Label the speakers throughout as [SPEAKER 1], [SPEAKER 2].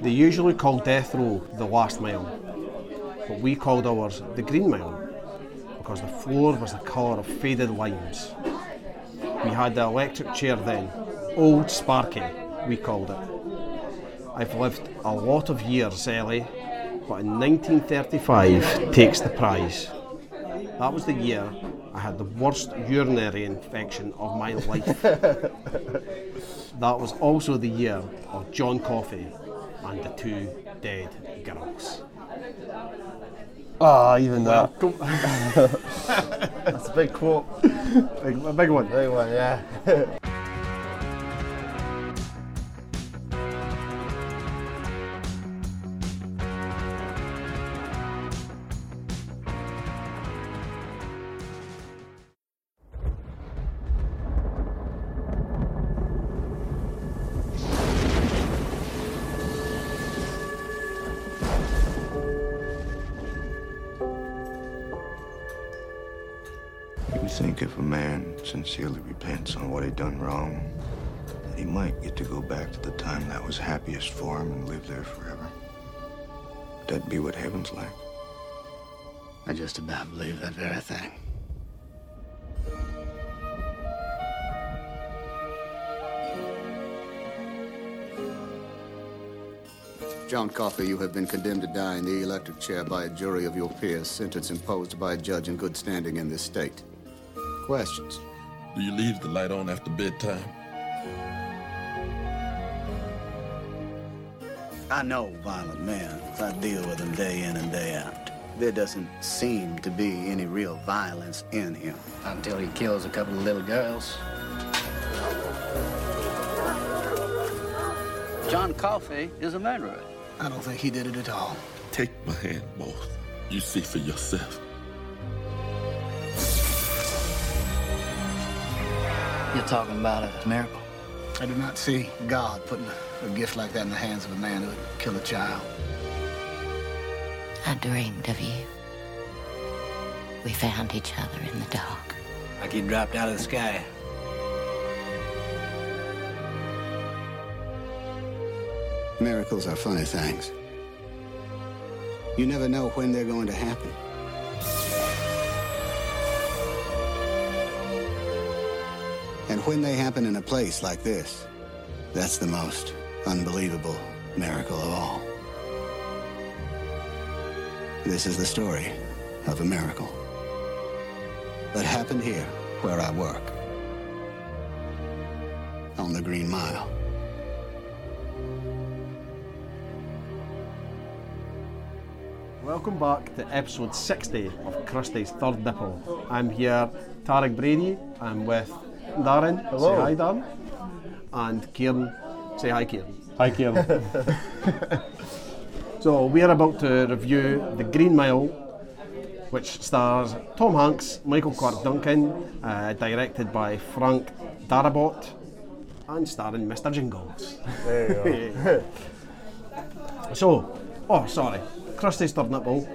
[SPEAKER 1] They usually call death row the last mile, but we called ours the green mile because the floor was the colour of faded limes. We had the electric chair then, old Sparky, we called it. I've lived a lot of years early, but in 1935 takes the prize. That was the year I had the worst urinary infection of my life. that was also the year of John Coffey and the two dead girls.
[SPEAKER 2] Ah, even that.
[SPEAKER 3] Cool. That's a big quote. Big, a big one.
[SPEAKER 2] Big one, yeah.
[SPEAKER 4] You would think if a man sincerely repents on what he done wrong, that he might get to go back to the time that was happiest for him and live there forever. Would that be what heaven's like?
[SPEAKER 5] I just about believe that very thing.
[SPEAKER 6] John Coffey, you have been condemned to die in the electric chair by a jury of your peers, sentence imposed by a judge in good standing in this state. Questions?
[SPEAKER 7] Do you leave the light on after bedtime?
[SPEAKER 5] I know violent men. 'cause I deal with them day in and day out. There doesn't seem to be any real violence in him. Until he kills a couple of little girls. John Coffey is a murderer. I don't think he did it at all.
[SPEAKER 7] Take my hand, both. You see for yourself.
[SPEAKER 5] You're talking about a miracle. I do not see God putting a, a gift like that in the hands of a man who would kill a child.
[SPEAKER 8] I dreamed of you. We found each other in the dark.
[SPEAKER 5] Like he dropped out of the sky.
[SPEAKER 6] Miracles are funny things. You never know when they're going to happen. And when they happen in a place like this, that's the most unbelievable miracle of all. This is the story of a miracle that happened here where I work on the Green Mile.
[SPEAKER 1] Welcome back to episode 60 of Krusty's Third Nipple. I'm here, Tarek Brady. I'm with Darren.
[SPEAKER 2] Hello.
[SPEAKER 1] Say hi, Darren. And Kieran. Say hi, Kieran.
[SPEAKER 3] Hi, Kieran.
[SPEAKER 1] So we are about to review The Green Mile, which stars Tom Hanks, Michael Clark Duncan, uh, directed by Frank Darabont, and starring Mr. Jingles.
[SPEAKER 2] There you go.
[SPEAKER 1] So, oh sorry, Krusty's Third Nipple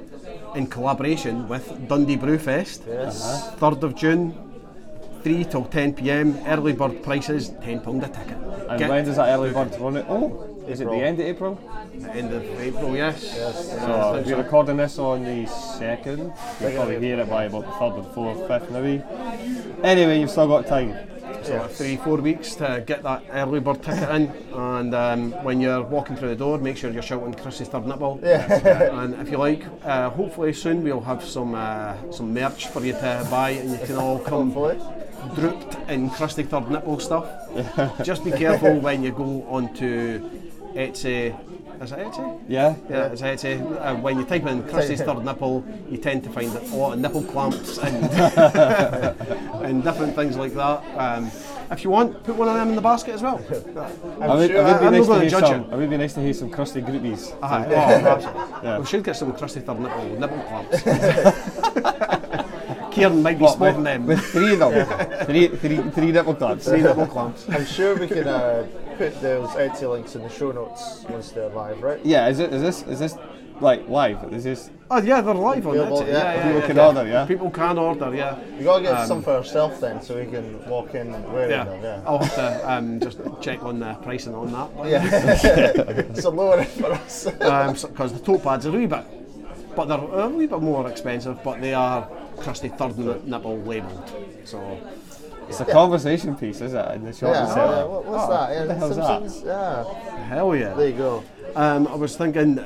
[SPEAKER 1] in collaboration with Dundee Brewfest,
[SPEAKER 2] Yes.
[SPEAKER 1] 3rd of June, 3 till 10pm, early bird prices, £10 a ticket.
[SPEAKER 3] and
[SPEAKER 1] Get
[SPEAKER 3] when does that early bird run it? Oh, is it the end of April?
[SPEAKER 1] the end of April, yes?
[SPEAKER 2] Yes.
[SPEAKER 1] I
[SPEAKER 3] So
[SPEAKER 1] think
[SPEAKER 3] we're
[SPEAKER 1] so.
[SPEAKER 3] recording this on the second. You'll probably hear it by about the third and fourth, fifth maybe. Anyway, you've still got time.
[SPEAKER 1] So like three, four weeks to get that early bird ticket in, and um, when you're walking through the door, make sure you're shouting Chris's third nipple. Yeah. and if you like, uh, hopefully soon we'll have some uh, some merch for you to buy, and you can all come
[SPEAKER 2] Hopefully.
[SPEAKER 1] drooped in crusty third nipple stuff. Just be careful when you go onto Etsy. Is it Etsy?
[SPEAKER 3] Yeah.
[SPEAKER 1] Yeah, it's Etsy. Uh, when you type in Christie's third nipple, you tend to find a lot of nipple clamps and, and different things like that. Um, if you want, put one of them in the basket as well.
[SPEAKER 3] I would,
[SPEAKER 2] sure-
[SPEAKER 3] it would be
[SPEAKER 1] I'm not
[SPEAKER 3] nice to
[SPEAKER 1] gonna
[SPEAKER 3] hear
[SPEAKER 1] judge
[SPEAKER 3] some.
[SPEAKER 1] it.
[SPEAKER 3] It would be nice to hear some crusty groupies.
[SPEAKER 1] Aye, oh, absolutely.
[SPEAKER 3] Yeah.
[SPEAKER 1] We should get some crusty third nipple nipple clamps. Kieran might be spotting them.
[SPEAKER 3] With three of them. three, three, three nipple clubs.
[SPEAKER 1] Three nipple clamps.
[SPEAKER 2] I'm sure we can uh, put those Etsy links in the show notes once they're live, right?
[SPEAKER 3] Yeah, is, it, is this is this like live? Is this
[SPEAKER 1] Oh yeah, they're live on
[SPEAKER 2] Yeah,
[SPEAKER 1] that.
[SPEAKER 2] well,
[SPEAKER 1] Yeah,
[SPEAKER 2] yeah,
[SPEAKER 1] yeah,
[SPEAKER 3] people
[SPEAKER 1] yeah,
[SPEAKER 3] can
[SPEAKER 1] yeah.
[SPEAKER 3] order? Yeah.
[SPEAKER 1] People can order, yeah.
[SPEAKER 2] We gotta get
[SPEAKER 3] Um,
[SPEAKER 2] some for ourselves then, so we can walk in wearing
[SPEAKER 1] Yeah,
[SPEAKER 2] them.
[SPEAKER 3] Oh,
[SPEAKER 2] Yeah.
[SPEAKER 1] I'll have to um, just check on the pricing on that one.
[SPEAKER 2] Yeah. so lower it for us.
[SPEAKER 1] because Um, the tote pads are a wee bit, but they're a wee bit more expensive, but they are crusty third ni- nipple labelled. So
[SPEAKER 3] It's a conversation piece, is it? In the short
[SPEAKER 2] Yeah,
[SPEAKER 3] and
[SPEAKER 2] oh,
[SPEAKER 3] simple.
[SPEAKER 2] yeah, what- what's
[SPEAKER 3] Oh,
[SPEAKER 2] that? Yeah,
[SPEAKER 3] What the hell's that?
[SPEAKER 2] Simpsons? Yeah,
[SPEAKER 1] hell yeah.
[SPEAKER 2] there you go.
[SPEAKER 1] Um, I was thinking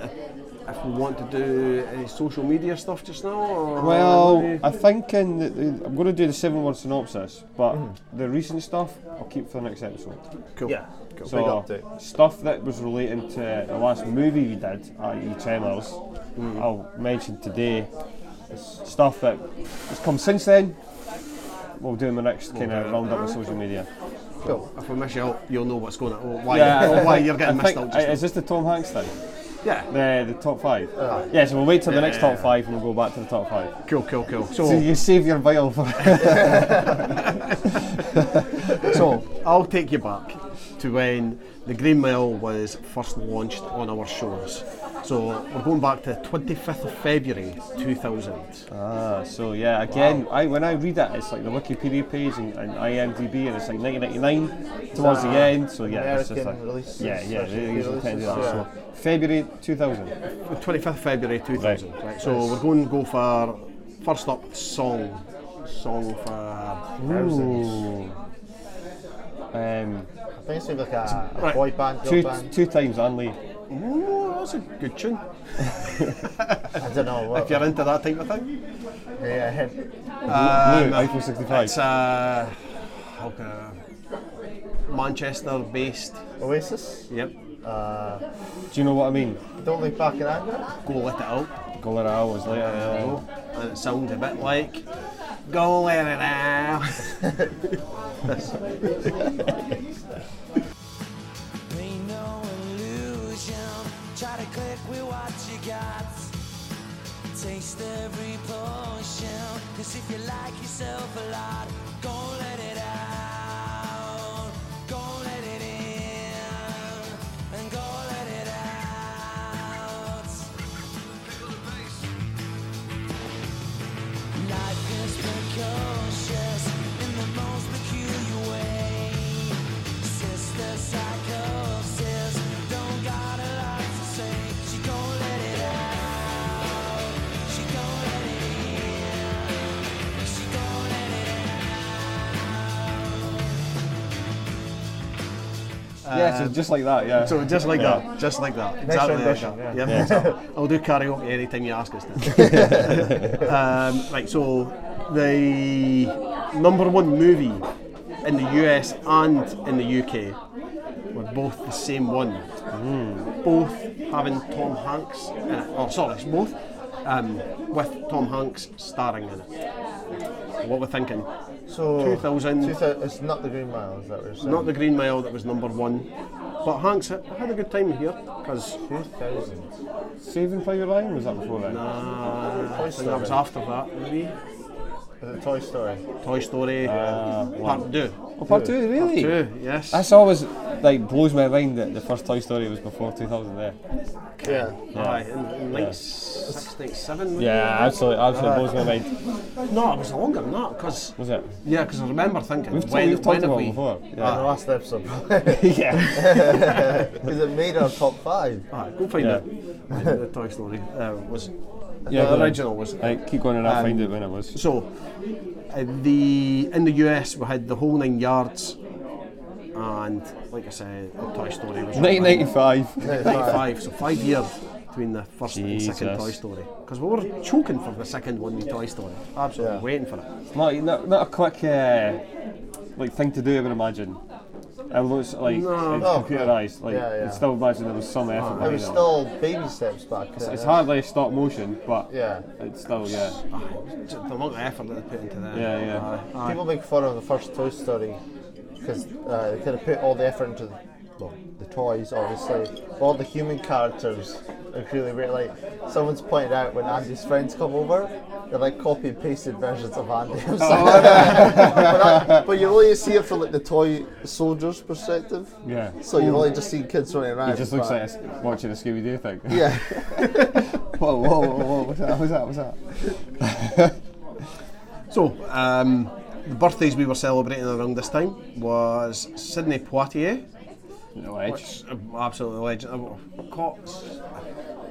[SPEAKER 1] if we want to do any social media stuff just now. Or
[SPEAKER 3] Well,
[SPEAKER 1] maybe-
[SPEAKER 3] I'm thinking that the, I'm going to do the seven word synopsis, but
[SPEAKER 1] Mm.
[SPEAKER 3] the recent stuff I'll keep for the next episode.
[SPEAKER 1] cool.
[SPEAKER 2] Yeah, big
[SPEAKER 3] So,
[SPEAKER 2] update.
[SPEAKER 3] stuff that was relating to the last movie we did, i.e., Tremors,
[SPEAKER 1] Mm.
[SPEAKER 3] I'll mention today. It's stuff that has come since then, we'll do in the next kind of roundup of social media.
[SPEAKER 2] Cool.
[SPEAKER 1] If we miss you out, you'll know what's going on. or Why, or why Oh, you're getting
[SPEAKER 3] I
[SPEAKER 1] missed
[SPEAKER 3] think- uh,
[SPEAKER 1] out just now.
[SPEAKER 3] Is this the Tom Hanks thing?
[SPEAKER 1] Yeah,
[SPEAKER 3] The, the top five? yeah, so we'll wait till the next top five and we'll go back to the top five.
[SPEAKER 1] cool, cool, cool.
[SPEAKER 3] So
[SPEAKER 1] So
[SPEAKER 3] you save your vial for
[SPEAKER 1] So I'll take you back to when the Green Mile was first launched on our shores. So we're going back to 25th of February 2000.
[SPEAKER 3] Ah, so yeah, again, I when I read that, it's like the Wikipedia page and, and IMDb, and it's like 1999 towards the end. So yeah, it's just
[SPEAKER 2] American
[SPEAKER 3] like,
[SPEAKER 2] releases,
[SPEAKER 3] yeah, yeah,
[SPEAKER 2] social
[SPEAKER 3] they
[SPEAKER 2] media
[SPEAKER 3] usually tend to do that.
[SPEAKER 2] releases,
[SPEAKER 3] So February 2000.
[SPEAKER 1] 25th February 2000.
[SPEAKER 3] Right.
[SPEAKER 1] Right. So we're going to go for first up song. Song for
[SPEAKER 3] Ooh. Um,
[SPEAKER 2] I think it's maybe like a, a
[SPEAKER 1] Right.
[SPEAKER 2] boy band, girl
[SPEAKER 3] two
[SPEAKER 2] band.
[SPEAKER 3] two times only.
[SPEAKER 1] Ooh, that's a good tune.
[SPEAKER 2] I don't know. What,
[SPEAKER 1] If you're into that type of thing,
[SPEAKER 2] yeah,
[SPEAKER 3] Blue, iPhone 65.
[SPEAKER 1] Um, it's uh, a Manchester-based.
[SPEAKER 2] Oasis.
[SPEAKER 1] Yep.
[SPEAKER 3] Do you know what I mean?
[SPEAKER 2] Don't look back in anger.
[SPEAKER 1] Go let it out.
[SPEAKER 3] Go there hours later. Yeah.
[SPEAKER 1] and it sounds a bit like go let it out.
[SPEAKER 3] yeah, so just like that. Yeah.
[SPEAKER 1] Um, so just like
[SPEAKER 3] Yeah.
[SPEAKER 1] that, just like that.
[SPEAKER 2] rendition,
[SPEAKER 1] like that.
[SPEAKER 2] yeah.
[SPEAKER 1] Yep. I'll do karaoke anytime you ask us to. um, right, so the number one movie in the US and in the UK were both the same one. Both having Tom Hanks in it. Oh, sorry, it's both um, with Tom Hanks starring in it. What we're thinking.
[SPEAKER 2] So
[SPEAKER 1] 2000.
[SPEAKER 2] 2000 It's not the Green Mile. Is that what you're saying?
[SPEAKER 1] Not the Green Mile that was number one, but Hanks had had a good time here because
[SPEAKER 2] Two thousand.
[SPEAKER 3] Saving Private Ryan was that before then?
[SPEAKER 1] uh, I think that was
[SPEAKER 2] Story.
[SPEAKER 1] after that movie.
[SPEAKER 2] Is it Toy Story?
[SPEAKER 1] Toy Story Part Two.
[SPEAKER 3] Oh, part two, really?
[SPEAKER 1] Two, yes.
[SPEAKER 3] Uh, That's always like blows my mind that the first Toy Story was before 2000. There.
[SPEAKER 2] Yeah.
[SPEAKER 1] Aye, in, in 96, 97. maybe?
[SPEAKER 3] Yeah, absolutely, absolutely blows my mind.
[SPEAKER 1] No, it was longer than that because.
[SPEAKER 3] Was it?
[SPEAKER 1] Yeah, because I remember thinking
[SPEAKER 3] We've,
[SPEAKER 1] when,
[SPEAKER 3] when, we've
[SPEAKER 1] when
[SPEAKER 3] talked
[SPEAKER 1] have
[SPEAKER 3] about
[SPEAKER 1] we?
[SPEAKER 3] it before.
[SPEAKER 2] In the
[SPEAKER 3] Yeah.
[SPEAKER 2] last episode, because
[SPEAKER 3] yeah.
[SPEAKER 2] it made our top five.
[SPEAKER 1] Aye, go find
[SPEAKER 3] Yeah.
[SPEAKER 1] out. the, the Toy Story uh, was
[SPEAKER 3] Yeah,
[SPEAKER 1] the
[SPEAKER 3] go on.
[SPEAKER 1] original was
[SPEAKER 3] I keep going and I'll find out when it was.
[SPEAKER 1] So, uh, the in the US we had the whole nine yards, and like I said, the Toy Story was
[SPEAKER 3] 1995.
[SPEAKER 1] 95, so five years between the first and second
[SPEAKER 3] Jesus.
[SPEAKER 1] Toy Story. Because we were choking for the second one, the Toy Story. Absolutely
[SPEAKER 2] Yeah.
[SPEAKER 1] waiting for it.
[SPEAKER 3] not, not, not a quick uh, like thing to do, I would imagine. Although it's like
[SPEAKER 1] No.
[SPEAKER 3] it's
[SPEAKER 2] No. Oh.
[SPEAKER 3] computerized, like
[SPEAKER 2] Yeah, yeah.
[SPEAKER 3] I'd still imagine there was some effort.
[SPEAKER 2] It
[SPEAKER 3] behind
[SPEAKER 2] was
[SPEAKER 3] it.
[SPEAKER 2] still baby steps back then.
[SPEAKER 3] It's hardly stop motion, but
[SPEAKER 2] Yeah.
[SPEAKER 3] it's still yeah.
[SPEAKER 1] Aye, Ah, the amount of effort that they put into that. Ah,
[SPEAKER 3] Yeah, yeah.
[SPEAKER 1] Aye, aye.
[SPEAKER 2] People make fun of the first Toy Story because uh, they kind of put all the effort into the, well, the toys, obviously, but all the human characters are really weird. Like someone's pointed out when Andy's friends come over, They're like copy and pasted versions of Andy. I'm sorry. but, I, but you only see it from like the toy soldier's perspective.
[SPEAKER 3] Yeah.
[SPEAKER 2] So you only just see kids running around.
[SPEAKER 3] It just looks
[SPEAKER 2] but-
[SPEAKER 3] like a s watching a Scooby Doo thing.
[SPEAKER 2] Yeah.
[SPEAKER 3] whoa, whoa, whoa, whoa, what's that? What's that? What's that?
[SPEAKER 1] So, um, the birthdays we were celebrating around this time was Sidney Poitier,
[SPEAKER 3] No edge.
[SPEAKER 1] which um, absolutely legend. I caught s-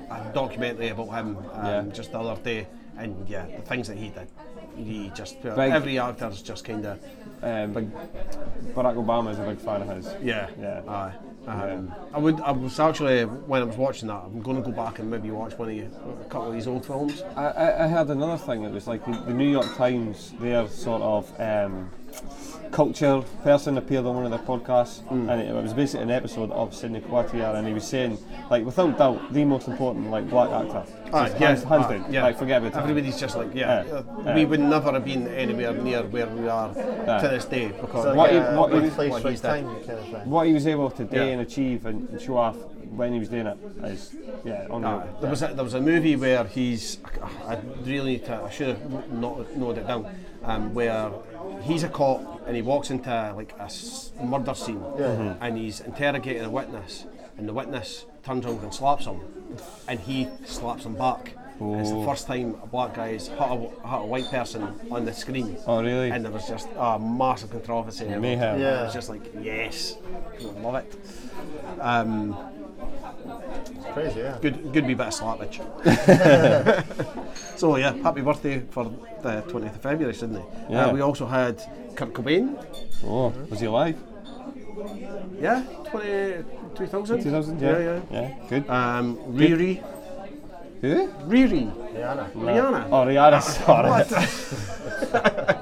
[SPEAKER 1] a documentary about him um,
[SPEAKER 3] Yeah.
[SPEAKER 1] just the other day, and yeah, the things that he did. He just
[SPEAKER 3] Big.
[SPEAKER 1] every actor's just kind of
[SPEAKER 3] Um, big, Barack Obama's a big fan of his.
[SPEAKER 1] yeah
[SPEAKER 3] Yeah.
[SPEAKER 1] Aye. Um, I would. I was actually when I was watching that. I'm going to go back and maybe watch one of you, a couple of these old films.
[SPEAKER 3] I, I, I had another thing. It was like the, the New York Times, their sort of um, culture person appeared on one of their podcasts,
[SPEAKER 1] Hmm.
[SPEAKER 3] and it, it was basically an episode of Sidney Poitier, and he was saying, like, without doubt, the most important like black actor.
[SPEAKER 1] Aye,
[SPEAKER 3] Just
[SPEAKER 1] Ah, yeah,
[SPEAKER 3] hands, hands
[SPEAKER 1] aye,
[SPEAKER 3] down.
[SPEAKER 1] yeah.
[SPEAKER 3] Like, forget about it.
[SPEAKER 1] Everybody's just like, yeah,
[SPEAKER 3] Yeah,
[SPEAKER 1] uh,
[SPEAKER 3] yeah.
[SPEAKER 1] we would never have been anywhere near where we are to this day because
[SPEAKER 2] So like,
[SPEAKER 3] What he-
[SPEAKER 2] uh,
[SPEAKER 3] what he
[SPEAKER 2] one
[SPEAKER 3] was-
[SPEAKER 2] place,
[SPEAKER 1] what
[SPEAKER 2] right
[SPEAKER 1] he's
[SPEAKER 2] time
[SPEAKER 1] done.
[SPEAKER 2] kind of thing.
[SPEAKER 3] What he was able to do
[SPEAKER 1] Yeah.
[SPEAKER 3] and achieve and, and show off when he was doing it is, yeah,
[SPEAKER 1] Uh,
[SPEAKER 3] unreal.
[SPEAKER 1] there was a, there was a movie where he's I really need to I should have not noted it down um, where he's a cop and he walks into like a s- murder scene
[SPEAKER 3] Mm-hmm.
[SPEAKER 1] and he's interrogating a witness and the witness turns around and slaps him and he slaps him back. And
[SPEAKER 3] Oh.
[SPEAKER 1] It's the first time a black guy has hit a, hit a white person on the screen.
[SPEAKER 3] Oh, really?
[SPEAKER 1] And there was just a massive controversy. about it.
[SPEAKER 3] Mayhem.
[SPEAKER 1] And I
[SPEAKER 2] Yeah.
[SPEAKER 1] was just like, yes, love it. Um,
[SPEAKER 2] It's crazy, yeah.
[SPEAKER 1] Good, good wee bit of slappage. so yeah, happy birthday for the 20th of February, Sydney.
[SPEAKER 3] Yeah.
[SPEAKER 1] Uh, we also had Kurt Cobain.
[SPEAKER 3] Oh, was he alive?
[SPEAKER 1] Yeah, 20, 2000.
[SPEAKER 3] 2000?
[SPEAKER 1] Yeah,
[SPEAKER 3] Yeah.
[SPEAKER 1] yeah.
[SPEAKER 3] Good.
[SPEAKER 1] Um, Riri,
[SPEAKER 3] Who?
[SPEAKER 1] Riri,
[SPEAKER 2] Rihanna.
[SPEAKER 1] Rihanna.
[SPEAKER 3] Oh, Rihanna, sorry.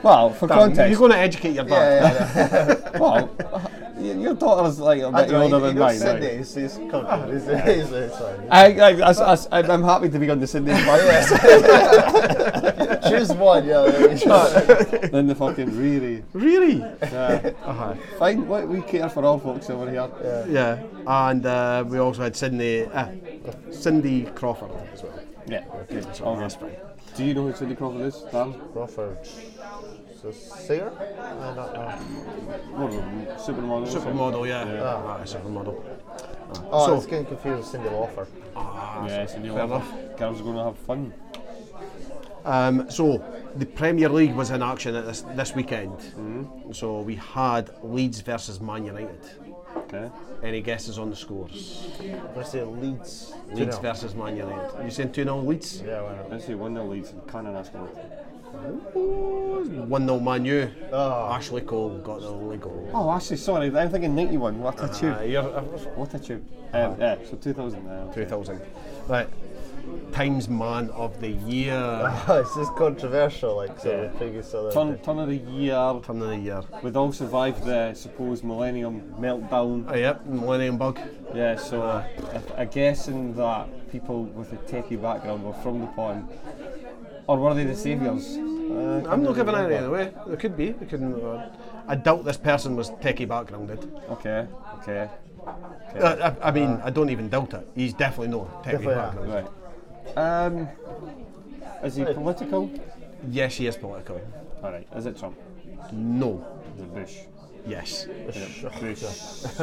[SPEAKER 3] well, for context,
[SPEAKER 1] You're going to educate your
[SPEAKER 2] Yeah,
[SPEAKER 1] dad.
[SPEAKER 2] yeah, yeah.
[SPEAKER 3] well, y- your daughter's like a
[SPEAKER 2] I
[SPEAKER 3] bit
[SPEAKER 2] don't know,
[SPEAKER 3] older
[SPEAKER 2] he- he
[SPEAKER 3] than
[SPEAKER 2] got
[SPEAKER 3] mine.
[SPEAKER 2] Sydney,
[SPEAKER 3] Right?
[SPEAKER 2] he's- he's country, he's- he's- he's like-
[SPEAKER 3] I, I, I, I, I'm happy to be on the Sydney flight
[SPEAKER 2] Choose one, yeah. there you go.
[SPEAKER 3] than the fucking really.
[SPEAKER 1] Really?
[SPEAKER 3] Fine, what we care for all folks over here.
[SPEAKER 1] Yeah. And uh, we also had Sydney, uh, Cindy Crawford as well.
[SPEAKER 3] Yeah, good. All good. Do you know who Cindy Crawford is, Dan?
[SPEAKER 2] Crawford. So Singer? I don't know.
[SPEAKER 3] What, um, supermodel?
[SPEAKER 1] Supermodel, yeah. Aye, supermodel.
[SPEAKER 2] Oh,
[SPEAKER 1] So-
[SPEAKER 2] it's getting confused with Cindy Lauper.
[SPEAKER 3] Yeah, Cindy
[SPEAKER 1] Fair
[SPEAKER 3] Crawford. Girls are going to have fun.
[SPEAKER 1] Um, so the Premier League was in action at this, this weekend. So we had Leeds versus Man United.
[SPEAKER 3] Okay.
[SPEAKER 1] Any guesses on the scores?
[SPEAKER 2] I'm going to say Leeds.
[SPEAKER 1] Leeds
[SPEAKER 2] 2-0.
[SPEAKER 1] versus Man United. Are you saying 2 0 Leeds?
[SPEAKER 2] Yeah, why not?
[SPEAKER 3] Let's say 1 0 leads and Cannon has one.
[SPEAKER 1] 1 0 Man U.
[SPEAKER 2] Oh.
[SPEAKER 1] Ashley Cole got the only goal.
[SPEAKER 3] Oh, actually, sorry, I'm thinking 91. What a tube.
[SPEAKER 1] Uh, you're, uh,
[SPEAKER 3] What a tube. Um, yeah, so uh, 2000 now.
[SPEAKER 1] 2000. Right. Times Man of the Year.
[SPEAKER 2] it's just controversial, like so the previous other.
[SPEAKER 3] Turn, turn of the year.
[SPEAKER 1] Turn of the Year.
[SPEAKER 3] We'd all survived the supposed millennium meltdown.
[SPEAKER 1] Oh, yep, Millennium Bug.
[SPEAKER 3] Yeah, so I, I guess in that people with a techie background were from the pond. Or were they the saviours? Uh,
[SPEAKER 1] I'm not giving any away. There could be. There could, uh, I doubt this person was techie backgrounded.
[SPEAKER 3] Okay, okay,
[SPEAKER 1] Uh, I, I mean, I don't even doubt it. He's definitely not technically
[SPEAKER 2] Definitely not.
[SPEAKER 1] background.
[SPEAKER 3] right. Um, is he political?
[SPEAKER 1] Yes, he is political.
[SPEAKER 3] Alright, is it Trump?
[SPEAKER 1] No.
[SPEAKER 3] Is it Bush?
[SPEAKER 1] Yes.
[SPEAKER 3] Bush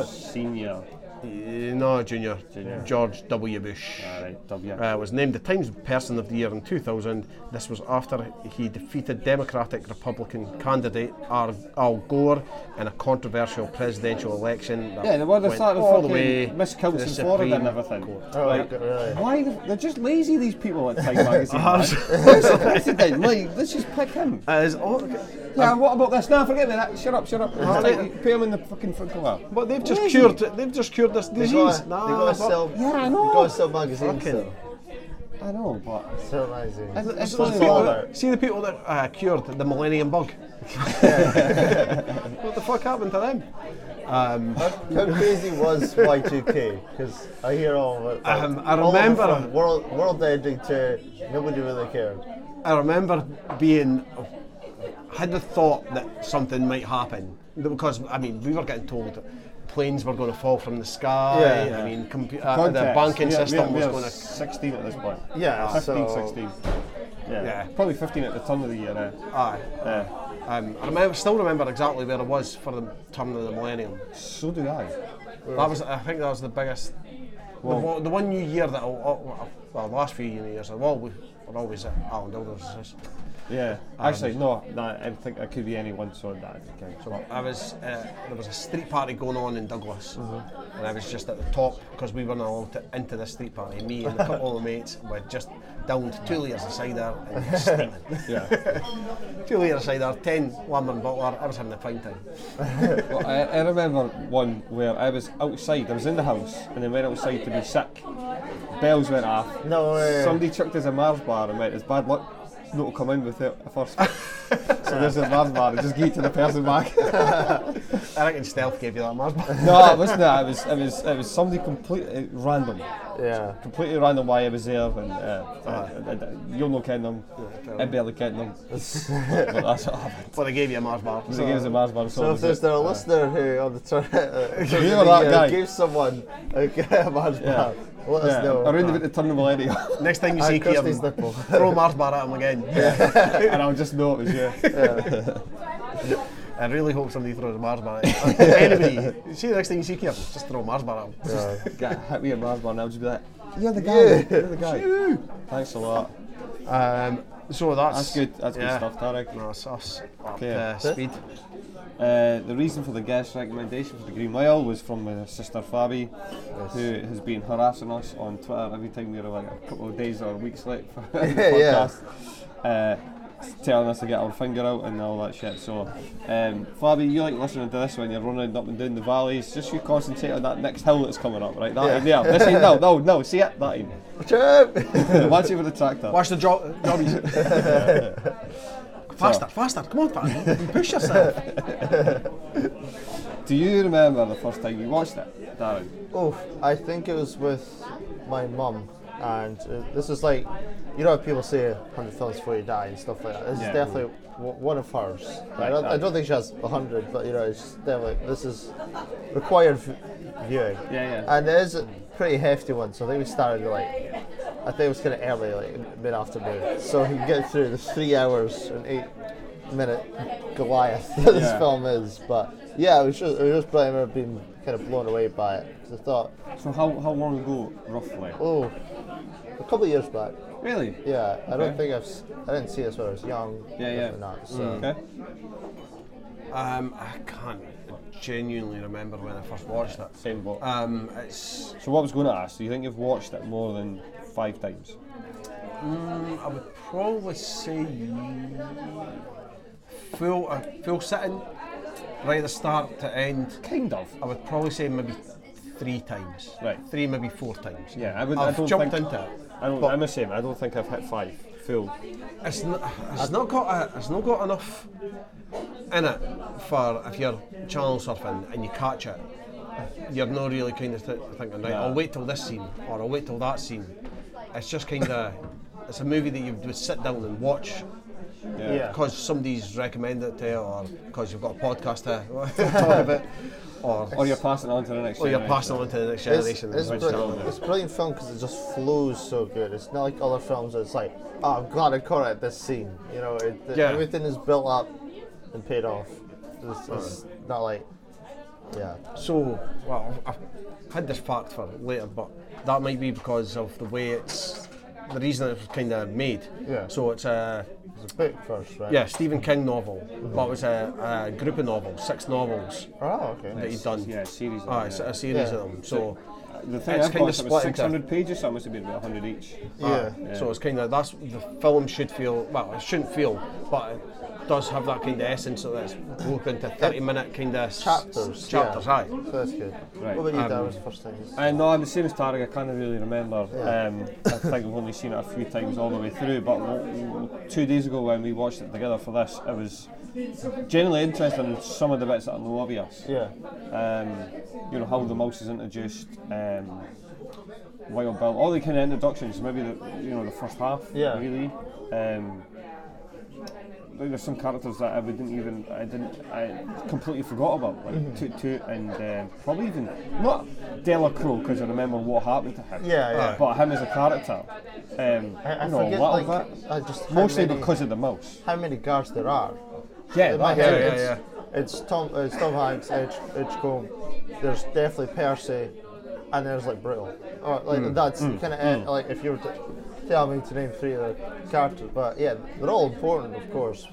[SPEAKER 3] Senior.
[SPEAKER 1] Uh, No, Junior.
[SPEAKER 3] Junior. Ah,
[SPEAKER 1] George W. Bush.
[SPEAKER 3] Alright, W.
[SPEAKER 1] Uh, was named the Times Person of the Year in 2000. This was after he defeated Democratic Republican candidate Ar- Al Gore in a controversial presidential election. that
[SPEAKER 3] Yeah, they were the
[SPEAKER 1] went
[SPEAKER 3] starting
[SPEAKER 1] all the
[SPEAKER 3] fucking
[SPEAKER 1] way
[SPEAKER 3] miscounts
[SPEAKER 1] to
[SPEAKER 3] in
[SPEAKER 1] the
[SPEAKER 3] Florida and
[SPEAKER 1] Supreme
[SPEAKER 3] everything.
[SPEAKER 1] Court.
[SPEAKER 2] Oh,
[SPEAKER 3] Like,
[SPEAKER 2] okay, really?
[SPEAKER 3] Why the, they're just lazy? These people at Time Magazine.
[SPEAKER 1] Oh,
[SPEAKER 3] man. Who's the president? Like, let's just pick him.
[SPEAKER 1] Uh, is all-
[SPEAKER 3] Yeah, what about this? Now forget about that. Shut up, shut up. It's like, you put him in the fucking front cover.
[SPEAKER 1] but they've just
[SPEAKER 3] Lazy.
[SPEAKER 1] cured. They've just cured this
[SPEAKER 2] They
[SPEAKER 1] disease.
[SPEAKER 2] got, they
[SPEAKER 1] Nah,
[SPEAKER 2] got to
[SPEAKER 1] but-
[SPEAKER 2] sell.
[SPEAKER 3] Yeah, I
[SPEAKER 2] they
[SPEAKER 3] know.
[SPEAKER 2] got to sell magazines.
[SPEAKER 1] Fucking-
[SPEAKER 2] Still.
[SPEAKER 3] I know, but
[SPEAKER 2] Sell magazines.
[SPEAKER 3] it's, it's
[SPEAKER 1] So the
[SPEAKER 3] only
[SPEAKER 1] people
[SPEAKER 3] like-
[SPEAKER 1] that- see the people that uh, cured the Millennium Bug. what the fuck happened to them?
[SPEAKER 2] How crazy was Y2K? Because I hear all of it.
[SPEAKER 1] Um, I
[SPEAKER 2] all of it
[SPEAKER 1] remember-
[SPEAKER 2] from world world ending to nobody really cared.
[SPEAKER 1] I remember being had the thought that something might happen because I mean we were getting told planes were going to fall from the sky.
[SPEAKER 2] Yeah,
[SPEAKER 1] I
[SPEAKER 2] yeah.
[SPEAKER 1] mean compu- uh, the
[SPEAKER 3] Context.
[SPEAKER 1] banking
[SPEAKER 3] We are- we
[SPEAKER 1] system
[SPEAKER 3] are- we
[SPEAKER 1] was
[SPEAKER 3] are
[SPEAKER 1] going to.
[SPEAKER 3] 16 at this point.
[SPEAKER 2] Yeah,
[SPEAKER 3] 15,
[SPEAKER 2] so-
[SPEAKER 3] 16. Yeah.
[SPEAKER 1] Yeah.
[SPEAKER 3] Probably 15 at the turn of the year. eh?
[SPEAKER 1] Aye.
[SPEAKER 3] Yeah.
[SPEAKER 1] Um, I remember, still remember exactly where I was for the turn of the millennium.
[SPEAKER 3] So do I.
[SPEAKER 1] That was, I think, that was the biggest. the, one- the one new year that I, well, the last few new years I've always, we're always at Alan Dilders.
[SPEAKER 3] Yeah. Actually, no. Nah, I don't think I could be anyone. So that. Okay. So
[SPEAKER 1] I was uh, there was a street party going on in Douglas,
[SPEAKER 3] Mm-hmm.
[SPEAKER 1] and I was just at the top because we weren't allowed to into the street party. Me and a couple of mates were just down to two litres of cider and steaming.
[SPEAKER 3] yeah.
[SPEAKER 1] two litres of cider, ten Lambert Butler. I was having a fine time.
[SPEAKER 3] well, I, I remember one where I was outside. I was in the house and then went outside to be sick. Bells went off.
[SPEAKER 2] No way.
[SPEAKER 3] Somebody chucked us a Mars bar and went, "It's bad luck." Not to come in with it first. so there's a Mars bar. and Just give it to the person back.
[SPEAKER 1] I reckon Stealth gave you that Mars Bar.
[SPEAKER 3] no, it wasn't that. It was it was it was somebody completely random,
[SPEAKER 2] Yeah.
[SPEAKER 3] completely random why I was there, and uh, I- I- I- you'll not ken them.
[SPEAKER 1] fair
[SPEAKER 3] I barely ken them. but that's what happened.
[SPEAKER 1] Well, they gave you a Mars Bar.
[SPEAKER 3] So, gave us a Mars bar.
[SPEAKER 2] So if there's there a listener who on the turn uh, turn
[SPEAKER 3] You
[SPEAKER 2] of the
[SPEAKER 3] were that
[SPEAKER 2] year
[SPEAKER 3] guy.
[SPEAKER 2] gave someone a man's
[SPEAKER 3] Yeah.
[SPEAKER 2] yeah. let us
[SPEAKER 3] yeah,
[SPEAKER 2] know.
[SPEAKER 3] around about the turn of millennium,
[SPEAKER 1] Next time you
[SPEAKER 2] I
[SPEAKER 1] see
[SPEAKER 2] cursed
[SPEAKER 1] Kieran,
[SPEAKER 2] his nipple.
[SPEAKER 1] throw Mars Bar at him again.
[SPEAKER 3] and I'll just know it was you.
[SPEAKER 1] I really hope somebody throws a Mars Bar at him. Anybody, you see the next time you see Kieran, just throw a Mars Bar at him.
[SPEAKER 3] Got hit me a Mars bar, and I'll just be like, "You're the guy. You're the guy. Thanks a lot.
[SPEAKER 1] Um, so that's,
[SPEAKER 3] That's good. That's
[SPEAKER 1] yeah.
[SPEAKER 3] good stuff, Tarek."
[SPEAKER 1] No, it's us up
[SPEAKER 3] Okay.
[SPEAKER 1] uh, speed.
[SPEAKER 3] Uh, the reason for the guest recommendation for the Green Mile was from my sister Fabi, who has been harassing us on Twitter every time we were like a couple of days or weeks late for the
[SPEAKER 2] Yeah,
[SPEAKER 3] podcast, uh, telling us to get our finger out and all that shit. So, um, Fabi, you like listening to this when you're running up and down the valleys, just you concentrate on that next hill that's coming up, right? That yeah. This ain't, no, no, no, see it? That ain't.
[SPEAKER 2] Chip!
[SPEAKER 3] Watch it with the tractor.
[SPEAKER 1] Watch the jo- jobbies. faster, faster, come on, Pat. Push yourself.
[SPEAKER 3] Do you remember the first time you watched it, Darren?
[SPEAKER 2] Oh, I think it was with my mum, and uh, this is like, you know, how people say 100 films before you die and stuff like that. This
[SPEAKER 3] Yeah.
[SPEAKER 2] is definitely w- one of hers. I, don't, I don't think she has 100, but you know, it's definitely this is required v- viewing.
[SPEAKER 3] Yeah, yeah.
[SPEAKER 2] And it is a pretty hefty one, so I think we started like, I think it was kind of early, like mid afternoon, so we can get through the three hours and eight minute Goliath that this
[SPEAKER 3] Yeah.
[SPEAKER 2] film is. But yeah, it was just, it was just brilliant. I remember being kind of blown away by it 'cause I thought,
[SPEAKER 3] So how, how long ago, roughly?
[SPEAKER 2] oh, a couple of years back.
[SPEAKER 3] Really?
[SPEAKER 2] Yeah, I
[SPEAKER 3] Okay.
[SPEAKER 2] don't think I've s- I didn't see this when I was young.
[SPEAKER 3] Yeah, Mm. yeah.
[SPEAKER 2] definitely Not, so.
[SPEAKER 3] Okay.
[SPEAKER 1] Um, I can't genuinely remember when I first watched it.
[SPEAKER 3] Same boat.
[SPEAKER 1] Um, it's
[SPEAKER 3] Ah, so what I was going to ask, do you think you've watched it more than five times?
[SPEAKER 1] I would probably say full uh, full sitting right at the start to end.
[SPEAKER 3] Kind of.
[SPEAKER 1] I would probably say maybe three times.
[SPEAKER 3] Right.
[SPEAKER 1] Three, maybe four times.
[SPEAKER 3] Yeah, I would.
[SPEAKER 1] I've
[SPEAKER 3] I don't
[SPEAKER 1] jumped
[SPEAKER 3] think,
[SPEAKER 1] into it.
[SPEAKER 3] I don't.
[SPEAKER 1] but-
[SPEAKER 3] I'm the same. I don't think I've hit five full.
[SPEAKER 1] It's not, it's not got a, it's not got enough in it for if you're channel surfing and you catch it. You're not really kind of th- thinking, right, I'll wait till this scene or I'll wait till that scene. It's just kind of, it's a movie that you would sit down and watch
[SPEAKER 3] Yeah.
[SPEAKER 1] because somebody's recommended it to you or because you've got a podcast to talk about or,
[SPEAKER 3] Or you're passing it on to the next.
[SPEAKER 1] or you're
[SPEAKER 3] generation.
[SPEAKER 1] passing on to the next
[SPEAKER 2] It's,
[SPEAKER 1] generation.
[SPEAKER 2] it's,
[SPEAKER 1] which
[SPEAKER 2] brilliant,
[SPEAKER 1] is-
[SPEAKER 2] it's brilliant film because it just flows so good. It's not like other films. Where it's like, oh, I'm glad I caught it at this scene. You know, it, it-
[SPEAKER 1] Yeah.
[SPEAKER 2] everything is built up and paid off. It's, it's not like, yeah,
[SPEAKER 1] So, well, I've I've had this part for later, but that might be because of the way it's, the reason it was kind of made.
[SPEAKER 2] Yeah.
[SPEAKER 1] So it's a,
[SPEAKER 2] it's a book first, right?
[SPEAKER 1] yeah, Stephen King novel, but it was a, a group of novels, six novels
[SPEAKER 2] Oh, okay.
[SPEAKER 1] that he'd done.
[SPEAKER 3] Yeah, a series. of
[SPEAKER 1] Ah,
[SPEAKER 3] them,
[SPEAKER 1] it's
[SPEAKER 3] yeah. Uh,
[SPEAKER 1] a series
[SPEAKER 2] Yeah.
[SPEAKER 1] of them. So,
[SPEAKER 3] the thing
[SPEAKER 1] it's
[SPEAKER 3] I've
[SPEAKER 1] kinda
[SPEAKER 3] watched it was
[SPEAKER 1] split into-
[SPEAKER 3] 600 pages. So it must have been about 100 each.
[SPEAKER 2] Yeah.
[SPEAKER 1] so it's kind of, that's, the film should feel, well, it shouldn't feel, but it does have that kind of essence of this, broke into 30 minute kind of
[SPEAKER 2] Chapters.
[SPEAKER 1] chapters,
[SPEAKER 2] yeah.
[SPEAKER 1] aye.
[SPEAKER 2] So that's good.
[SPEAKER 3] Right.
[SPEAKER 2] What about you, um, Darren? First thing.
[SPEAKER 3] I know I'm the same as Tarek. I can't really remember. Um, I think I've only seen it a few times all the way through. But w- w- two days ago when we watched it together for this, I was genuinely interested in some of the bits that are not obvious.
[SPEAKER 2] Yeah.
[SPEAKER 3] Um, you know how the mouse is introduced. Um, Wild Bill, all the kind of introductions, maybe the you know the first half,
[SPEAKER 2] Yeah.
[SPEAKER 3] really. Um, there's some characters that I wouldn't even I didn't I completely forgot about like
[SPEAKER 2] Mm-hmm.
[SPEAKER 3] Toot Toot and um, probably even not Delacroix because I remember what happened to him. Uh,
[SPEAKER 2] Yeah, yeah.
[SPEAKER 3] But him as a character, um,
[SPEAKER 2] I, I
[SPEAKER 3] you know,
[SPEAKER 2] forget
[SPEAKER 3] a lot
[SPEAKER 2] like
[SPEAKER 3] of that.
[SPEAKER 2] I just how
[SPEAKER 3] Mostly
[SPEAKER 2] many-
[SPEAKER 3] because of the mouse.
[SPEAKER 2] how many guards there are.
[SPEAKER 3] Yeah,
[SPEAKER 2] In my
[SPEAKER 3] that-
[SPEAKER 2] head,
[SPEAKER 1] yeah,
[SPEAKER 2] it's, it's Tom, it's Tom Hanks, Edge, Edgecombe. There's definitely Percy, and there's like Brittle. Or like that's kind of it. like if you were to tell me to name three of the characters, but yeah, they're all important, of course.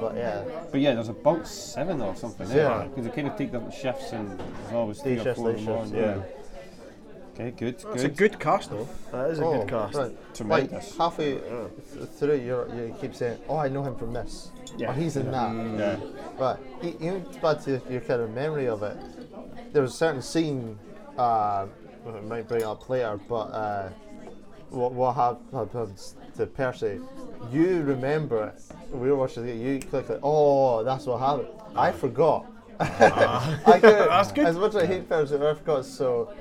[SPEAKER 2] But yeah,
[SPEAKER 3] But yeah, there's about seven or something. eh?
[SPEAKER 2] Yeah.
[SPEAKER 3] Because they kind of take different shifts and there's always three
[SPEAKER 2] Day
[SPEAKER 3] or
[SPEAKER 2] shifts,
[SPEAKER 3] four in
[SPEAKER 2] night
[SPEAKER 3] the morning.
[SPEAKER 2] shifts, yeah.
[SPEAKER 3] Okay, good, good.
[SPEAKER 1] It's a good cast though. That is a
[SPEAKER 2] oh,
[SPEAKER 1] good cast.
[SPEAKER 2] right.
[SPEAKER 3] Tremendous.
[SPEAKER 2] Like halfway uh, th- through, you you keep saying, "Oh, I know him from this,"
[SPEAKER 3] Yeah.
[SPEAKER 2] or "He's in that."
[SPEAKER 3] Yeah.
[SPEAKER 2] But e- even back to your kind of memory of it, there was a certain scene, uh, I might bring up later, but uh, what, what hap- happens to Percy, you remember it. We were watching it, you clicked it, oh, that's what happened. I forgot.
[SPEAKER 3] Ah.
[SPEAKER 2] I couldn't-
[SPEAKER 1] That's good.
[SPEAKER 2] As much as I hate Percy, I forgot, so.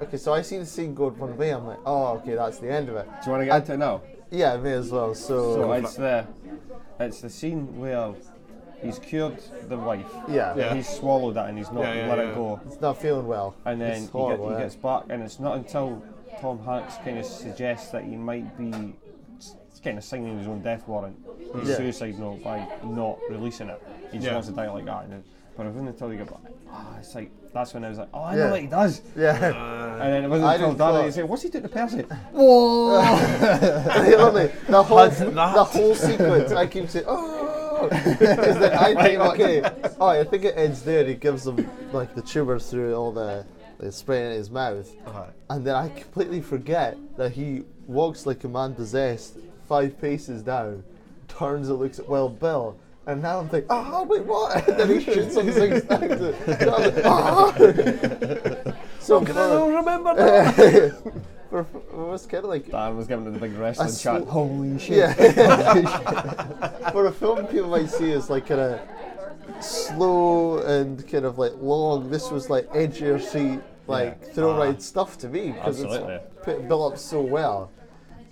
[SPEAKER 2] Okay, so I see the scene going one way, I'm like, oh, okay, that's the end of it.
[SPEAKER 3] Do you want to get into it now?
[SPEAKER 2] Yeah, me as well, so.
[SPEAKER 3] So it's the, it's the scene where he's cured the wife.
[SPEAKER 2] yeah,
[SPEAKER 1] Yeah.
[SPEAKER 3] He's swallowed that and he's not
[SPEAKER 1] Yeah, yeah,
[SPEAKER 3] let
[SPEAKER 1] yeah.
[SPEAKER 3] it go.
[SPEAKER 2] it's not feeling well.
[SPEAKER 3] And
[SPEAKER 2] It's
[SPEAKER 3] then he, get-
[SPEAKER 2] horrible, eh?
[SPEAKER 3] he
[SPEAKER 2] yeah.
[SPEAKER 3] gets back, and it's not until Tom Hanks kind of suggests that he might be kind of signing his own death warrant, his
[SPEAKER 2] Yeah.
[SPEAKER 3] suicide note, by not releasing it. He just
[SPEAKER 1] Yeah.
[SPEAKER 3] wants to die like that. And then, but it wasn't until he got back, ah, it's like, that's when I was like, oh, I
[SPEAKER 2] Yeah.
[SPEAKER 3] know what he does.
[SPEAKER 2] Yeah.
[SPEAKER 3] And then it wasn't
[SPEAKER 2] I
[SPEAKER 3] until
[SPEAKER 2] just
[SPEAKER 3] Dan that
[SPEAKER 2] thought-
[SPEAKER 3] he said, what's he doing to Percy?
[SPEAKER 2] Literally, the whole
[SPEAKER 1] that.
[SPEAKER 2] the whole sequence. I keep saying, oh, is that I think okay. Oh, I think it ends there. He gives him like the tumour through all the the spray in his mouth, and then I completely forget that he walks like a man possessed, five paces down, turns and looks at Wild Bill. And now I'm thinking, oh wait, what? And then he shoots him six times. And I'm like, "Ah." so for,
[SPEAKER 1] remember
[SPEAKER 2] for, for, it was kind of like
[SPEAKER 3] Dan was giving him the big wrestling
[SPEAKER 2] That's
[SPEAKER 3] chat.
[SPEAKER 2] so-
[SPEAKER 3] Holy shit.
[SPEAKER 2] Yeah. but a film people might see as like kind of slow and kind of like long. This was like edgier seat, like throw right stuff to me because
[SPEAKER 3] Uh-huh. Absolutely.
[SPEAKER 2] it's put, built up so well.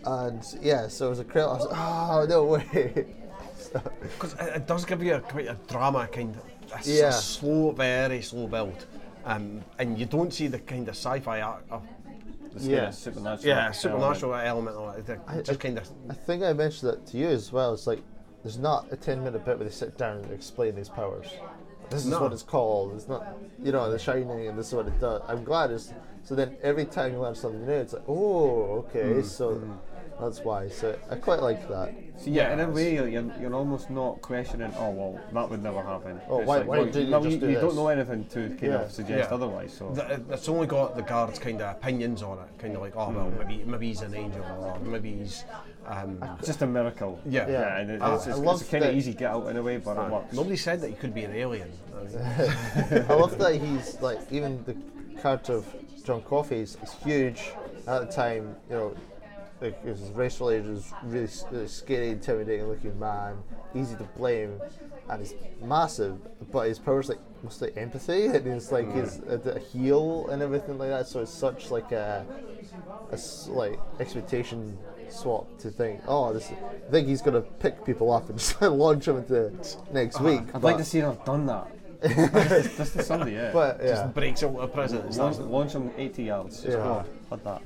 [SPEAKER 2] And yeah, so it was a crowd. I was like, oh no way.
[SPEAKER 1] Because it, it does give you a, quite a drama kind of, it's a
[SPEAKER 2] Yeah.
[SPEAKER 1] slow, very slow build. Um, and you don't see the kind of sci-fi, uh, uh,
[SPEAKER 3] It's kinda
[SPEAKER 2] Yeah.
[SPEAKER 3] supernatural.
[SPEAKER 1] yeah,
[SPEAKER 3] element.
[SPEAKER 1] supernatural element. Or it, it just kind of,
[SPEAKER 2] I think I mentioned that to you as well. It's like there's not a ten minute bit where they sit down and explain these powers. This is
[SPEAKER 1] No.
[SPEAKER 2] what it's called. It's not, you know, The Shining, and this is what it does. I'm glad it's. So then every time you learn something new, it's like, oh, okay, so that's why. So I quite like that.
[SPEAKER 3] So yeah, in a way, like, you're, you're almost not questioning. Oh well, that would never happen.
[SPEAKER 2] Oh,
[SPEAKER 3] It's
[SPEAKER 2] why- why
[SPEAKER 3] well,
[SPEAKER 2] didn't you
[SPEAKER 3] no,
[SPEAKER 2] just do
[SPEAKER 3] you
[SPEAKER 2] this?
[SPEAKER 3] don't know anything to kind
[SPEAKER 2] Yeah.
[SPEAKER 3] of suggest
[SPEAKER 1] Yeah.
[SPEAKER 3] otherwise. So
[SPEAKER 1] the, it- it's only got the guards kind of opinions on it, kind of like, oh well, maybe maybe he's an angel, or maybe he's, um,
[SPEAKER 3] it's just a miracle.
[SPEAKER 1] Yeah. Yeah.
[SPEAKER 3] and it,
[SPEAKER 2] I-
[SPEAKER 3] it's,
[SPEAKER 2] I
[SPEAKER 3] it's,
[SPEAKER 2] love
[SPEAKER 3] it's kind of
[SPEAKER 2] that-
[SPEAKER 3] easy get out in a way, but it works.
[SPEAKER 1] nobody said that he could be an alien. I mean,
[SPEAKER 2] I love that he's like even the character of John Coffey is, is huge at the time. You know, like his racial age was really, s- really scary, intimidating looking man, easy to blame, and he's massive. But his powers like mostly empathy, and he's like his uh,
[SPEAKER 3] Mm.
[SPEAKER 2] the heal and everything like that. So it's such like a, a s- like expectation swap to think, oh, this. I think he's gonna pick people up and just launch them into next week.
[SPEAKER 3] Uh-huh. I'd
[SPEAKER 2] but-
[SPEAKER 3] like to see them done that. just, just to somebody, yeah.
[SPEAKER 2] But yeah.
[SPEAKER 1] breaks out of prison. It's
[SPEAKER 3] launch,
[SPEAKER 1] not,
[SPEAKER 3] launch them 80 yards.
[SPEAKER 2] Yeah.
[SPEAKER 3] Yeah. Had that.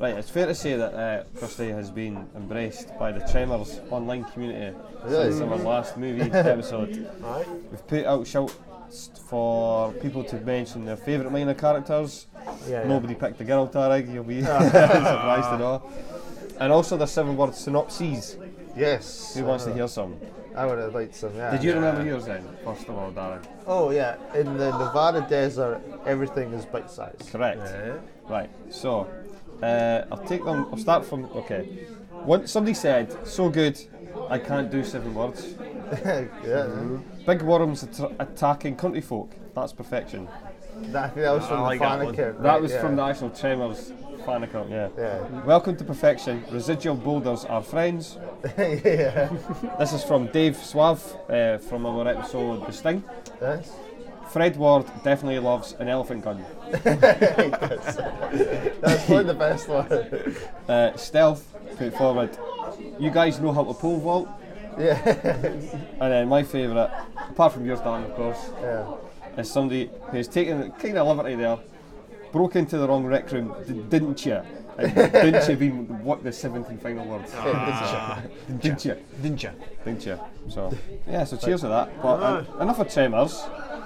[SPEAKER 3] Right, it's fair to say that uh, Christie has been embraced by the Tremors online community
[SPEAKER 2] Really?
[SPEAKER 3] since our last movie episode.
[SPEAKER 1] right?
[SPEAKER 3] We've put out shouts for people to mention their favourite minor characters.
[SPEAKER 2] Yeah, yeah.
[SPEAKER 3] Nobody picked the girl, Tarek. You'll be surprised at all. And also the seven-word synopses.
[SPEAKER 2] Yes.
[SPEAKER 3] Who
[SPEAKER 2] I
[SPEAKER 3] wants to
[SPEAKER 2] know.
[SPEAKER 3] hear some?
[SPEAKER 2] I would have liked some. Yeah.
[SPEAKER 3] Did you remember yours then? First of all, Darren.
[SPEAKER 2] Oh yeah. In the Nevada desert, everything is bite sized.
[SPEAKER 3] Correct. Right. So, uh, I'll take them. I'll start from. Okay. One somebody said so good, I can't do seven words.
[SPEAKER 2] yeah.
[SPEAKER 3] Big worms att- attacking country folk. That's perfection.
[SPEAKER 2] That, that was from
[SPEAKER 1] I like
[SPEAKER 2] the
[SPEAKER 1] that
[SPEAKER 2] fan
[SPEAKER 1] one.
[SPEAKER 2] account.
[SPEAKER 3] That
[SPEAKER 2] right,
[SPEAKER 3] was
[SPEAKER 2] yeah.
[SPEAKER 3] from the actual Tremors fan account, yeah.
[SPEAKER 2] Yeah.
[SPEAKER 3] Welcome to Perfection. Residual boulders are friends.
[SPEAKER 2] yeah.
[SPEAKER 3] This is from Dave Suave uh, from our episode The Sting.
[SPEAKER 2] Yes.
[SPEAKER 3] Fred Ward definitely loves an elephant gun.
[SPEAKER 2] That's probably the best one.
[SPEAKER 3] Uh, stealth, put forward. You guys know how to pole vault. And then my favourite, apart from yours, Dan, of course,
[SPEAKER 2] Yeah.
[SPEAKER 3] is somebody who's taken kind of liberty there, broke into the wrong rec room, d- didn't you? And didn't you been what the seventh and final word? didn't you?
[SPEAKER 1] Didn't you?
[SPEAKER 3] Didn't you? So yeah, so cheers to that. But uh, enough of tremors.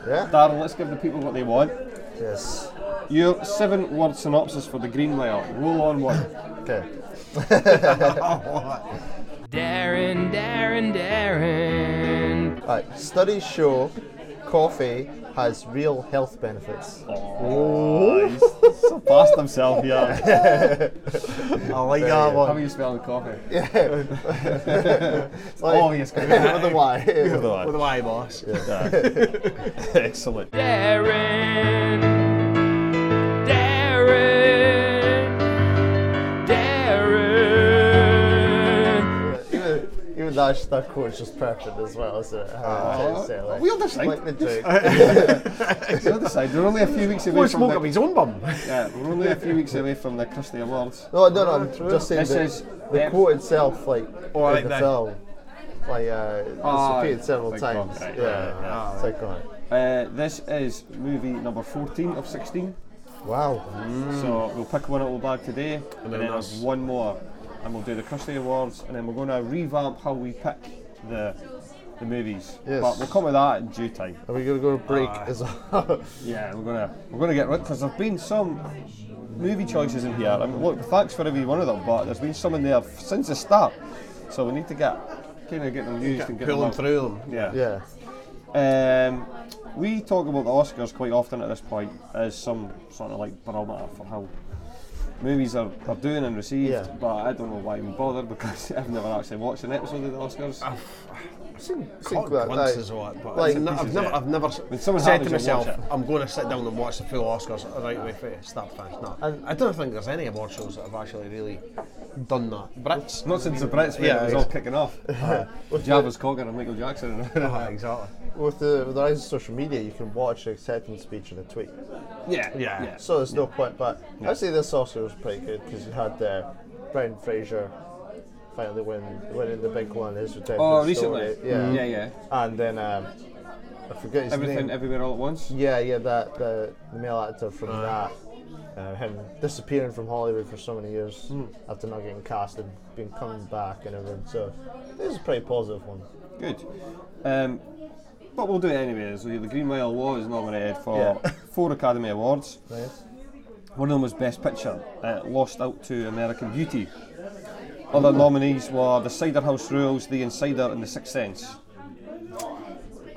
[SPEAKER 2] Yeah.
[SPEAKER 3] Darren, let's give the people what they want.
[SPEAKER 2] Yes.
[SPEAKER 3] Your seven word synopsis for the Green Layer. Roll on one.
[SPEAKER 2] Okay.
[SPEAKER 9] Darren, Darren, Darren.
[SPEAKER 2] Right. Studies show coffee has real health benefits.
[SPEAKER 3] Oh, he's so past himself here.
[SPEAKER 1] I like that
[SPEAKER 3] How
[SPEAKER 1] one.
[SPEAKER 3] are you smelling coffee?
[SPEAKER 2] Like,
[SPEAKER 3] Oh, yes, good.
[SPEAKER 2] with the Y.
[SPEAKER 1] With the Y, boss.
[SPEAKER 3] Excellent.
[SPEAKER 9] Darren. Darren. Darren.
[SPEAKER 2] even, even that stuff quote's just perfect as well, isn't it? Uh, say, like,
[SPEAKER 3] we understand.
[SPEAKER 2] like the drink.
[SPEAKER 3] The other side, we're only a few weeks away
[SPEAKER 1] Well,
[SPEAKER 3] from
[SPEAKER 1] smoke
[SPEAKER 3] the,
[SPEAKER 1] up his own bum.
[SPEAKER 3] yeah, we're only a few weeks away from the Christie Awards.
[SPEAKER 2] No, no, no. I'm just saying
[SPEAKER 3] This
[SPEAKER 2] that
[SPEAKER 3] is-
[SPEAKER 2] the
[SPEAKER 3] yeah.
[SPEAKER 2] quote itself, like
[SPEAKER 1] Oh, I
[SPEAKER 2] in
[SPEAKER 1] like
[SPEAKER 2] the
[SPEAKER 1] that.
[SPEAKER 2] film, like uh, it's
[SPEAKER 3] Ah,
[SPEAKER 2] repeated several
[SPEAKER 3] it's iconic,
[SPEAKER 2] times.
[SPEAKER 3] right,
[SPEAKER 2] yeah,
[SPEAKER 3] right,
[SPEAKER 2] it's iconic.
[SPEAKER 3] Uh, this is movie number 14 of 16,
[SPEAKER 2] Wow.
[SPEAKER 3] so we'll pick one out of the bag today, and
[SPEAKER 1] then
[SPEAKER 3] then, there's
[SPEAKER 1] there's-
[SPEAKER 3] one more, and we'll do the Christie Awards, and then we're going to revamp how we pick the the movies.
[SPEAKER 2] Yes.
[SPEAKER 3] But we'll come with that in due time.
[SPEAKER 2] Are we gonna go to break as well?
[SPEAKER 3] Yeah, we're gonna we're gonna get because there've been some movie choices in here. I mean, look, thanks for every one of them, but there's been some in there f- since the start, so we need to get kind of get them used and get
[SPEAKER 1] Pull
[SPEAKER 3] them
[SPEAKER 1] them
[SPEAKER 3] out.
[SPEAKER 1] through them.
[SPEAKER 3] Yeah.
[SPEAKER 2] yeah.
[SPEAKER 3] Um, we talk about the Oscars quite often at this point as some sort of like barometer for how movies are, are doing and received,
[SPEAKER 2] Yeah.
[SPEAKER 3] but I don't know why we bother because I've never actually watched an episode of the Oscars.
[SPEAKER 1] I've seen,
[SPEAKER 2] Think
[SPEAKER 1] caught
[SPEAKER 2] about
[SPEAKER 1] glimpses
[SPEAKER 2] that.
[SPEAKER 1] of it, but
[SPEAKER 2] Like-
[SPEAKER 1] I've, ne- I've never, I've never s-
[SPEAKER 3] When someone
[SPEAKER 1] said
[SPEAKER 3] happens,
[SPEAKER 1] to
[SPEAKER 3] you'll watch
[SPEAKER 1] myself,
[SPEAKER 3] it.
[SPEAKER 1] I'm going to sit down and watch the full Oscars right away for start to finish. No,
[SPEAKER 2] And-
[SPEAKER 1] I don't think there's any award shows that have actually really done that. Brits,
[SPEAKER 3] Not since the Brits when
[SPEAKER 1] Yeah,
[SPEAKER 3] it was all kicking off. Uh, Jarvis Cocker and Michael Jackson.
[SPEAKER 1] Ah, exactly.
[SPEAKER 2] With the with the rise of social media, you can watch an acceptance speech in a tweet.
[SPEAKER 3] yeah,
[SPEAKER 1] Yeah.
[SPEAKER 2] So there's no point. But I'd say this Oscar was pretty good because you had uh, Brendan Fraser finally win winning the big one. His redemption
[SPEAKER 3] Oh,
[SPEAKER 2] story.
[SPEAKER 3] recently. Mm-hmm.
[SPEAKER 2] Yeah.
[SPEAKER 3] yeah, yeah.
[SPEAKER 2] And then um, I forget his
[SPEAKER 3] Everything,
[SPEAKER 2] name.
[SPEAKER 3] everywhere, all at once.
[SPEAKER 2] Yeah, yeah, that the, the male actor from that, uh, him disappearing from Hollywood for so many years
[SPEAKER 3] Mm.
[SPEAKER 2] after not getting cast and being coming back and everything. So this is a pretty positive one.
[SPEAKER 3] Good. Um, but we'll do it anyway. So the Green Mile was nominated for
[SPEAKER 2] Yeah.
[SPEAKER 3] four Academy Awards.
[SPEAKER 2] Nice.
[SPEAKER 3] One of them was Best Picture, uh, lost out to American Beauty. Other
[SPEAKER 2] Mm.
[SPEAKER 3] nominees were The Cider House Rules, The Insider, and The Sixth Sense.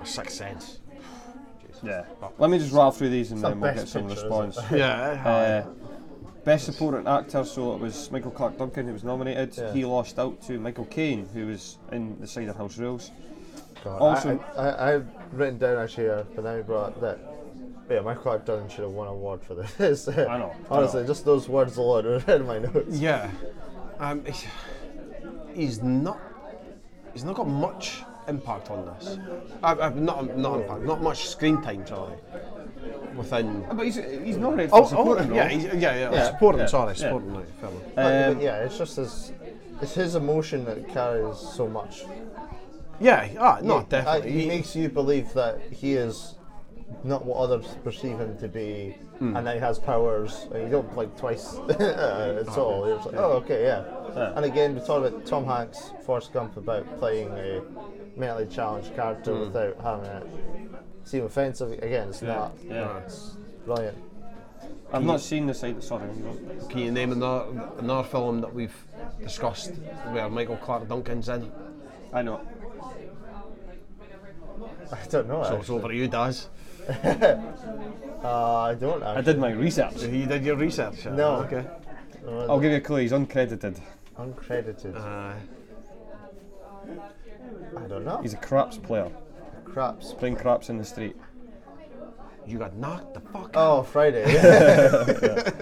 [SPEAKER 1] Sixth Sense.
[SPEAKER 3] Yeah. Let me just rattle through these and
[SPEAKER 2] not
[SPEAKER 3] then we'll
[SPEAKER 2] Best
[SPEAKER 3] get some
[SPEAKER 2] Picture, is
[SPEAKER 3] response.
[SPEAKER 1] Yeah.
[SPEAKER 3] Uh, best supporting actor, so it was Michael Clark Duncan who was nominated.
[SPEAKER 2] Yeah.
[SPEAKER 3] He lost out to Michael Caine, who was in The Cider House Rules.
[SPEAKER 2] God,
[SPEAKER 3] Also-
[SPEAKER 2] I, I, I, have written down actually, uh, but then we brought up that. Yeah, my Clark Dunn should have won an award for this. I
[SPEAKER 3] know, I
[SPEAKER 2] Honestly,
[SPEAKER 3] know.
[SPEAKER 2] just those words alone are in my notes.
[SPEAKER 1] Yeah. Um, he's- he's not. He's not got much impact on this. I, I, not not impact. Not much screen time, sorry. Within.
[SPEAKER 3] But he's, he's nominated for
[SPEAKER 1] Oh,
[SPEAKER 3] supporting
[SPEAKER 1] oh
[SPEAKER 3] role.
[SPEAKER 1] yeah, he's, yeah, yeah,
[SPEAKER 3] Yeah,
[SPEAKER 1] Supporting,
[SPEAKER 3] yeah,
[SPEAKER 1] sorry,
[SPEAKER 3] yeah.
[SPEAKER 1] supporting right, fellow.
[SPEAKER 2] But,
[SPEAKER 3] Um,
[SPEAKER 2] but yeah, it's just his, it's his emotion that carries so much.
[SPEAKER 1] Yeah, ah, no,
[SPEAKER 2] Yeah, uh,
[SPEAKER 1] definitely.
[SPEAKER 2] He,
[SPEAKER 1] He-
[SPEAKER 2] makes you believe that he is not what others perceive him to be, and that he has powers, and you don't like twice uh, at all. You're just like, oh, okay, yeah. And again, we talked about Tom Hanks, Forrest Gump, about playing a mentally challenged character without having it seem offensive. Again, it's not.
[SPEAKER 3] yeah.
[SPEAKER 2] It's brilliant.
[SPEAKER 3] I've not seen The Cider. Sorry. you know.
[SPEAKER 1] Can you name another, another film that we've discussed where Michael Clark Duncan's in?
[SPEAKER 3] I know.
[SPEAKER 2] I don't know.
[SPEAKER 1] So
[SPEAKER 2] actually.
[SPEAKER 1] it's over you, Daz.
[SPEAKER 2] Uh, I don't.
[SPEAKER 3] I
[SPEAKER 2] Actually.
[SPEAKER 3] did my research.
[SPEAKER 1] You did your research.
[SPEAKER 2] No.
[SPEAKER 1] Okay.
[SPEAKER 3] I'll give you a clue. He's uncredited.
[SPEAKER 2] Uncredited.
[SPEAKER 1] Uh,
[SPEAKER 2] I don't know.
[SPEAKER 3] He's a craps player,
[SPEAKER 2] Craps.
[SPEAKER 3] playing craps in the street.
[SPEAKER 1] you got knocked the fuck out.
[SPEAKER 2] Oh, Friday. yeah.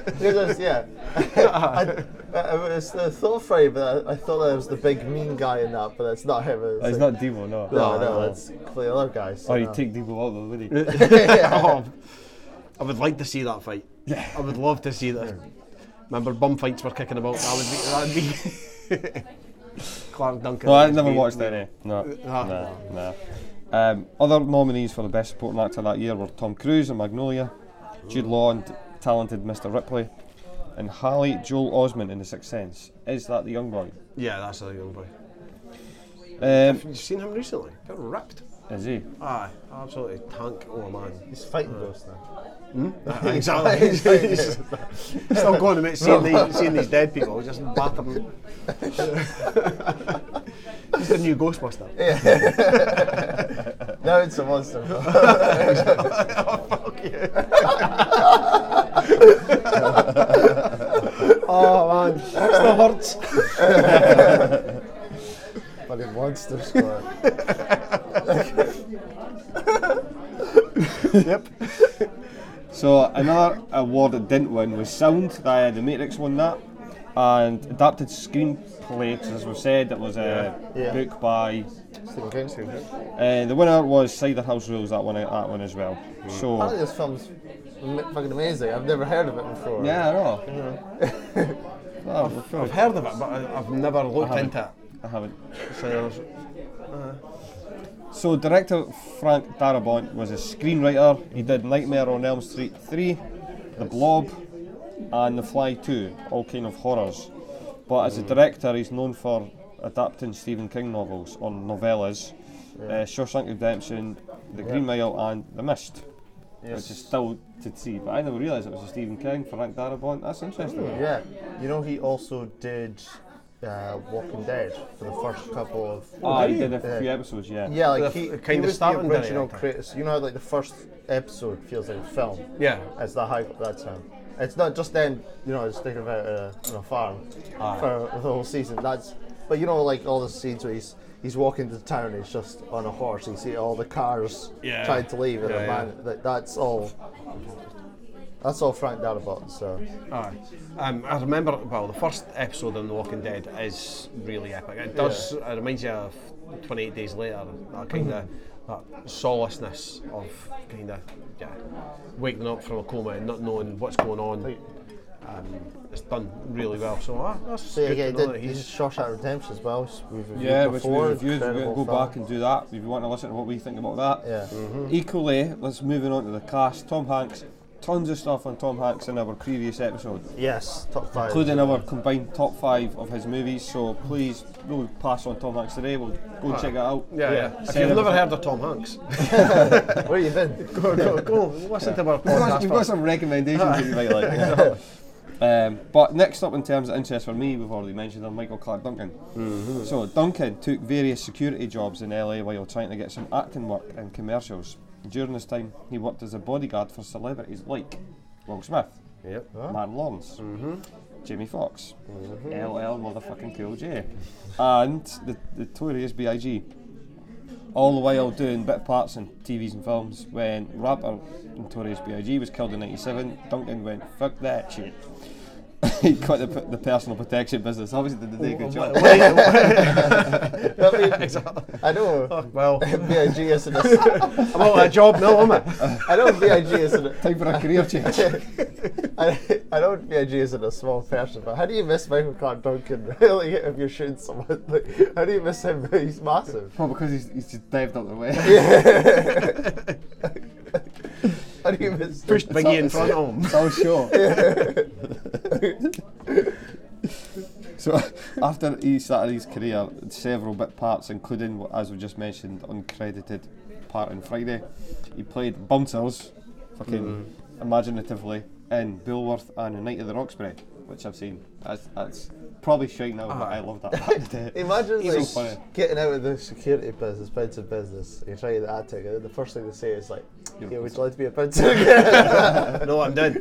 [SPEAKER 2] Because, yeah. I, I, I was- I thought Friday, but I, I thought that was the big mean guy in that, but that's not him. It's
[SPEAKER 3] It's
[SPEAKER 2] like-
[SPEAKER 3] not Devo, no.
[SPEAKER 2] No, no, that's clearly other guys.
[SPEAKER 3] Or you take Devo out, though, would he?
[SPEAKER 1] Oh, I would like to see that fight. Yeah. I would love to see that. Remember, bum fights were kicking about. That would be. That'd be Clark Duncan.
[SPEAKER 3] No, I
[SPEAKER 1] is
[SPEAKER 3] never
[SPEAKER 1] made-
[SPEAKER 3] watched any. No,
[SPEAKER 1] Ah.
[SPEAKER 3] no, no. Um, other nominees for the best supporting actor that year were Tom Cruise in Magnolia, Jude Law in Talented Mr. Ripley, and Halle Joel Osment in The Sixth Sense. Is that the young boy?
[SPEAKER 1] Yeah, that's a young boy.
[SPEAKER 3] Um,
[SPEAKER 1] You've seen him recently? Got ripped.
[SPEAKER 3] is he?
[SPEAKER 1] Aye, absolutely tank oh man.
[SPEAKER 2] He's fighting ghosts now.
[SPEAKER 1] exactly. He's Still going to make seeing these, seeing these dead people, just batter them. He's the new Ghostbuster.
[SPEAKER 2] Now it's a monster.
[SPEAKER 1] oh, fuck you. oh man, still hurts.
[SPEAKER 2] Fucking monster squad.
[SPEAKER 3] So another award that didn't win was sound. That, uh, the Matrix won that, and adapted screenplay. 'cause as we've said, it was a
[SPEAKER 2] Yeah. Yeah.
[SPEAKER 3] book by.
[SPEAKER 2] Stephen King. Apparently
[SPEAKER 3] Uh, the winner was Cider House Rules. That one, uh, that one as well.
[SPEAKER 2] Mm.
[SPEAKER 3] So
[SPEAKER 2] this film's m- fucking amazing. I've never heard of it before.
[SPEAKER 3] yeah, I know. Well, we're
[SPEAKER 1] I've
[SPEAKER 3] full.
[SPEAKER 1] heard of it, but I, I've never looked
[SPEAKER 3] haven't.
[SPEAKER 1] into it.
[SPEAKER 3] I haven't.
[SPEAKER 1] So there's-
[SPEAKER 3] So director Frank Darabont was a screenwriter. He did Nightmare on Elm Street 3, The Blob, and The Fly 2, all kind of horrors. But as a director, he's known for adapting Stephen King novels or novellas, uh, Shawshank Redemption, The Green Mile, and The Mist, which is still to see. But I never realised it was a Stephen King Frank Darabont. That's interesting.
[SPEAKER 2] Yeah. You know, he also did uh, Walking Dead for the first couple of.
[SPEAKER 1] Oh,
[SPEAKER 3] Ah, he did a
[SPEAKER 2] Yeah.
[SPEAKER 3] few episodes, yeah.
[SPEAKER 2] Yeah,
[SPEAKER 1] The
[SPEAKER 2] like
[SPEAKER 1] f-
[SPEAKER 2] he,
[SPEAKER 1] kind
[SPEAKER 2] he
[SPEAKER 1] of
[SPEAKER 2] was the
[SPEAKER 1] starting
[SPEAKER 2] original
[SPEAKER 1] director.
[SPEAKER 2] creator. So You know, how, like the first episode feels like a film.
[SPEAKER 1] Yeah.
[SPEAKER 2] It's that hype at that time. It's not just them, you know, just thinking about uh, on a farm for the whole season. That's, but you know, like all the scenes where he's he's walking to town, he's just on a horse. You see all the cars
[SPEAKER 1] Yeah.
[SPEAKER 2] trying to leave, and
[SPEAKER 1] Yeah,
[SPEAKER 2] the
[SPEAKER 1] yeah.
[SPEAKER 2] man, that, that's all. That's all Frank Darabont. So
[SPEAKER 1] Aye. Um, I remember, well, the first episode in The Walking Dead is really epic. It does, it reminds you of 28 Days Later, that kind of that solaceness of kind of yeah, waking up from a coma and not knowing what's going on. Um, it's done really well. So ah, that's
[SPEAKER 2] so yeah,
[SPEAKER 1] good
[SPEAKER 2] yeah,
[SPEAKER 1] to
[SPEAKER 2] he
[SPEAKER 1] know
[SPEAKER 2] did,
[SPEAKER 1] that
[SPEAKER 2] he did
[SPEAKER 1] he's
[SPEAKER 2] Shawshank Redemption as well. which We've reviewed
[SPEAKER 3] Yeah, which we
[SPEAKER 2] before.
[SPEAKER 3] reviewed. We're going to
[SPEAKER 2] Incredible
[SPEAKER 3] go back
[SPEAKER 2] film.
[SPEAKER 3] and do that if you want to listen to what we think about that.
[SPEAKER 2] Yeah.
[SPEAKER 1] Mm-hmm.
[SPEAKER 3] Equally, let's moving on to the cast. Tom Hanks, tons of stuff on Tom Hanks in our previous episode,
[SPEAKER 2] Yes, top five.
[SPEAKER 3] including our combined top five of his movies. So please, we'll pass on Tom Hanks today. We'll go and check it out.
[SPEAKER 1] yeah, yeah. If
[SPEAKER 3] Send
[SPEAKER 1] you've never
[SPEAKER 3] everything.
[SPEAKER 1] heard of Tom Hanks,
[SPEAKER 2] Where you been?
[SPEAKER 1] go, go, go listen to our
[SPEAKER 3] We've
[SPEAKER 1] podcast.
[SPEAKER 3] got, we've got
[SPEAKER 1] first.
[SPEAKER 3] some recommendations that you might like. yeah. Um, but next up in terms of interest for me, we've already mentioned him, Michael Clark Duncan. So Duncan took various security jobs in LA while trying to get some acting work in commercials. During this time, he worked as a bodyguard for celebrities like Will Smith,
[SPEAKER 1] Yep.
[SPEAKER 3] Martin Lawrence, Jamie Foxx, LL motherfucking Cool J, and the, the Notorious B.I.G. All the while doing bit parts in TVs and films. When rapper Notorious B.I.G. was killed in '97, Duncan went fuck that shit. he cut the, the personal protection business. Obviously, did the day good job.
[SPEAKER 2] I know.
[SPEAKER 1] Fuck, well,
[SPEAKER 2] Big is in a,
[SPEAKER 1] I'm out of a job now, am I?
[SPEAKER 2] I know Big is in a,
[SPEAKER 3] Time for a career change.
[SPEAKER 2] I, I know Big isn't a small person, but how do you miss Michael Clark Duncan? Really, if you're shooting someone, like, how do you miss him? He's massive.
[SPEAKER 3] well, because he's, he's just dived up the way.
[SPEAKER 2] How do you miss? him?
[SPEAKER 1] Pushed Biggie in front of him.
[SPEAKER 3] It's all short. so after he started his career, several bit parts, including what- as we just mentioned, uncredited part in Friday, he played bouncers, fucking imaginatively, in Bullworth and A Night of the Roxbury, which I've seen. That's, that's probably shite now, but I love that. back in the day.
[SPEAKER 2] Imagine
[SPEAKER 3] He's
[SPEAKER 2] like,
[SPEAKER 3] so funny.
[SPEAKER 2] getting out of the security business, bouncing business. and You're trying the attic, and then the first thing they say is like,
[SPEAKER 3] You're a
[SPEAKER 2] "Yeah, would you like to be a bouncer again?"
[SPEAKER 1] no, I'm done.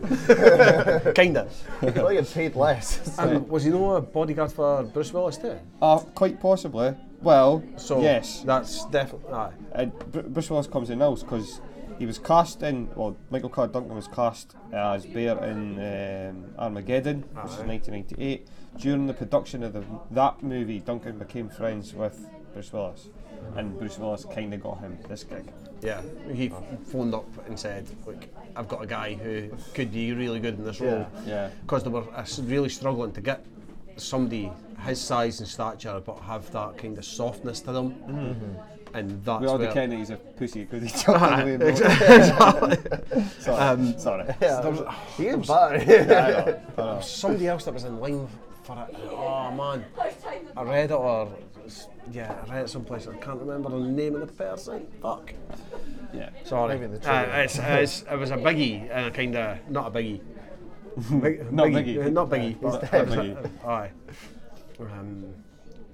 [SPEAKER 1] Kinda.
[SPEAKER 2] You're only getting paid less. It's like,
[SPEAKER 1] And was he no a bodyguard for Bruce Willis too?
[SPEAKER 3] Uh, quite possibly. Well,
[SPEAKER 1] So
[SPEAKER 3] yes.
[SPEAKER 1] that's definitely. Aye.
[SPEAKER 3] And Br- Bruce Willis comes in else because he was cast in, well, Michael Clark Duncan was cast as Bear in um, Armageddon, which is 1998. During the production of the, that movie, Duncan became friends with Bruce Willis, and Bruce Willis kind of got him this gig.
[SPEAKER 1] Yeah, he phoned up and said, "Look, I've got a guy who could be really good in this role
[SPEAKER 3] Yeah.
[SPEAKER 1] because they were uh, s- really struggling to get somebody his size and stature but have that kind of softness to them. And that's
[SPEAKER 3] We all
[SPEAKER 1] where-
[SPEAKER 3] decide that he's a pussy because he jumped on the way more.
[SPEAKER 1] exactly.
[SPEAKER 3] Sorry. Sorry.
[SPEAKER 2] Yeah, you
[SPEAKER 3] I
[SPEAKER 2] bad.
[SPEAKER 3] know, I know.
[SPEAKER 1] somebody else that was in line for it. and, Oh man, I read it or s- yeah, I read it someplace. I can't remember the name of the person. Fuck.
[SPEAKER 3] Yeah.
[SPEAKER 1] Sorry.
[SPEAKER 2] Maybe in the
[SPEAKER 1] uh,
[SPEAKER 2] trailer.
[SPEAKER 1] it's, it's, it was a biggie, uh, kind of not a biggie. Big, uh,
[SPEAKER 3] Not Biggie.
[SPEAKER 1] not biggie.
[SPEAKER 3] Yeah,
[SPEAKER 1] but
[SPEAKER 3] it's
[SPEAKER 1] it was
[SPEAKER 3] definitely-
[SPEAKER 1] a- aye. Um,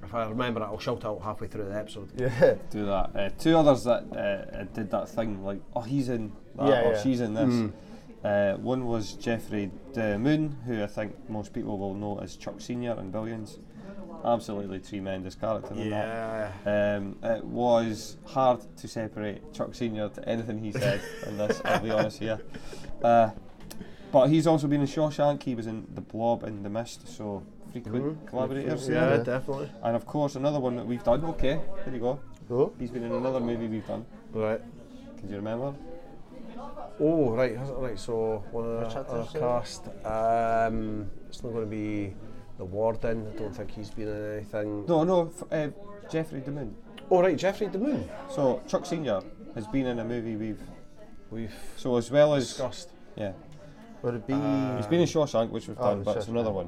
[SPEAKER 1] if I remember it, I'll shout out halfway through the episode.
[SPEAKER 2] Yeah.
[SPEAKER 3] do that. Uh, two others that uh, uh, did that thing, like, oh, he's in that,
[SPEAKER 2] Yeah,
[SPEAKER 3] or
[SPEAKER 2] yeah.
[SPEAKER 3] she's in this. Uh, one was Jeffrey De Moon, who I think most people will know as Chuck Senior in Billions. Absolutely tremendous character in
[SPEAKER 1] Yeah.
[SPEAKER 3] that. Um, it was hard to separate Chuck Senior to anything he said in this. I'll be honest here. Uh, but he's also been in Shawshank. He was in The Blob and The Mist, so frequent collaborators.
[SPEAKER 1] Mm-hmm. Yeah, definitely.
[SPEAKER 3] And of course, another one that we've done. Okay, there you go.
[SPEAKER 2] Cool.
[SPEAKER 3] He's been in another movie we've done.
[SPEAKER 1] Right.
[SPEAKER 3] Can you remember?
[SPEAKER 1] Oh, right, has it- right. So one of the other cast. Um, it's not going to be the warden. I don't think he's been in anything.
[SPEAKER 3] No, no, f- uh, Jeffrey De Moon.
[SPEAKER 1] Oh, right, Jeffrey the Moon.
[SPEAKER 3] So Chuck Senior has been in a movie we've.
[SPEAKER 1] We've
[SPEAKER 3] So as well as
[SPEAKER 1] discussed.
[SPEAKER 3] yeah,
[SPEAKER 2] Would it be?
[SPEAKER 3] he's been in Shawshank, which we've
[SPEAKER 2] Oh,
[SPEAKER 3] done, but it's
[SPEAKER 2] Shawshank.
[SPEAKER 3] another one.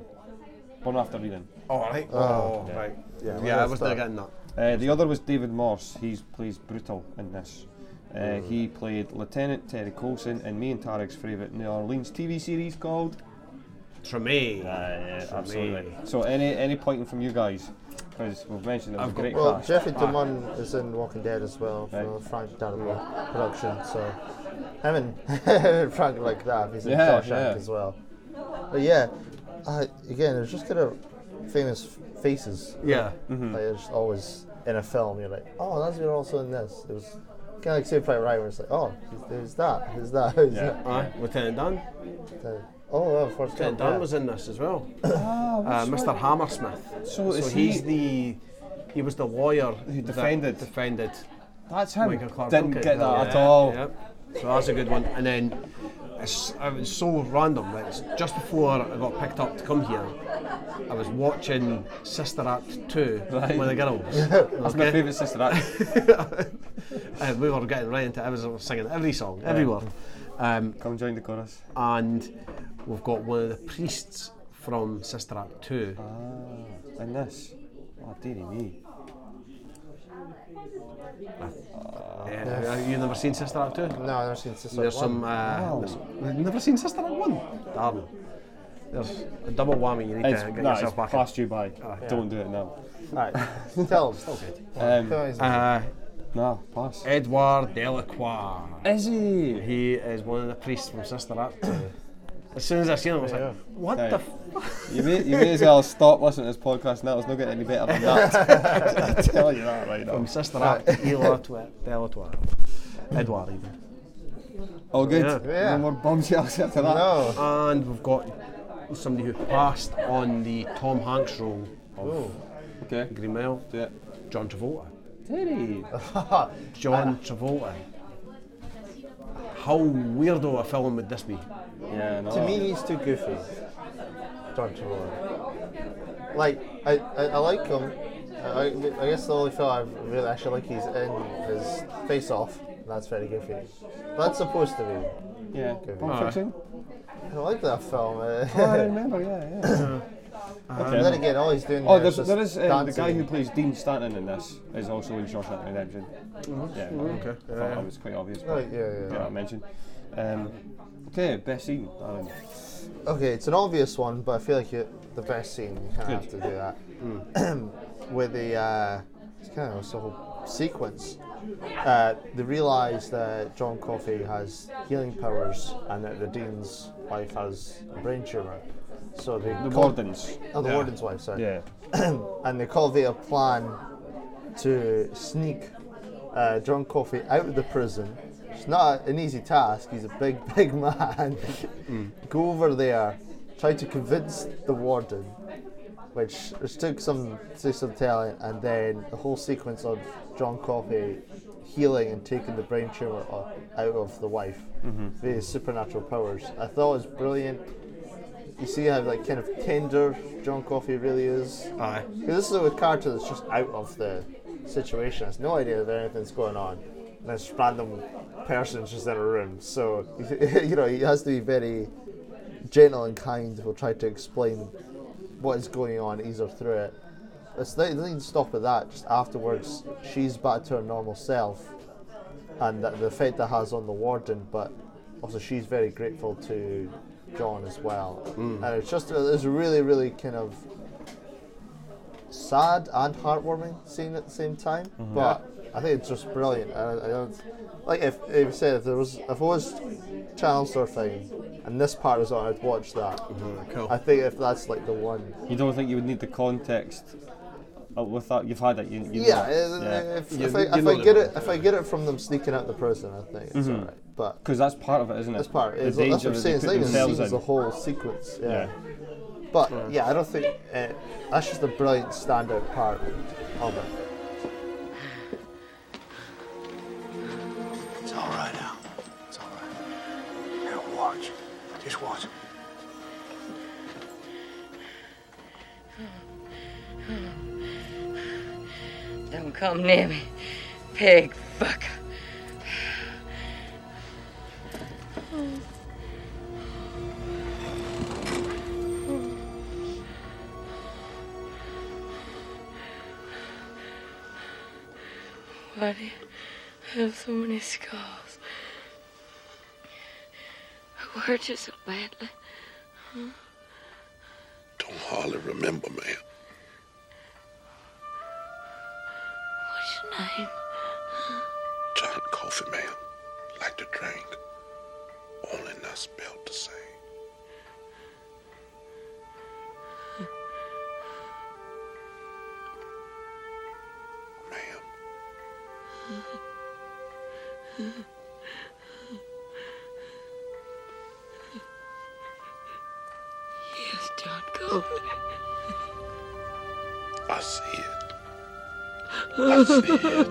[SPEAKER 3] One after reading.
[SPEAKER 1] Oh, right. Oh,
[SPEAKER 2] Oh,
[SPEAKER 1] right. Yeah,
[SPEAKER 2] yeah, well,
[SPEAKER 1] I
[SPEAKER 2] that's
[SPEAKER 1] was not
[SPEAKER 2] that.
[SPEAKER 1] getting that.
[SPEAKER 3] Uh, the other was David Morse. He plays brutal in this. Uh, he played Lieutenant Terry Colson in me and Tarek's favourite New Orleans TV series called
[SPEAKER 1] Tremaine.
[SPEAKER 3] yeah,
[SPEAKER 1] For
[SPEAKER 3] absolutely.
[SPEAKER 1] me.
[SPEAKER 3] So any any pointing from you guys? Because we've mentioned it was
[SPEAKER 1] I've
[SPEAKER 3] a
[SPEAKER 1] got-
[SPEAKER 3] great
[SPEAKER 2] Well,
[SPEAKER 3] cast.
[SPEAKER 2] Jeffrey Dumont is in Walking Dead as well for
[SPEAKER 3] Right.
[SPEAKER 2] Frank Darabont production, so him and Frank like that. He's in
[SPEAKER 3] Yeah,
[SPEAKER 2] Shawshank
[SPEAKER 3] yeah.
[SPEAKER 2] as well. But yeah, uh, again, it's just kind of famous faces.
[SPEAKER 1] Yeah.
[SPEAKER 3] Mm-hmm.
[SPEAKER 2] Like it's always in a film. You're like, oh, that's you're also in this. It was kind of like Saved Private Ryan, where it's like, oh, he's- there's that, there's that, there's
[SPEAKER 3] Yeah.
[SPEAKER 1] Aye, Lieutenant Dan.
[SPEAKER 2] that. Oh, of course,
[SPEAKER 1] Lieutenant Dan was in this as well. uh, Mr. Hammersmith.
[SPEAKER 3] Oh, So is
[SPEAKER 1] he's the he was the lawyer who
[SPEAKER 3] defended-
[SPEAKER 1] defended
[SPEAKER 3] That's him.
[SPEAKER 1] Michael Clark
[SPEAKER 3] Didn't
[SPEAKER 1] Duncan.
[SPEAKER 3] get that
[SPEAKER 1] Yeah,
[SPEAKER 3] at all.
[SPEAKER 1] yeah. So that's a good one. And then it's, it was so random. Like it's just before I got picked up to come here, I was watching Sister Act 2
[SPEAKER 3] Right.
[SPEAKER 1] with the girls.
[SPEAKER 3] That's my favourite sister act.
[SPEAKER 1] Uh, we were getting right into it. I was singing every song, every word. Um,
[SPEAKER 3] Come join the chorus.
[SPEAKER 1] and we've got one of the priests from Sister Act 2.
[SPEAKER 3] Ah. And this. Oh, dearie me.
[SPEAKER 1] Yeah, have you never seen Sister Act 2?
[SPEAKER 2] No, I've never seen Sister
[SPEAKER 1] There's
[SPEAKER 2] Act
[SPEAKER 1] some.
[SPEAKER 2] one.
[SPEAKER 1] Uh, there's, we've never seen Sister Act 1. Darn. There's a double whammy. You need
[SPEAKER 3] It's,
[SPEAKER 1] to get
[SPEAKER 3] no, it's
[SPEAKER 1] yourself back.
[SPEAKER 3] passed you by. Don't do it now.
[SPEAKER 2] All right, tell him.
[SPEAKER 3] Um,
[SPEAKER 2] Tell him.
[SPEAKER 1] in. Uh,
[SPEAKER 3] no, pass.
[SPEAKER 1] Edward Delacroix.
[SPEAKER 3] Is he?
[SPEAKER 1] He is one of the priests from Sister Act 2. As soon as I seen him, I was like, what the
[SPEAKER 3] Aye.
[SPEAKER 1] f-
[SPEAKER 3] You may, you may as well stop listening to this podcast now. It's not getting any better than that. I tell you that right now.
[SPEAKER 1] From Sister Act, Delacroix. Delacroix. Edward, even.
[SPEAKER 3] All good.
[SPEAKER 1] Yeah.
[SPEAKER 2] Yeah.
[SPEAKER 3] No more bombshells after that.
[SPEAKER 2] No.
[SPEAKER 1] And we've got somebody who passed on the Tom Hanks role of
[SPEAKER 3] Oh. Okay.
[SPEAKER 1] Green Mile,
[SPEAKER 3] Do it.
[SPEAKER 1] John Travolta.
[SPEAKER 3] Terry.
[SPEAKER 1] John Travolta. How weirdo a film would this be?
[SPEAKER 3] Yeah, no.
[SPEAKER 2] To me, he's too goofy. John Travolta. Like, I, I, I like him. I, I guess the only film I really actually like he's in is Face Off. and That's very goofy. That's supposed to be.
[SPEAKER 3] yeah. Pulp
[SPEAKER 1] Aye.
[SPEAKER 3] Fiction?
[SPEAKER 2] I like that film. eh.
[SPEAKER 3] Oh, I remember, yeah, Um, yeah.
[SPEAKER 2] and then again, all he's doing
[SPEAKER 3] Oh,
[SPEAKER 2] there is
[SPEAKER 3] there's,
[SPEAKER 2] just
[SPEAKER 3] there is um, the guy
[SPEAKER 2] dancing.
[SPEAKER 3] who plays Dean Stanton in this is also in Shawshank Redemption. Yeah, Uh-huh. okay. I thought that was quite obvious.
[SPEAKER 2] Oh,
[SPEAKER 3] But
[SPEAKER 2] yeah,
[SPEAKER 3] yeah, I
[SPEAKER 2] yeah.
[SPEAKER 3] mentioned. Um, okay, best scene. Alan.
[SPEAKER 2] Okay, it's an obvious one, but I feel like you, the best scene, you kind of have to do that.
[SPEAKER 3] Mm.
[SPEAKER 2] With the, uh, it's kind of a whole sequence. Uh, they realise that John Coffey has healing powers and that the Dean's wife has a brain tumour. So they
[SPEAKER 3] The
[SPEAKER 2] cul-
[SPEAKER 3] Wardens.
[SPEAKER 2] Oh, the Warden's wife, sorry.
[SPEAKER 3] Yeah.
[SPEAKER 2] And they cultivate a plan to sneak uh, John Coffey out of the prison. It's not an easy task. He's a big, big man. Go over there, try to convince the warden, which, which took some took some talent, and then the whole sequence of John Coffey healing and taking the brain tumor o- out of the wife via supernatural powers. I thought it was brilliant. you see how like kind of tender John Coffey really is.
[SPEAKER 1] Aye.
[SPEAKER 2] 'Cause this is a character that's just out of the situation, has no idea that anything's going on. And this random person's just in a room, so you know he has to be very gentle and kind. Will try to explain what is going on, ease her through it. It's not, it doesn't even stop at that. Just afterwards, she's back to her normal self, and that, the effect that has on the warden. But also, she's very grateful to John as well. And it's just uh, it's really, really kind of sad and heartwarming scene at the same time. But I think it's just brilliant. I, I don't like if if you said if there was if I was channel surfing and this part was on, I'd watch that.
[SPEAKER 1] cool.
[SPEAKER 2] I think if that's like the one.
[SPEAKER 3] You don't think you would need the context uh, with that? You've had it. You, you know
[SPEAKER 2] Yeah,
[SPEAKER 3] it.
[SPEAKER 2] uh, if,
[SPEAKER 1] You-
[SPEAKER 2] if I,
[SPEAKER 1] you
[SPEAKER 2] if
[SPEAKER 1] know
[SPEAKER 2] I
[SPEAKER 1] the
[SPEAKER 2] get
[SPEAKER 1] one.
[SPEAKER 2] it if I get it from them sneaking out the prison, I think it's alright. But
[SPEAKER 3] Because that's part of it, isn't it?
[SPEAKER 2] this part
[SPEAKER 3] Mm-hmm. the
[SPEAKER 2] is
[SPEAKER 3] danger
[SPEAKER 2] that's what I'm
[SPEAKER 3] that
[SPEAKER 2] saying. It's
[SPEAKER 3] they
[SPEAKER 2] not
[SPEAKER 3] put
[SPEAKER 2] even
[SPEAKER 3] themselves
[SPEAKER 2] scenes,
[SPEAKER 3] in.
[SPEAKER 2] the whole sequence. Yeah.
[SPEAKER 3] Yeah.
[SPEAKER 2] But yeah. I don't think uh, that's just a brilliant standout part of it.
[SPEAKER 4] It's all right now. It's all right. Now watch. Just watch.
[SPEAKER 8] Don't come near me, pig fucker. Why do you have so many scars? Who hurt you so badly?
[SPEAKER 7] Don't hardly remember, man.
[SPEAKER 8] What's your name?
[SPEAKER 7] John Coffee, man. Like the drink. Only not spelled the same. Ma'am.
[SPEAKER 8] Yes, John Coffey.
[SPEAKER 7] I see it. I see it.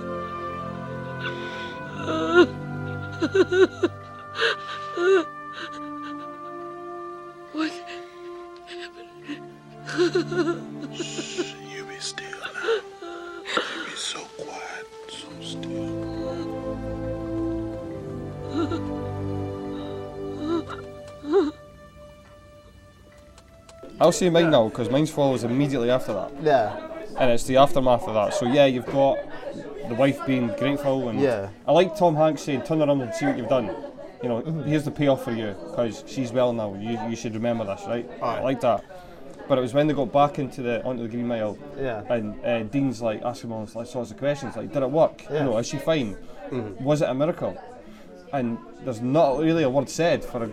[SPEAKER 8] What?
[SPEAKER 7] Shh, you be still now. You be so quiet, so still.
[SPEAKER 3] I'll say mine now because mine follows immediately after that,
[SPEAKER 2] Yeah,
[SPEAKER 3] and it's the aftermath of that. So yeah, you've got the wife being grateful, and
[SPEAKER 2] Yeah.
[SPEAKER 3] I like Tom Hanks saying, "Turn around and see what you've done." You know,
[SPEAKER 2] Mm-hmm.
[SPEAKER 3] here's the payoff for you because she's well now. You, you should remember this, right? I
[SPEAKER 1] Aye.
[SPEAKER 3] like that. But it was when they got back into the onto the Green Mile,
[SPEAKER 2] Yeah.
[SPEAKER 3] and uh, Dean's like asking all like sorts of questions, like, "Did it work?
[SPEAKER 2] Yeah. Mm-hmm.
[SPEAKER 3] You know, is she fine? Was it a miracle?" And there's not really a word said for a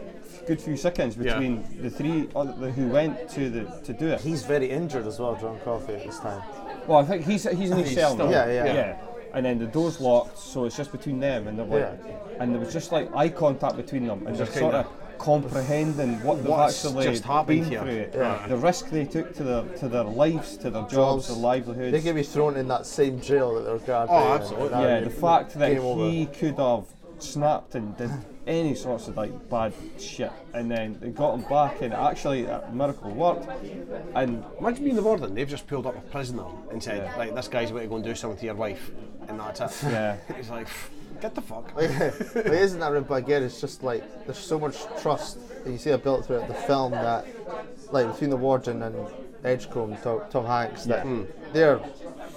[SPEAKER 3] good few seconds between the three other, who went to the to do it.
[SPEAKER 2] he's very injured as well, John Coffey at this time.
[SPEAKER 3] Well, I think he's he's in his cell now.
[SPEAKER 2] still- Yeah, yeah.
[SPEAKER 3] And then the door's locked, so it's just between them and they're like, and there was just like eye contact between them, and they're
[SPEAKER 1] Just
[SPEAKER 3] sort of
[SPEAKER 1] kinda-
[SPEAKER 3] comprehending what they've
[SPEAKER 1] What's
[SPEAKER 3] actually
[SPEAKER 1] just happened
[SPEAKER 3] been
[SPEAKER 1] here.
[SPEAKER 3] through. It.
[SPEAKER 1] Yeah.
[SPEAKER 3] The risk they took to their to their lives, to their jobs, their livelihoods.
[SPEAKER 2] They could be thrown in that same jail that they're guarded.
[SPEAKER 1] Oh,
[SPEAKER 2] in, and
[SPEAKER 1] absolutely.
[SPEAKER 2] that
[SPEAKER 3] yeah,
[SPEAKER 2] would
[SPEAKER 3] the
[SPEAKER 2] be
[SPEAKER 3] fact that
[SPEAKER 2] game over.
[SPEAKER 3] he could have snapped and did any sorts of like bad shit, and then they got him back, and actually a miracle worked, and
[SPEAKER 1] Imagine being the warden. They've just pulled up a prisoner and said, "Right, this guy's about to go and do something to your wife," and that's it.
[SPEAKER 3] Yeah.
[SPEAKER 1] He's like, "Pff, "Get the fuck."
[SPEAKER 2] But isn't that right? But again, it's just like there's so much trust that you see I built throughout the film that, like between the warden and Edgecombe, Tom, Tom Hanks, that
[SPEAKER 3] Hmm.
[SPEAKER 2] they're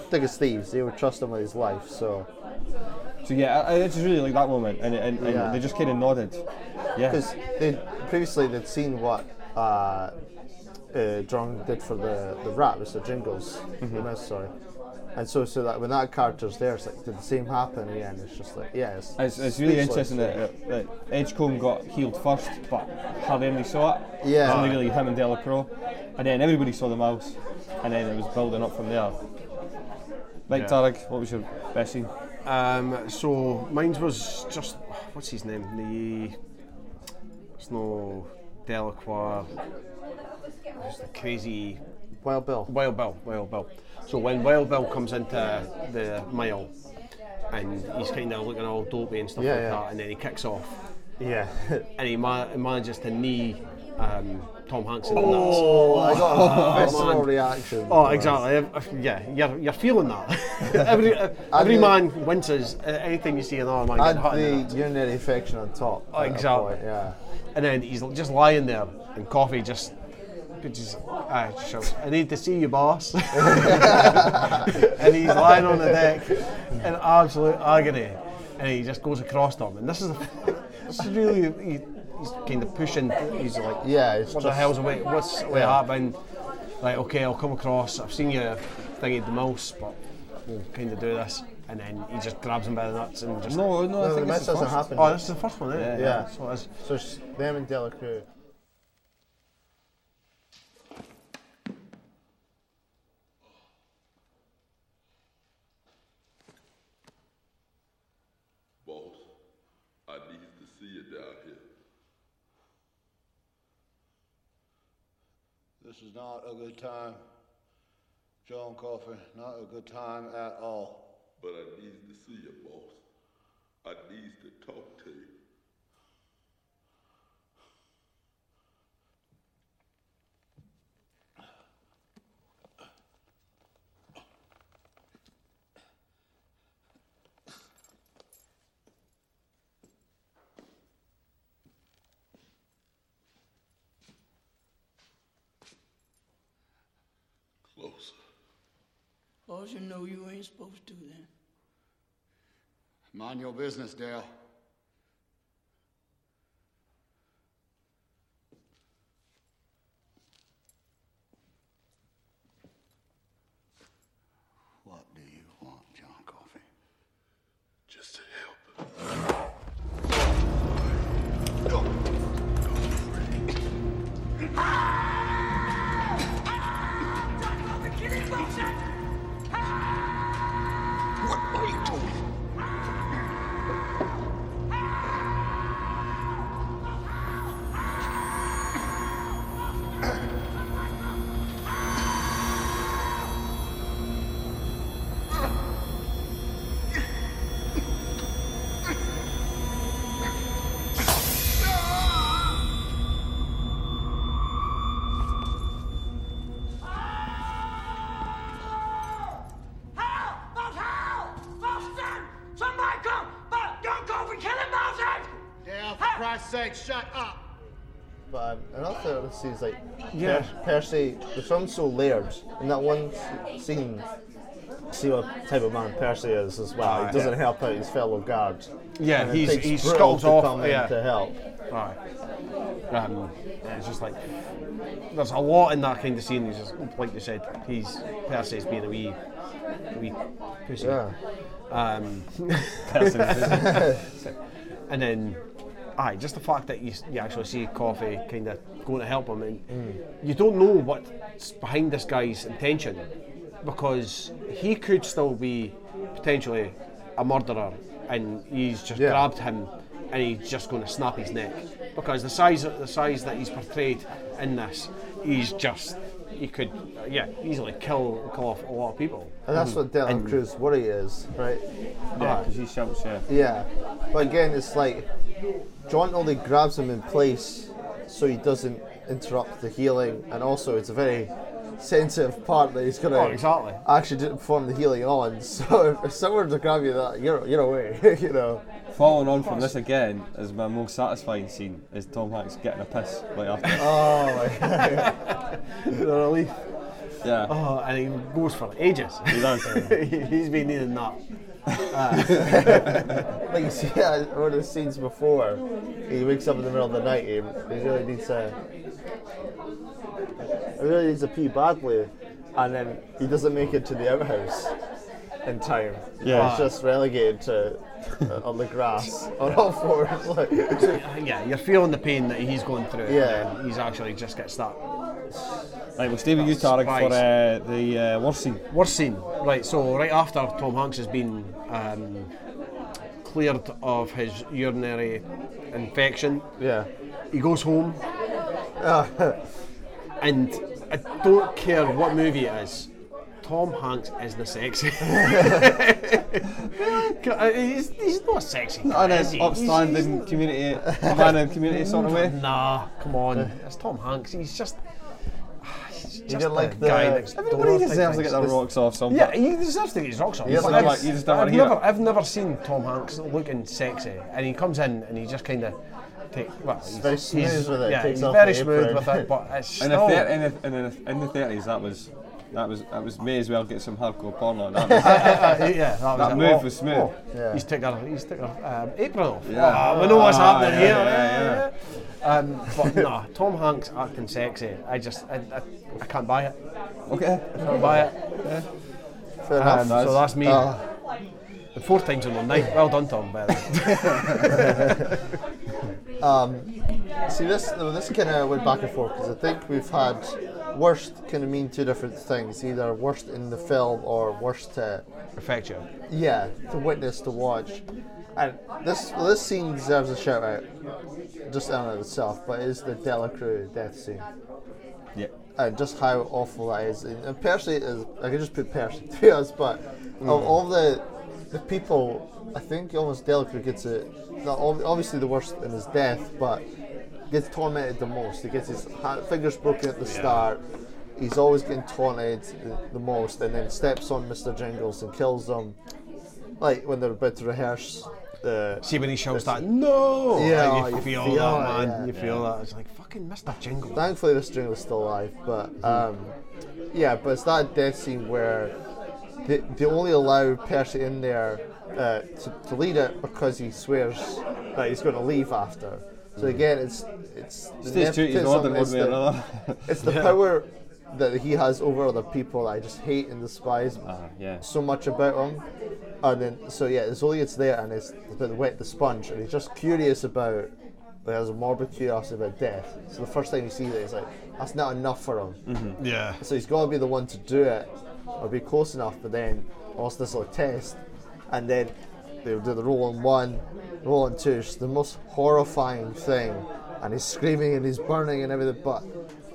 [SPEAKER 2] thick as thieves. They would trust him with his life. So
[SPEAKER 3] So yeah, I, I just really like that moment, and and, and
[SPEAKER 2] Yeah.
[SPEAKER 3] they just kind of nodded. Yeah,
[SPEAKER 2] because they previously they'd seen what uh, uh, John did for the the rap, Mr. Jingles,
[SPEAKER 3] Mm-hmm.
[SPEAKER 2] the mouse, sorry. And so, so that when that character's there, it's like did the same happen again? It's just like yeah, it's,
[SPEAKER 3] it's, it's really
[SPEAKER 2] speechless,
[SPEAKER 3] interesting
[SPEAKER 2] yeah.
[SPEAKER 3] that, that Edgecombe got healed first, but hardly anybody saw it.
[SPEAKER 2] Yeah.
[SPEAKER 3] It's only really him and Delacroix, and then everybody saw the mouse, and then it was building up from there. Like
[SPEAKER 1] Yeah.
[SPEAKER 3] Tarek, what was your best scene?
[SPEAKER 1] Um, so mine was just what's his name? The it's no Delacroix. It's the crazy
[SPEAKER 2] Wild Bill.
[SPEAKER 1] Wild Bill. Wild Bill. So when Wild Bill comes into the mile and he's kind of looking all dopey and stuff
[SPEAKER 2] Yeah,
[SPEAKER 1] like
[SPEAKER 2] yeah.
[SPEAKER 1] that, and then he kicks off
[SPEAKER 2] Yeah,
[SPEAKER 1] and he ma- manages to knee um, Tom Hanks in the nuts.
[SPEAKER 2] Oh, I got a visceral
[SPEAKER 1] man.
[SPEAKER 2] reaction.
[SPEAKER 1] Oh, exactly. Ev- ev- Yeah, you're, you're feeling that. every every
[SPEAKER 2] the-
[SPEAKER 1] man winces at anything you see another man
[SPEAKER 2] And
[SPEAKER 1] getting hit in the nuts.
[SPEAKER 2] the urinary infection on top.
[SPEAKER 1] Oh,
[SPEAKER 2] at that
[SPEAKER 1] exactly.
[SPEAKER 2] point, yeah.
[SPEAKER 1] And then he's just lying there, and coffee just. it Just, I, just shouts, I need to see you, boss. and he's lying on the deck in absolute agony, and he just goes across to him. And this is, this is really he, he's kind of pushing. He's like,
[SPEAKER 2] Yeah, it's
[SPEAKER 1] what the
[SPEAKER 2] just-
[SPEAKER 1] hell's away? What's away happened? Like, okay, I'll come across. I've seen you thingy the mouse, but we'll kind of do this. And then he just grabs him by the nuts and just.
[SPEAKER 3] No, no, I
[SPEAKER 2] No,
[SPEAKER 3] think
[SPEAKER 2] this
[SPEAKER 3] it's the
[SPEAKER 2] doesn't
[SPEAKER 3] first.
[SPEAKER 2] happen.
[SPEAKER 1] Oh, this is the first one, isn't it?
[SPEAKER 2] Yeah.
[SPEAKER 1] That's what it is.
[SPEAKER 2] So it's them and Delacroix.
[SPEAKER 7] Boss, I need to see you down here.
[SPEAKER 10] This is not a good time, John Coffey. Not a good time at all.
[SPEAKER 7] But I need to see you, boss. I need to talk to you. Closer.
[SPEAKER 11] Boss, you know you ain't supposed to then.
[SPEAKER 10] Mind your business, Dale. What do you want, John Coffey?
[SPEAKER 7] Just to help.
[SPEAKER 10] What are you doing?
[SPEAKER 9] Help! Boss, help! Boston! Somebody come! But don't go for killing Boston!
[SPEAKER 10] Dale, for Christ's sake, shut up!
[SPEAKER 2] But um, another thing I want to see is like
[SPEAKER 1] Yeah.
[SPEAKER 2] per- Percy. The film's so layered, and that one s- scene, see what type of man Percy is as well.
[SPEAKER 1] Ah,
[SPEAKER 2] He doesn't
[SPEAKER 1] yeah.
[SPEAKER 2] help out his fellow guards.
[SPEAKER 1] Yeah,
[SPEAKER 2] And it
[SPEAKER 1] he's-
[SPEAKER 2] takes
[SPEAKER 1] he
[SPEAKER 2] Brutal
[SPEAKER 1] scuttles
[SPEAKER 2] to
[SPEAKER 1] off,
[SPEAKER 2] come in
[SPEAKER 1] yeah.
[SPEAKER 2] to help.
[SPEAKER 1] Aye. Um, yeah, it's just like there's a lot in that kind of scene. He's just, like you said, he's Percy's being a wee, wee pussy.
[SPEAKER 2] Yeah.
[SPEAKER 1] Um, and then, aye, just the fact that you, s- you actually see Coffee kind of going to help him, and you don't know what's behind this guy's intention because he could still be potentially a murderer, and he's just
[SPEAKER 2] Yeah.
[SPEAKER 1] grabbed him, and he's just going to snap his neck because the size the size that he's portrayed in this, he's just he could yeah easily kill kill off a lot of people.
[SPEAKER 2] And that's what Dylan Cruz's worry is, right?
[SPEAKER 1] Uh,
[SPEAKER 3] Yeah, because he shouts, yeah.
[SPEAKER 2] Yeah. But again, it's like John only grabs him in place so he doesn't interrupt the healing, and also it's a very sensitive part that he's going to
[SPEAKER 1] Oh, exactly.
[SPEAKER 2] actually do- perform the healing on. So if, if someone were to grab you, that you're you're away, you know.
[SPEAKER 3] Following on from this again is my most satisfying scene is Tom Hanks getting a piss right after.
[SPEAKER 2] Oh my god.
[SPEAKER 1] The relief.
[SPEAKER 3] yeah.
[SPEAKER 1] Oh, and he goes for ages.
[SPEAKER 3] He does.
[SPEAKER 1] he's been needing that.
[SPEAKER 2] Like Uh, you see, yeah, one of the scenes before, he wakes up in the middle of the night. He, he really needs a. He really needs to pee badly, and then he doesn't make it to the outhouse in time.
[SPEAKER 3] Yeah.
[SPEAKER 2] he's just relegated to uh, on the grass on all fours. Like,
[SPEAKER 1] Yeah, you're feeling the pain that he's going through.
[SPEAKER 2] Yeah.
[SPEAKER 1] and he's actually just gets that.
[SPEAKER 3] Right, well, Stevie, you target for uh, the uh, worst scene.
[SPEAKER 1] Worst scene, right? So right after Tom Hanks has been um, cleared of his urinary infection,
[SPEAKER 2] yeah,
[SPEAKER 1] he goes home, and I don't care what movie it is. Tom Hanks isn't sexy. uh, he's, he's not sexy.
[SPEAKER 3] Not in an
[SPEAKER 1] is he?
[SPEAKER 3] upstanding
[SPEAKER 1] not-
[SPEAKER 3] community- man in community sort of way.
[SPEAKER 1] Nah, come on. It's Tom Hanks. He's just. He's just
[SPEAKER 3] didn't like
[SPEAKER 1] the guy
[SPEAKER 3] the-
[SPEAKER 1] next door
[SPEAKER 3] Everybody
[SPEAKER 1] type
[SPEAKER 3] deserves to get their
[SPEAKER 1] things.
[SPEAKER 3] rocks off sometime.
[SPEAKER 1] Yeah, he deserves to get his rocks off.
[SPEAKER 3] He doesn't
[SPEAKER 1] I've-
[SPEAKER 3] like- he just don't wanna
[SPEAKER 1] I've
[SPEAKER 3] hear
[SPEAKER 1] never,
[SPEAKER 3] it.
[SPEAKER 1] I've never seen Tom Hanks looking sexy, and he comes in and he just kind of take. Well, he's
[SPEAKER 2] very
[SPEAKER 1] he's-
[SPEAKER 2] smooth with it,
[SPEAKER 1] Yeah,
[SPEAKER 2] takes
[SPEAKER 1] he's
[SPEAKER 2] off
[SPEAKER 1] very
[SPEAKER 2] the
[SPEAKER 1] smooth
[SPEAKER 2] apron.
[SPEAKER 1] with it, but it's
[SPEAKER 3] in the,
[SPEAKER 1] still.
[SPEAKER 3] thir- in, the, in, the, in the 30s, that was. That was that was may as well get some hardcore porn on. That was,
[SPEAKER 1] yeah, that, was it.
[SPEAKER 3] move
[SPEAKER 1] Oh,
[SPEAKER 3] was smooth.
[SPEAKER 1] oh, He's took her, he's took her um, apron off.
[SPEAKER 3] Yeah.
[SPEAKER 1] Oh, we know what's
[SPEAKER 3] Ah,
[SPEAKER 1] happening
[SPEAKER 3] yeah,
[SPEAKER 1] here.
[SPEAKER 3] yeah,
[SPEAKER 1] Um, but nah, Tom Hanks acting sexy. I just, I, I, I can't buy it.
[SPEAKER 3] Okay.
[SPEAKER 1] I can't buy it.
[SPEAKER 2] Fair enough.
[SPEAKER 1] Um, so that's me.
[SPEAKER 2] Uh,
[SPEAKER 1] The Four times in one night. Well done, Tom. By the way.
[SPEAKER 2] Um, see, this no, this kind of went back and forth because I think we've had worst kind of mean two different things, either worst in the film or worst uh, to
[SPEAKER 1] affect you.
[SPEAKER 2] Yeah, to witness, to watch, and this this scene deserves a shout out, just in and of itself. But it is the Delacruz death scene.
[SPEAKER 3] Yeah.
[SPEAKER 2] And just how awful that is, and, and personally, is, I can just put personally to us, but of
[SPEAKER 3] Mm.
[SPEAKER 2] all the the people, I think almost Delacruz gets it. the- ob- Obviously, the worst in his death, but gets tormented the most. He gets his ha- fingers broken at the
[SPEAKER 1] Yeah.
[SPEAKER 2] start. He's always getting taunted the, the most, and then steps on Mr. Jingles and kills him. Like when they're about to rehearse. The
[SPEAKER 1] See when he shouts that no,
[SPEAKER 2] Yeah,
[SPEAKER 1] Like, you,
[SPEAKER 2] you
[SPEAKER 1] feel,
[SPEAKER 2] feel
[SPEAKER 1] that,
[SPEAKER 2] it,
[SPEAKER 1] man.
[SPEAKER 2] yeah.
[SPEAKER 1] You feel that. It's like fucking Mr. Jingle.
[SPEAKER 2] Thankfully, this string was still alive, but um, yeah, but it's that death scene where they, they only allow Percy in there uh, to, to lead it because he swears that he's going to leave after. So again, it's it's the
[SPEAKER 3] Stage duty
[SPEAKER 2] nepotism,
[SPEAKER 3] is more than
[SPEAKER 2] it's
[SPEAKER 3] everywhere
[SPEAKER 2] the,
[SPEAKER 3] else.
[SPEAKER 2] it's the
[SPEAKER 3] Yeah.
[SPEAKER 2] power that he has over other people that I just hate and despise
[SPEAKER 3] yeah.
[SPEAKER 2] so much about him. And then, so yeah, it's only it's there and it's about the wet the sponge, and he's just curious about. Like, has a morbid curiosity about death. So the first time you see that, he's like, that's not enough for him.
[SPEAKER 1] Mhm. Yeah.
[SPEAKER 2] So he's got to be the one to do it, or be close enough. But then, also this little test, and then they'll do the roll on one, roll on two. It's the most horrifying thing, and he's screaming and he's burning and everything. But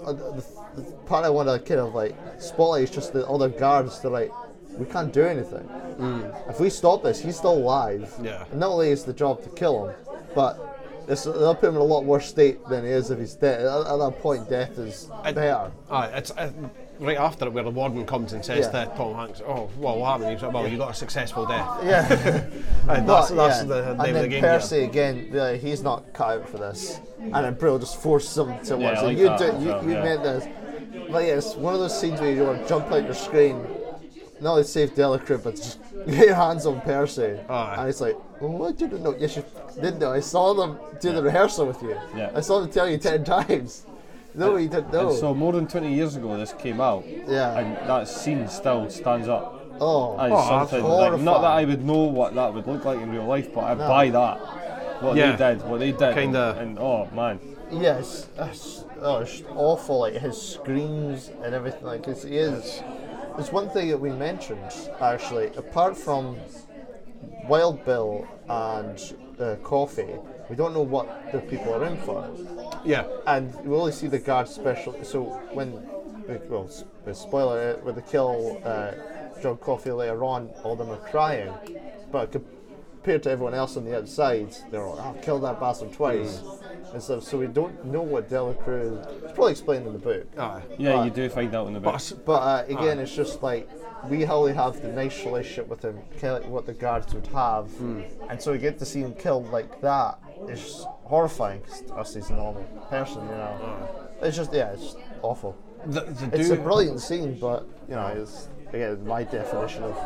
[SPEAKER 2] uh, the, the the part I want to kind of like spotlight is just the other guards. They're like, we can't do anything. If we stop this, he's still alive.
[SPEAKER 1] Yeah.
[SPEAKER 2] And not only is the job to kill him, but it's they'll put him in a lot worse state than he is if he's dead. At, at that point, death is better.
[SPEAKER 1] Aye, it's uh, right after it where the warden comes and says
[SPEAKER 2] Yeah.
[SPEAKER 1] to Tom Hanks, "Oh, well, what happened?" He's like, "Well, you got a successful death."
[SPEAKER 2] Yeah.
[SPEAKER 1] Aye, that's
[SPEAKER 2] But,
[SPEAKER 1] that's
[SPEAKER 2] yeah.
[SPEAKER 1] the
[SPEAKER 2] and
[SPEAKER 1] name
[SPEAKER 2] then
[SPEAKER 1] of the game.
[SPEAKER 2] Percy
[SPEAKER 1] here.
[SPEAKER 2] again, like, he's not cut out for this, and then Brill just forces him to
[SPEAKER 1] Yeah,
[SPEAKER 2] watch
[SPEAKER 1] I
[SPEAKER 2] it.
[SPEAKER 1] like
[SPEAKER 2] You
[SPEAKER 1] that
[SPEAKER 2] do,
[SPEAKER 1] as
[SPEAKER 2] you,
[SPEAKER 1] well,
[SPEAKER 2] you
[SPEAKER 1] yeah.
[SPEAKER 2] made this. Like yeah, it's one of those scenes where you want to jump out your screen. Not only save Delacroix, but just get your hands on Percy. And it's like, well, I didn't know. Yes, you did know. I saw them do the rehearsal with you.
[SPEAKER 3] Yeah.
[SPEAKER 2] I saw them tell you ten times. No, you didn't know.
[SPEAKER 3] And so more than 20 years ago this came out.
[SPEAKER 2] Yeah.
[SPEAKER 3] And that scene still stands up.
[SPEAKER 2] Oh.
[SPEAKER 3] as
[SPEAKER 2] Oh, that's
[SPEAKER 3] something like, not that I
[SPEAKER 2] horrifying.
[SPEAKER 3] would know what that would look like in real life, but I
[SPEAKER 2] No.
[SPEAKER 3] buy that. What
[SPEAKER 1] Yeah.
[SPEAKER 3] they did, what they did.
[SPEAKER 1] Kinda.
[SPEAKER 3] And oh man.
[SPEAKER 2] Yes, that's oh, it's awful. Like his screams and everything. Like it's, he is. It's one thing that we mentioned actually. Apart from Wild Bill and uh, Coffee, we don't know what the people are in for.
[SPEAKER 1] Yeah.
[SPEAKER 2] And we only see the guard special. So when, well, s- uh, spoiler it, when they kill uh, John Coffee later on, all them are crying, but compared to everyone else on the outside, they're all, "I'll kill that bastard twice." And so, so we don't know what Delacroix. It's probably explained in the book.
[SPEAKER 3] Yeah,
[SPEAKER 2] But-
[SPEAKER 3] you do find out in the book.
[SPEAKER 2] but, uh, again, it's just like we only have the nice relationship with him, kind of like what the guards would have,
[SPEAKER 3] Hmm.
[SPEAKER 2] and so we get to see him killed like that. It's just horrifying 'cause to us he's a normal person, you know. It's just yeah, it's awful.
[SPEAKER 1] The- the
[SPEAKER 2] it's a
[SPEAKER 1] dude-
[SPEAKER 2] brilliant scene, but you know, it's again my definition of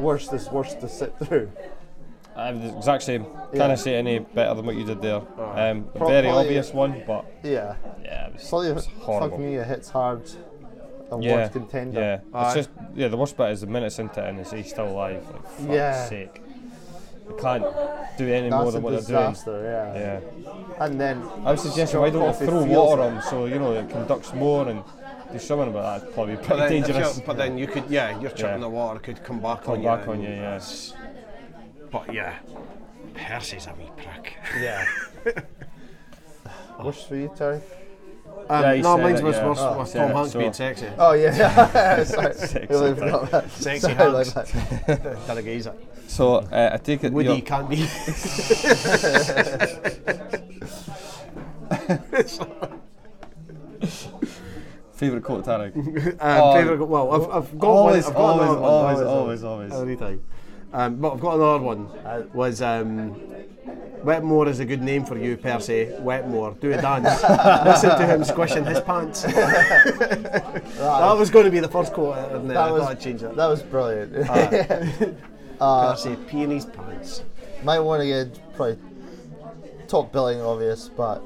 [SPEAKER 2] worst is worst to sit through.
[SPEAKER 3] I have the exact same. Can
[SPEAKER 2] Yeah.
[SPEAKER 3] I say any better than what you did there? Um, a
[SPEAKER 2] Pro-
[SPEAKER 3] very
[SPEAKER 2] probably-
[SPEAKER 3] obvious one, but
[SPEAKER 2] Yeah,
[SPEAKER 3] yeah, it was,
[SPEAKER 2] probably
[SPEAKER 3] it was horrible.
[SPEAKER 2] fuck me, it hits hard. Award
[SPEAKER 3] yeah,
[SPEAKER 2] contender.
[SPEAKER 3] yeah.
[SPEAKER 2] Aye.
[SPEAKER 3] It's just yeah. The worst bit is the minutes into it and is he still alive? Like, fuck's
[SPEAKER 2] Yeah.
[SPEAKER 3] sake. You can't do any
[SPEAKER 2] That's
[SPEAKER 3] more than
[SPEAKER 2] a
[SPEAKER 3] what
[SPEAKER 2] disaster,
[SPEAKER 3] they're doing.
[SPEAKER 2] yeah.
[SPEAKER 3] Yeah.
[SPEAKER 2] And then
[SPEAKER 3] I would suggest
[SPEAKER 2] John
[SPEAKER 3] why don't
[SPEAKER 2] Coffey
[SPEAKER 3] they throw
[SPEAKER 2] feels
[SPEAKER 3] water
[SPEAKER 2] it.
[SPEAKER 3] on him so you know it conducts more and do something about that. It's probably
[SPEAKER 1] But
[SPEAKER 3] pretty
[SPEAKER 1] then, if
[SPEAKER 3] dangerous.
[SPEAKER 1] you're- but then you could, yeah, you're chucking
[SPEAKER 3] Yeah.
[SPEAKER 1] the water could come back
[SPEAKER 3] Come
[SPEAKER 1] on you.
[SPEAKER 3] back on
[SPEAKER 1] and-
[SPEAKER 3] you, yeah.
[SPEAKER 1] But yeah, Percy's a wee prick.
[SPEAKER 2] Yeah. Worst for you, Terry?
[SPEAKER 1] Um,
[SPEAKER 3] Yeah, he
[SPEAKER 1] no,
[SPEAKER 3] said
[SPEAKER 1] mine's
[SPEAKER 3] it,
[SPEAKER 1] was
[SPEAKER 3] yeah.
[SPEAKER 1] was
[SPEAKER 3] Oh.
[SPEAKER 1] was
[SPEAKER 3] Yeah,
[SPEAKER 1] Tom Hanks
[SPEAKER 3] so-
[SPEAKER 1] being sexy.
[SPEAKER 2] Oh, yeah. Sorry.
[SPEAKER 3] Sexy
[SPEAKER 2] Really forgot
[SPEAKER 3] Hanks.
[SPEAKER 2] that.
[SPEAKER 1] Sexy
[SPEAKER 2] Sorry, like
[SPEAKER 1] Hanks.
[SPEAKER 2] that.
[SPEAKER 1] Stargazer.
[SPEAKER 3] So uh, I take it
[SPEAKER 1] Woody
[SPEAKER 3] you're-
[SPEAKER 1] Candy.
[SPEAKER 3] Favourite quote, Tarek?
[SPEAKER 1] Um,
[SPEAKER 3] Oh,
[SPEAKER 1] favourite, well, I've, I've got
[SPEAKER 3] always,
[SPEAKER 1] one. I've got
[SPEAKER 3] always,
[SPEAKER 1] another one.
[SPEAKER 3] always, always, always.
[SPEAKER 1] Every time. Um, but I've got another one. was um, Wetmore is a good name for you per se. Wetmore, do a dance. Listen to him squishing his pants. that was going to be the first quote, uh, and then I
[SPEAKER 2] was-
[SPEAKER 1] thought I'd change it.
[SPEAKER 2] That was brilliant.
[SPEAKER 3] Ah.
[SPEAKER 1] per se, peonies pants.
[SPEAKER 2] Might want to get probably top billing, obvious, but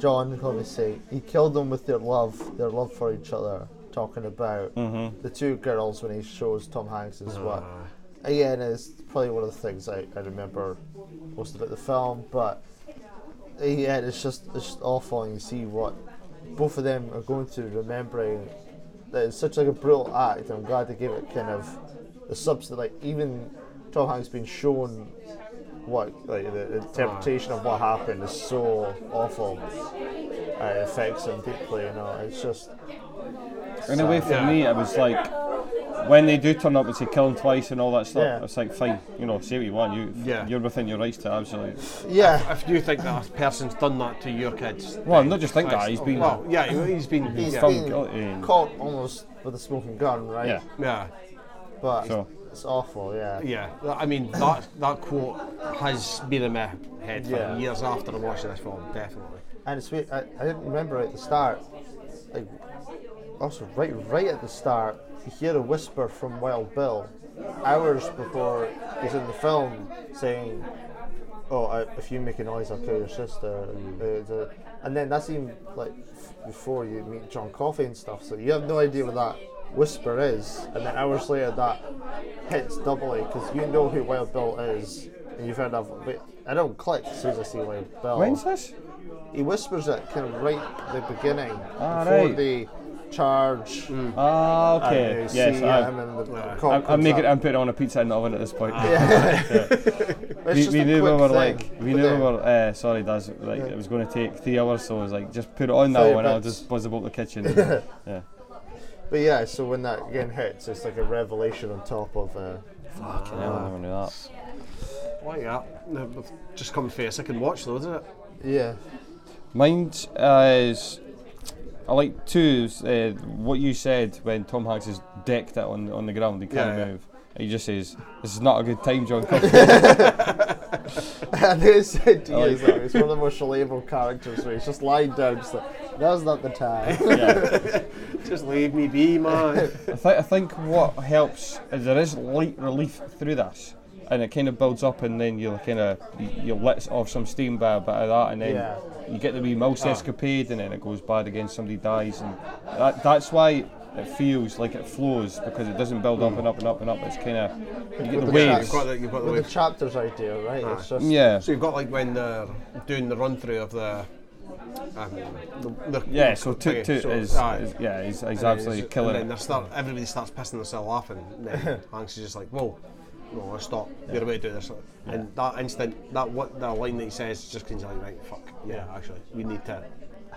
[SPEAKER 2] John obviously he killed them with their love, their love for each other. Talking about
[SPEAKER 3] Mhm.
[SPEAKER 2] the two girls when he shows Tom Hanks is what. Again, is probably one of the things I, I remember most about the film, but yeah, it's just it's just awful, and you see what both of them are going through, remembering that it's such like a brutal act. I'm glad they gave it kind of the substance, like even Tom Hanks being shown what like the interpretation of what happened is so awful. Uh, it affects him deeply, you know. It's just
[SPEAKER 3] In a way, for me, it was like when they do turn up and say kill him twice and all that stuff.
[SPEAKER 2] Yeah.
[SPEAKER 3] It's like fine, you know, say what you want. You,
[SPEAKER 1] Yeah.
[SPEAKER 3] you're within your rights to absolutely.
[SPEAKER 2] Yeah.
[SPEAKER 1] If, if you think that a person's done that to your kids.
[SPEAKER 3] Well,
[SPEAKER 1] then
[SPEAKER 3] not just think that, he's been-
[SPEAKER 1] Well, yeah, he- he's been.
[SPEAKER 2] he's
[SPEAKER 1] yeah.
[SPEAKER 2] been caught almost with a smoking gun, right?
[SPEAKER 1] Yeah. Yeah.
[SPEAKER 2] But
[SPEAKER 1] So-
[SPEAKER 2] it's awful, yeah.
[SPEAKER 1] Yeah, tha- I mean that that quote has been in my head for
[SPEAKER 2] Yeah.
[SPEAKER 1] years after I'm watching this film, definitely.
[SPEAKER 2] And it's weird, I, I didn't remember at the start, like, also right right at the start, you hear a whisper from Wild Bill, hours before he's in the film, saying, "Oh, I, if you make a noise, I'll kill your sister." Uh, the- and then that's even like f- before you meet John Coffey and stuff. So you have no idea what that whisper is, and then hours later that hits doubly because you know who Wild Bill is, and you've heard of. But I don't click as soon as I see Wild Bill.
[SPEAKER 3] When's this?
[SPEAKER 2] He whispers it kind of right at the beginning
[SPEAKER 3] Ah,
[SPEAKER 2] before
[SPEAKER 3] right.
[SPEAKER 2] they charge.
[SPEAKER 1] Mm.
[SPEAKER 3] Ah, okay.
[SPEAKER 2] And you
[SPEAKER 3] yes,
[SPEAKER 2] see
[SPEAKER 3] I,
[SPEAKER 2] him and the cop
[SPEAKER 3] I'm, I'm
[SPEAKER 2] comes
[SPEAKER 3] making.
[SPEAKER 2] up.
[SPEAKER 3] I'm putting on a pizza in the oven at this point.
[SPEAKER 2] Yeah.
[SPEAKER 3] We,
[SPEAKER 2] It's just
[SPEAKER 3] we
[SPEAKER 2] a
[SPEAKER 3] knew we
[SPEAKER 2] quick
[SPEAKER 3] were
[SPEAKER 2] thing,
[SPEAKER 3] like, we
[SPEAKER 2] but
[SPEAKER 3] knew
[SPEAKER 2] then-
[SPEAKER 3] we were. Uh, sorry, Daz. Like it was going to take three hours, so I was like, just put it on
[SPEAKER 2] Thirty
[SPEAKER 3] now, and I'll
[SPEAKER 2] minutes.
[SPEAKER 3] just buzz about the kitchen. and- yeah.
[SPEAKER 2] But yeah, so when that again hits, it's like a revelation on top of. Uh,
[SPEAKER 3] Fucking hell, I never knew that.
[SPEAKER 1] Like that, No, but just come for a second watch though, doesn't it?
[SPEAKER 2] Yeah.
[SPEAKER 3] Mine uh, is I like two uh, what you said when Tom Hanks is decked out on on the ground. He
[SPEAKER 2] Yeah,
[SPEAKER 3] can't
[SPEAKER 2] yeah.
[SPEAKER 3] move. He just says, "This is not a good time, John." Coffey."
[SPEAKER 2] and they said to
[SPEAKER 3] I
[SPEAKER 2] you,
[SPEAKER 3] like
[SPEAKER 2] it's like, it's one of the most shalable characters where he's just lying down, just like, now's not the time.
[SPEAKER 1] just leave me be, man.
[SPEAKER 3] I, th- I think what helps is there is light relief through this, and it kind of builds up, and then you're kind of you, you let off some steam by a bit of that, and then
[SPEAKER 2] Yeah.
[SPEAKER 3] you get the wee mouse
[SPEAKER 2] Ah.
[SPEAKER 3] escapade, and then it goes bad again. Somebody dies, and that, that's why it feels like it flows because it doesn't build
[SPEAKER 2] Hmm.
[SPEAKER 3] up and up and up and up. It's kind of you get the,
[SPEAKER 2] With
[SPEAKER 3] waves.
[SPEAKER 1] You've got the, you've got the Ah.
[SPEAKER 2] With
[SPEAKER 1] wave.
[SPEAKER 2] the chapters idea, right? It's just.
[SPEAKER 3] Yeah.
[SPEAKER 1] So you've got like when they're doing the run through of the. Um, the, the
[SPEAKER 3] Yeah, so Toot
[SPEAKER 1] okay,
[SPEAKER 3] Toot is,
[SPEAKER 1] aye.
[SPEAKER 3] is yeah, he's,
[SPEAKER 1] And
[SPEAKER 3] he's
[SPEAKER 1] then
[SPEAKER 3] absolutely
[SPEAKER 1] it's-
[SPEAKER 3] killing
[SPEAKER 1] and then
[SPEAKER 3] it.
[SPEAKER 1] they start, everybody starts pissing themselves off, and then Hanks is just like, "Whoa, no, let's stop. We're about to do this." And that instant, that what that line that he says just kind of like, "Right, fuck, yeah, actually, we need to."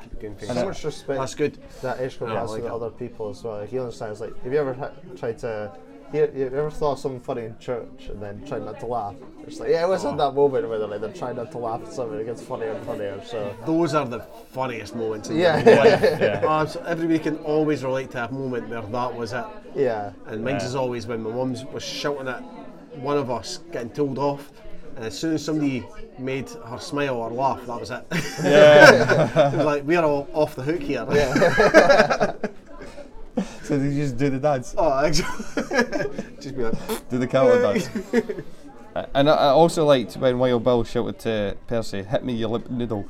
[SPEAKER 1] keep it going for
[SPEAKER 2] So
[SPEAKER 1] yourself."
[SPEAKER 2] much respect.
[SPEAKER 1] That's good.
[SPEAKER 2] That Ishmael
[SPEAKER 1] Yeah, I
[SPEAKER 2] has
[SPEAKER 1] like
[SPEAKER 2] to
[SPEAKER 1] it.
[SPEAKER 2] other people as well. Like, he understands. Like, have you ever ha- tried to? You, you ever thought of something funny in church and then tried not to laugh? It's like, yeah, it was in that moment where they're like, they're trying not to laugh at something. It gets funnier and funnier. So.
[SPEAKER 1] Those are the funniest moments. In your
[SPEAKER 2] Yeah.
[SPEAKER 1] life.
[SPEAKER 2] Yeah.
[SPEAKER 1] Oh, so everybody can always relate to a moment where that was it.
[SPEAKER 2] Yeah.
[SPEAKER 1] And mine's
[SPEAKER 2] Yeah.
[SPEAKER 1] is always when my mum's was shouting at one of us getting told off, and as soon as somebody made her smile or laugh, that was it.
[SPEAKER 3] Yeah.
[SPEAKER 1] it was like we're all off the hook here.
[SPEAKER 3] So they just do the dance.
[SPEAKER 1] Oh, actually, just be like,
[SPEAKER 3] Do the coward dance. Uh, and I, I also liked when Wild Bill shouted to Percy, "Hit me, you lip noodle."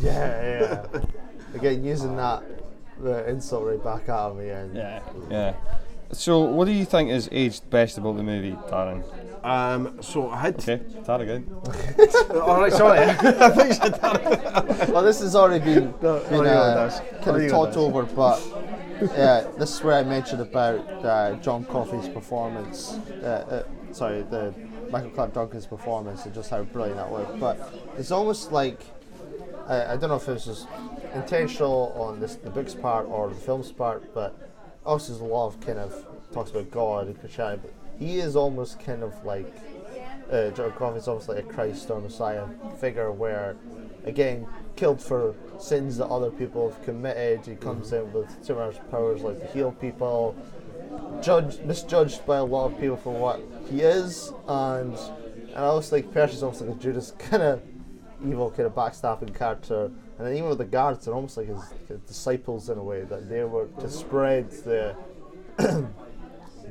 [SPEAKER 2] Yeah, yeah. Again, using that the insult right back at him again.
[SPEAKER 3] Yeah. Yeah. So, what do you think is aged best about the movie, Darren?
[SPEAKER 1] Um, so I had.
[SPEAKER 3] Okay, Tarek again.
[SPEAKER 1] all right, sorry. I thought you said that.
[SPEAKER 2] Well, this has already been,
[SPEAKER 1] No,
[SPEAKER 2] been
[SPEAKER 1] I'll deal with
[SPEAKER 2] uh,
[SPEAKER 1] this. I'll
[SPEAKER 2] kind
[SPEAKER 1] deal
[SPEAKER 2] of
[SPEAKER 1] with
[SPEAKER 2] talked
[SPEAKER 1] this.
[SPEAKER 2] over, but yeah, this is where I mentioned about uh, John Coffey's performance. Uh, uh, sorry, the Michael Clark Duncan's performance and just how brilliant that was. But it's almost like I, I don't know if this is intentional on this, the book's part or the film's part, but Ox's love kind of talks about God and Christianity, but he is almost kind of like uh, John Coffey's almost like a Christ or Messiah figure, where again killed for sins that other people have committed. He comes in with similar powers like to heal people, judged, misjudged by a lot of people for what he is, and and I always think Percy's almost like a Judas kind of evil, kind of backstabbing character. And then even with the guards, they're almost like his, his disciples in a way that they were to spread the the,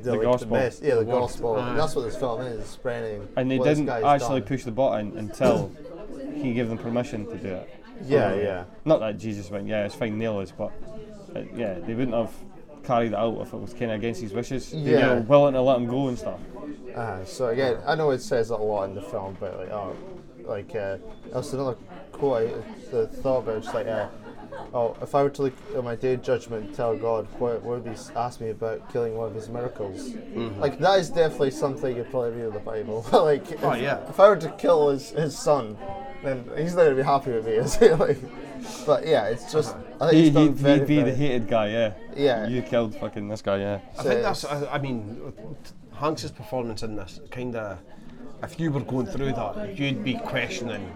[SPEAKER 3] The
[SPEAKER 2] like,
[SPEAKER 3] gospel.
[SPEAKER 2] mess- yeah, the,
[SPEAKER 3] The word.
[SPEAKER 2] gospel.
[SPEAKER 3] Ah.
[SPEAKER 2] that's what this film is spreading.
[SPEAKER 3] And they
[SPEAKER 2] what this
[SPEAKER 3] didn't
[SPEAKER 2] guy's
[SPEAKER 3] actually
[SPEAKER 2] done.
[SPEAKER 3] push the button until he gave them permission to do it.
[SPEAKER 2] Yeah, yeah.
[SPEAKER 3] Not that Jesus went, yeah, it's fine, nail us, but uh, yeah, they wouldn't have carried it out if it was kind of against his wishes. They
[SPEAKER 2] Yeah.
[SPEAKER 3] were willing to let him go and stuff.
[SPEAKER 2] Uh, so again, I know it says that a lot in the film, but like, oh, like uh, that's another quote I uh, thought about. Just like, uh, oh, if I were to look at my day of judgment, and tell God, what would he s- ask me about killing one of his miracles?
[SPEAKER 1] Mhm.
[SPEAKER 2] Like that is definitely something you probably read in the Bible. like,
[SPEAKER 1] Oh,
[SPEAKER 2] if,
[SPEAKER 1] yeah.
[SPEAKER 2] if I were to kill his, his son, then he's not gonna be happy with me, is he? like, but yeah, it's just I think
[SPEAKER 3] He,
[SPEAKER 2] it's done
[SPEAKER 3] would
[SPEAKER 2] very,
[SPEAKER 3] be
[SPEAKER 2] very-
[SPEAKER 3] the hated guy, yeah.
[SPEAKER 2] Yeah.
[SPEAKER 3] You killed fucking this guy, yeah.
[SPEAKER 1] I think that's. I, I mean, Hanks's performance in this kind of. If you were going through that, you'd be questioning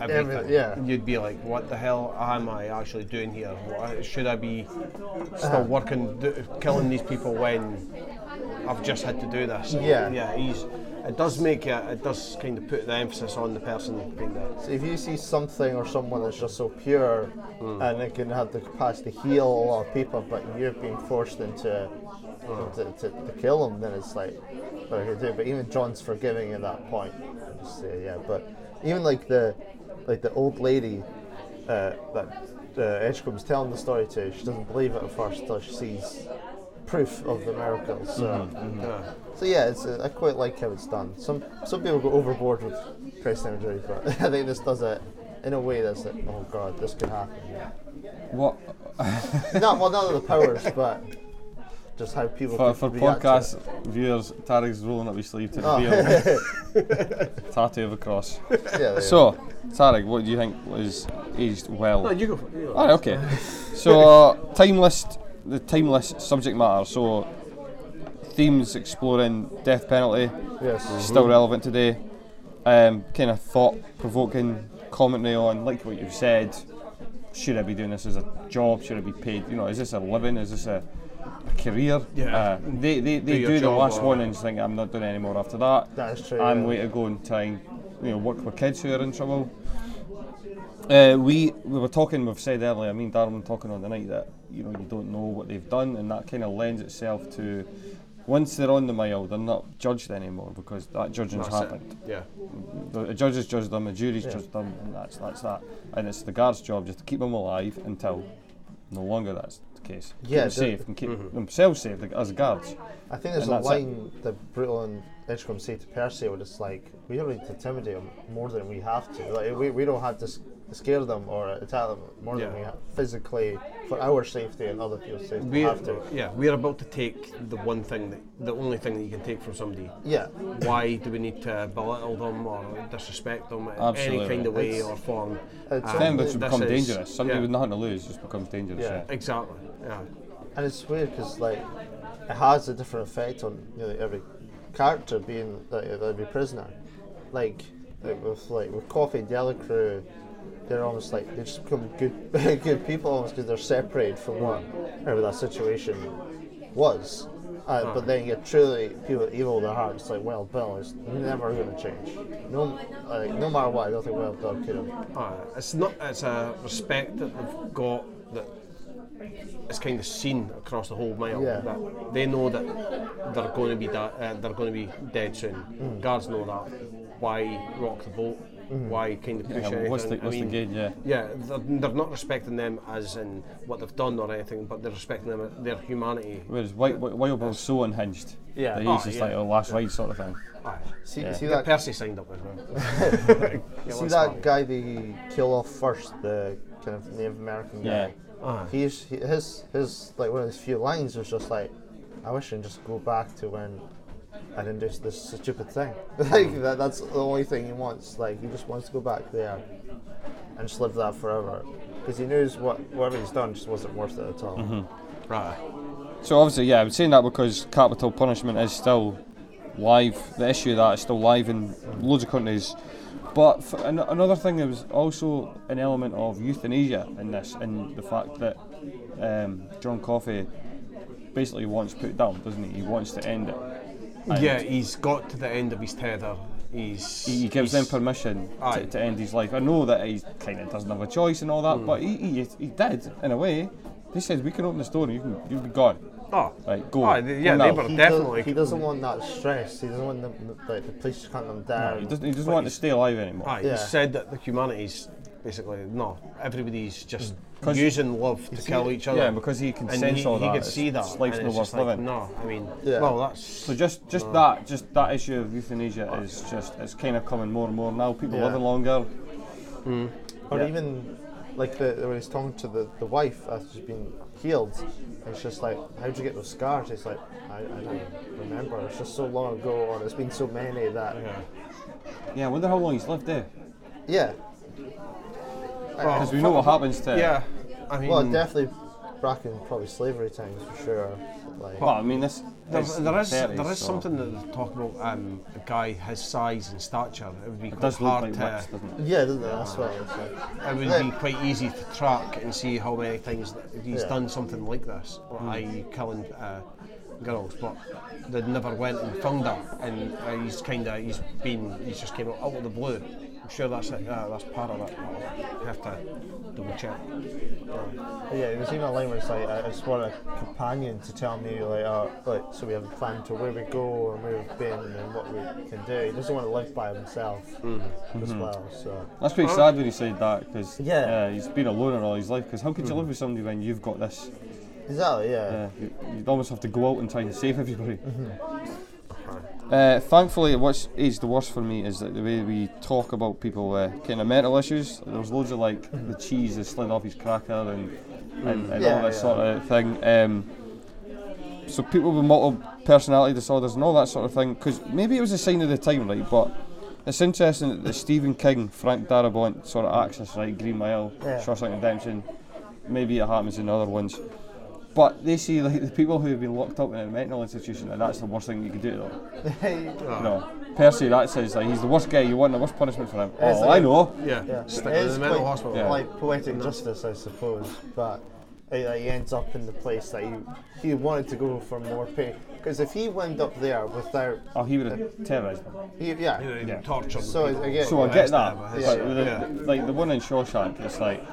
[SPEAKER 1] everything.
[SPEAKER 2] Every- yeah.
[SPEAKER 1] You'd be like, "What the hell am I actually doing here? What, should I be
[SPEAKER 2] Uh-huh.
[SPEAKER 1] still working, do, killing these people when I've just had to do this?"
[SPEAKER 2] Yeah.
[SPEAKER 1] Yeah. He's. It does make it. It does kind of put the emphasis on the person. Kind of.
[SPEAKER 2] So if you see something or someone that's just so pure and it can have the capacity to heal a lot of people, but you're being forced into to, to, to kill them, then it's like, what are you gonna do? But even John's forgiving at that point. I just say, yeah, but even like the like the old lady uh, that uh, Edgecombe's telling the story to, she doesn't believe it at first until she sees proof of the miracles. So.
[SPEAKER 3] Mhm, mhm. Yeah.
[SPEAKER 2] So yeah, it's uh, I quite like how it's done. Some some people go overboard with Christ imagery, but I think this does it in a way that's like, oh god, this could happen.
[SPEAKER 3] What?
[SPEAKER 2] not well, not the powers, but just how people
[SPEAKER 3] For,
[SPEAKER 2] could
[SPEAKER 3] for
[SPEAKER 2] react to it.
[SPEAKER 3] podcast viewers, Tarek's rolling up his sleeve to
[SPEAKER 2] Oh.
[SPEAKER 3] reveal tattoo of a cross.
[SPEAKER 2] yeah.
[SPEAKER 3] so, Tarek, what do you think was aged well?
[SPEAKER 1] No, you go for- you go.
[SPEAKER 3] Alright, okay. so, timeless, the timeless subject matter. So, themes exploring death penalty,
[SPEAKER 2] Yes.
[SPEAKER 3] still
[SPEAKER 2] Mhm.
[SPEAKER 3] relevant today. Um, kind of thought provoking commentary on, like what you've said. Should I be doing this as a job? Should I be paid? You know, is this a living? Is this a, a career?
[SPEAKER 1] Yeah.
[SPEAKER 3] Uh, they they,
[SPEAKER 1] Do
[SPEAKER 3] they
[SPEAKER 1] your
[SPEAKER 3] do the
[SPEAKER 1] job
[SPEAKER 3] last
[SPEAKER 1] or-
[SPEAKER 3] one and just think I'm not doing any more after that.
[SPEAKER 2] That is true,
[SPEAKER 3] I'm
[SPEAKER 2] yeah.
[SPEAKER 3] way to go and try and you know work with kids who are in trouble. Uh, we we were talking. We've said earlier. I mean, Darren were talking on the night that you know you don't know what they've done, and that kind of lends itself to once they're on the mile, they're not judged anymore because that judging's
[SPEAKER 1] That's it.
[SPEAKER 3] happened.
[SPEAKER 1] Yeah.
[SPEAKER 3] The, the judge has judged them, the jury's
[SPEAKER 1] Yeah.
[SPEAKER 3] judged them, and that's that's that. And it's the guard's job just to keep them alive until no longer that's the case.
[SPEAKER 2] Yeah,
[SPEAKER 3] keep them
[SPEAKER 2] the-
[SPEAKER 3] safe and keep
[SPEAKER 1] Mm-hmm.
[SPEAKER 3] themselves safe like, as guards.
[SPEAKER 2] I think there's
[SPEAKER 3] And
[SPEAKER 2] a
[SPEAKER 3] that's it.
[SPEAKER 2] line that Brutal and Edgecombe say to Percy where it's like, we don't need to intimidate them more than we have to. Like, we, we don't have to s- scare them or attack them more than
[SPEAKER 1] Yeah.
[SPEAKER 2] we have physically for our safety and other people's safety. We
[SPEAKER 1] We're,
[SPEAKER 2] have to.
[SPEAKER 1] yeah, we're about to take the one thing that the only thing that you can take from somebody.
[SPEAKER 2] Yeah.
[SPEAKER 1] Why do we need to belittle them or disrespect them in
[SPEAKER 3] Absolutely.
[SPEAKER 1] any kind of way
[SPEAKER 3] It's-
[SPEAKER 1] or form?
[SPEAKER 2] it's
[SPEAKER 1] Um,
[SPEAKER 3] Then it
[SPEAKER 1] this
[SPEAKER 3] becomes
[SPEAKER 1] is-
[SPEAKER 3] dangerous. Somebody
[SPEAKER 1] yeah,
[SPEAKER 3] with nothing to lose just becomes dangerous.
[SPEAKER 1] Yeah,
[SPEAKER 3] Yeah.
[SPEAKER 1] exactly. Yeah.
[SPEAKER 2] And it's weird because like it has a different effect on nearly every character being like, every prisoner. Like, like with like with Coffee and Delacroix, they're almost like they just become good good people almost because they're separated from what whatever that situation was. Uh, But then you're truly people evil in their hearts. Like well, Bill is never going to change. No, like, no matter what, I don't think well Bill could have.
[SPEAKER 1] Uh, it's not. It's a respect that they've got that it's kind of seen across the whole mile.
[SPEAKER 2] Yeah.
[SPEAKER 1] That they know that they're going to be da- uh, they're going to be dead soon.
[SPEAKER 3] Mm.
[SPEAKER 1] Guards know that. Why rock the boat?
[SPEAKER 3] Mhm.
[SPEAKER 1] Why kind of
[SPEAKER 3] Yeah,
[SPEAKER 1] push
[SPEAKER 3] what's the-
[SPEAKER 1] anything? I
[SPEAKER 3] what's the
[SPEAKER 1] mean,
[SPEAKER 3] gain, yeah.
[SPEAKER 1] Yeah, they're, they're not respecting them as in what they've done or anything, but they're respecting them their humanity.
[SPEAKER 3] Whereas Wild, Wild Bill's so unhinged.
[SPEAKER 1] Yeah.
[SPEAKER 3] That he's
[SPEAKER 1] Oh,
[SPEAKER 3] just
[SPEAKER 1] yeah.
[SPEAKER 3] like a last ride sort of thing.
[SPEAKER 1] Aye.
[SPEAKER 2] See,
[SPEAKER 3] Yeah.
[SPEAKER 2] see
[SPEAKER 1] Get
[SPEAKER 2] that
[SPEAKER 1] Percy signed up as well.
[SPEAKER 2] See
[SPEAKER 1] Yeah,
[SPEAKER 2] that
[SPEAKER 1] what's wrong?
[SPEAKER 2] guy they kill off first, the kind of Native American guy.
[SPEAKER 1] Yeah. Aye.
[SPEAKER 2] He's he, his his like one of his few lines was just like, "I wish I could just go back to when I didn't do this stupid thing." like that, that's the only thing he wants. Like he just wants to go back there and just live that forever. because he knows what whatever he's done just wasn't worth it at all.
[SPEAKER 3] Mm-hmm.
[SPEAKER 1] Right.
[SPEAKER 3] So obviously, yeah, I'm saying that because capital punishment is still live. The issue of that is still live in loads of countries. But f an- another thing, there was also an element of euthanasia in this, in the fact that um, John Coffey basically wants to put it down, doesn't he? He wants to end it. And
[SPEAKER 1] yeah, he's got to the end of his tether. He's
[SPEAKER 3] He, he gives them
[SPEAKER 1] he's-
[SPEAKER 3] permission
[SPEAKER 1] Aye.
[SPEAKER 3] to, to end his life. I know that he kind of doesn't have a choice and all that,
[SPEAKER 1] Hmm.
[SPEAKER 3] but he, he, he did, in a way. They said, we can open this door and you can, you'll be gone.
[SPEAKER 1] Oh.
[SPEAKER 3] Like, go.
[SPEAKER 1] Aye, they- yeah,
[SPEAKER 3] go
[SPEAKER 1] they
[SPEAKER 3] now.
[SPEAKER 1] were definitely-
[SPEAKER 2] He doesn't want that stress. He doesn't want them, like the police to hunt them down.
[SPEAKER 3] He doesn't, he doesn't want to stay alive anymore.
[SPEAKER 1] Aye,
[SPEAKER 2] Yeah.
[SPEAKER 1] he said that the humanities basically no, everybody's just
[SPEAKER 3] Mm. 'Cause-
[SPEAKER 1] using love to
[SPEAKER 3] You see
[SPEAKER 1] kill
[SPEAKER 3] it?
[SPEAKER 1] each other.
[SPEAKER 3] Yeah, because he can
[SPEAKER 1] and
[SPEAKER 3] sense
[SPEAKER 1] he,
[SPEAKER 3] all
[SPEAKER 1] He
[SPEAKER 3] that.
[SPEAKER 1] could
[SPEAKER 3] It's-
[SPEAKER 1] see that.
[SPEAKER 3] it's life's
[SPEAKER 1] and
[SPEAKER 3] not
[SPEAKER 1] it's just
[SPEAKER 3] worth
[SPEAKER 1] like,
[SPEAKER 3] living.
[SPEAKER 1] No, I mean,
[SPEAKER 2] Yeah.
[SPEAKER 1] well, that's
[SPEAKER 3] So just just that just that issue of euthanasia is just it's kind of coming more and more now. People
[SPEAKER 2] Yeah.
[SPEAKER 3] living longer.
[SPEAKER 2] Or
[SPEAKER 3] Yeah.
[SPEAKER 2] even like the, when he's talking to the, the wife after she's been healed, and it's just like, how'd you get those scars? It's like, I, I don't remember. It's just so long ago, or it's been so many that. Yeah.
[SPEAKER 3] Yeah, I wonder how long he's lived there. Because we know what happens to.
[SPEAKER 1] yeah. I mean,
[SPEAKER 2] Uh, well, definitely back in probably slavery times for sure. Like,
[SPEAKER 3] Well, I mean this.
[SPEAKER 1] There,
[SPEAKER 3] this
[SPEAKER 1] there is
[SPEAKER 3] 30s,
[SPEAKER 1] there is
[SPEAKER 3] so
[SPEAKER 1] something that they're talking about um, a guy his size and stature. It would be
[SPEAKER 3] It
[SPEAKER 1] quite
[SPEAKER 3] does look
[SPEAKER 1] hard
[SPEAKER 3] like
[SPEAKER 1] to.
[SPEAKER 3] Wix, doesn't it?
[SPEAKER 2] yeah, doesn't it? that's what it's like.
[SPEAKER 1] it would be quite easy to track and see how many times that he's
[SPEAKER 2] Yeah. Mm.
[SPEAKER 1] done something like this, or i.e. killing uh, girls, but they never went and found her, and uh, he's kind of he's been he's just came out out of the blue. I'm sure that's it, uh, that's part of it. I'll have to double check.
[SPEAKER 2] Yeah, it was even a line where it's like, I I just want a companion to tell me, like, uh, like, so we have a plan to where we go and where we've been and what we can do. He doesn't want to live by himself
[SPEAKER 3] Mm-hmm.
[SPEAKER 2] as well, so.
[SPEAKER 3] That's pretty sad when he said that because
[SPEAKER 2] Yeah.
[SPEAKER 3] he's been a loner all his life. Because how
[SPEAKER 1] Hmm.
[SPEAKER 3] could you live with somebody when you've got this?
[SPEAKER 2] Exactly, yeah.
[SPEAKER 3] Yeah, you, you'd almost have to go out and try to save everybody.
[SPEAKER 2] Mm-hmm.
[SPEAKER 3] Uh, thankfully, what's is the worst for me is that the way we talk about people uh, kind of mental issues. There's loads of like the cheese is slid off his cracker and and, and all
[SPEAKER 2] Yeah,
[SPEAKER 3] that
[SPEAKER 2] yeah.
[SPEAKER 3] sort of thing. Um, so people with multiple personality disorders and all that sort of thing, because maybe it was a sign of the time, right? But it's interesting that the Stephen King, Frank Darabont sort of axis, right? Green Mile,
[SPEAKER 2] Yeah.
[SPEAKER 3] Shawshank Redemption. Maybe it happens in other ones. But they see like the people who have been locked up in a mental institution, and that's the worst thing you could do to them. You know, Percy, that says like he's the worst guy. You want the worst punishment for him.
[SPEAKER 2] It's
[SPEAKER 3] Oh,
[SPEAKER 2] like
[SPEAKER 3] I know.
[SPEAKER 1] Yeah,
[SPEAKER 2] Yeah,
[SPEAKER 1] stick
[SPEAKER 2] it
[SPEAKER 1] it in
[SPEAKER 2] is
[SPEAKER 1] the mental
[SPEAKER 2] quite,
[SPEAKER 1] hospital.
[SPEAKER 3] Yeah.
[SPEAKER 2] like poetic justice, I suppose, but he, like, he ends up in the place that he, he wanted to go for more pay. Because if he wound up there without,
[SPEAKER 3] Oh, he would have terrorised them.
[SPEAKER 2] he, yeah,
[SPEAKER 1] You know,
[SPEAKER 3] Yeah.
[SPEAKER 1] torture
[SPEAKER 2] So
[SPEAKER 1] people.
[SPEAKER 2] again-
[SPEAKER 3] So I
[SPEAKER 2] Yeah,
[SPEAKER 3] get that.
[SPEAKER 1] Yeah.
[SPEAKER 3] But the, like the one in Shawshank, it's like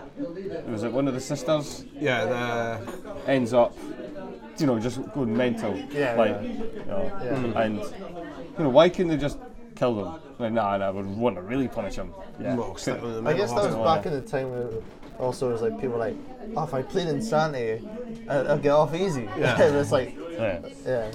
[SPEAKER 3] was it one of the sisters
[SPEAKER 1] Yeah, the
[SPEAKER 3] ends up, you know, just going mental.
[SPEAKER 2] Yeah,
[SPEAKER 3] Like,
[SPEAKER 2] yeah.
[SPEAKER 3] you know,
[SPEAKER 2] Yeah. Hmm.
[SPEAKER 3] and you know, why couldn't they just kill them? Like, nah, nah, we want to really punish them. Yeah.
[SPEAKER 1] well, stick it in the
[SPEAKER 2] I
[SPEAKER 1] mental
[SPEAKER 2] guess that was
[SPEAKER 1] hospital.
[SPEAKER 2] back in the time where also it was like people were like, oh, if I plead insanity, I- I'll get off easy.
[SPEAKER 1] Yeah.
[SPEAKER 2] it was like,
[SPEAKER 3] Yeah.
[SPEAKER 2] yeah.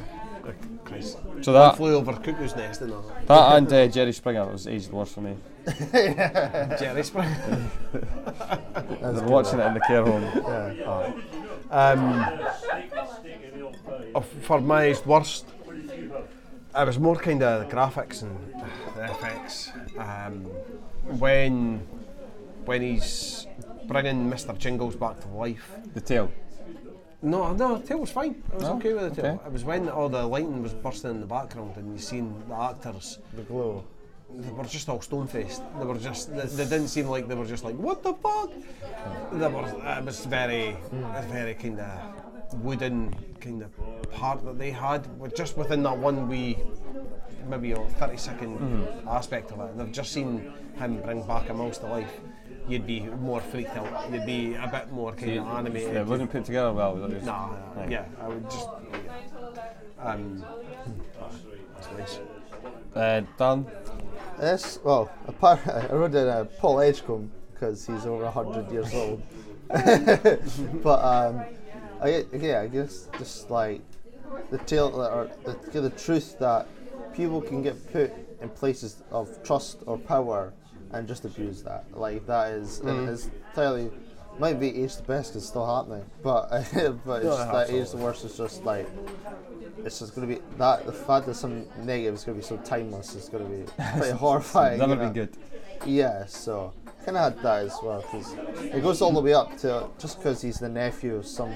[SPEAKER 1] Christ.
[SPEAKER 3] So that
[SPEAKER 1] flew over cuckoo's nest and all that.
[SPEAKER 3] that and uh, Jerry Springer was aged worse for me.
[SPEAKER 1] Jerry Springer.
[SPEAKER 3] They're watching it in the care home.
[SPEAKER 1] Um, uh, for my it's worst, I was more kind of the graphics and the FX. Um, when when he's bringing Mr. Jingles back to life.
[SPEAKER 3] The tail.
[SPEAKER 1] No, no, the tail was fine. I was
[SPEAKER 3] No?
[SPEAKER 1] okay with the tail.
[SPEAKER 3] Okay.
[SPEAKER 1] It was when all the lightning was bursting in the background and you seen the actors.
[SPEAKER 2] The glow.
[SPEAKER 1] They were just all stone faced. They were just. They, they didn't seem like they were just like what the fuck. They were. It was very,
[SPEAKER 3] Hmm.
[SPEAKER 1] a very kind of wooden kind of part that they had. with- Just within that one wee, maybe a thirty second
[SPEAKER 3] Hmm.
[SPEAKER 1] aspect of it. And I've just seen him bring back a mouse to life. You'd be more freaked out. You'd be a bit more kind of animated.
[SPEAKER 3] Yeah, it wasn't put together well. was it?
[SPEAKER 1] Nah, nah,
[SPEAKER 3] Right.
[SPEAKER 1] yeah, I would just. Um, that's nice.
[SPEAKER 3] Uh, Dan,
[SPEAKER 2] This, well, apart, I wrote in uh, Paul Edgecombe because he's over 100 years old. but um, I, gue- yeah, I guess just like the tale uh, or the, the truth that people can get put in places of trust or power and just abuse that. Like that is
[SPEAKER 3] Mm.
[SPEAKER 2] it is entirely might be aged the best 'cause it's still happening, but but it's just that aged the worst is just like it's just going to be that the fact that some negative is going to be so timeless is going to be pretty horrifying.
[SPEAKER 3] never
[SPEAKER 2] you know?
[SPEAKER 3] been good.
[SPEAKER 2] Yeah, so kind of had that as well because it goes all the way up to just because he's the nephew of some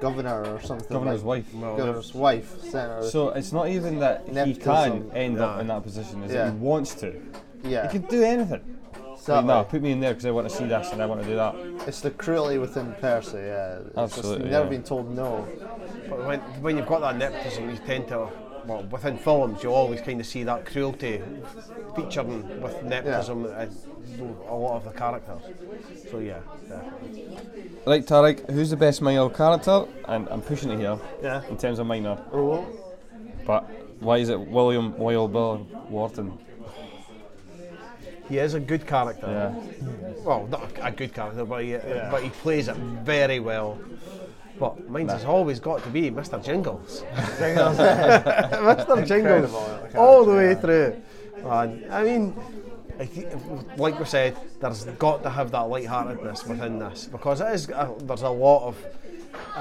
[SPEAKER 2] governor or something.
[SPEAKER 3] Governor's
[SPEAKER 2] like-
[SPEAKER 3] wife. No.
[SPEAKER 2] Governor's wife. Senator.
[SPEAKER 3] So it's not even that he
[SPEAKER 2] Nepotism.
[SPEAKER 3] can end up in that position. Is that he
[SPEAKER 2] Yeah.
[SPEAKER 3] wants to?
[SPEAKER 2] Yeah.
[SPEAKER 3] He could do anything. Like,
[SPEAKER 2] Exactly.
[SPEAKER 3] no, put me in there because I want to see this and I want to do that.
[SPEAKER 2] It's the cruelty within Percy. Yeah. It's just-
[SPEAKER 3] Absolutely,
[SPEAKER 2] you've never
[SPEAKER 3] yeah.
[SPEAKER 2] been told no.
[SPEAKER 1] But when, when you've got that nepotism, you tend to, well, within films, you always kind of see that cruelty featuring with nepotism in a lot of the characters. So yeah, definitely.
[SPEAKER 3] Right, Tarek, who's the best minor character? And I'm pushing it here.
[SPEAKER 2] Yeah.
[SPEAKER 3] In terms of minor.
[SPEAKER 2] Oh.
[SPEAKER 3] But why is it William Royal Bill Wharton?
[SPEAKER 1] He is a good character.
[SPEAKER 3] Yeah.
[SPEAKER 1] Well, not a good character, but he,
[SPEAKER 3] Yeah.
[SPEAKER 1] but he plays it very well. But mine's has always got to be Mr. Jingles.
[SPEAKER 2] Jingles.
[SPEAKER 1] Mr. Jingles.
[SPEAKER 2] Incredible
[SPEAKER 1] All the way through. Man, I mean, I thi- like we said, there's got to have that lightheartedness within this because it is, uh, there's a lot of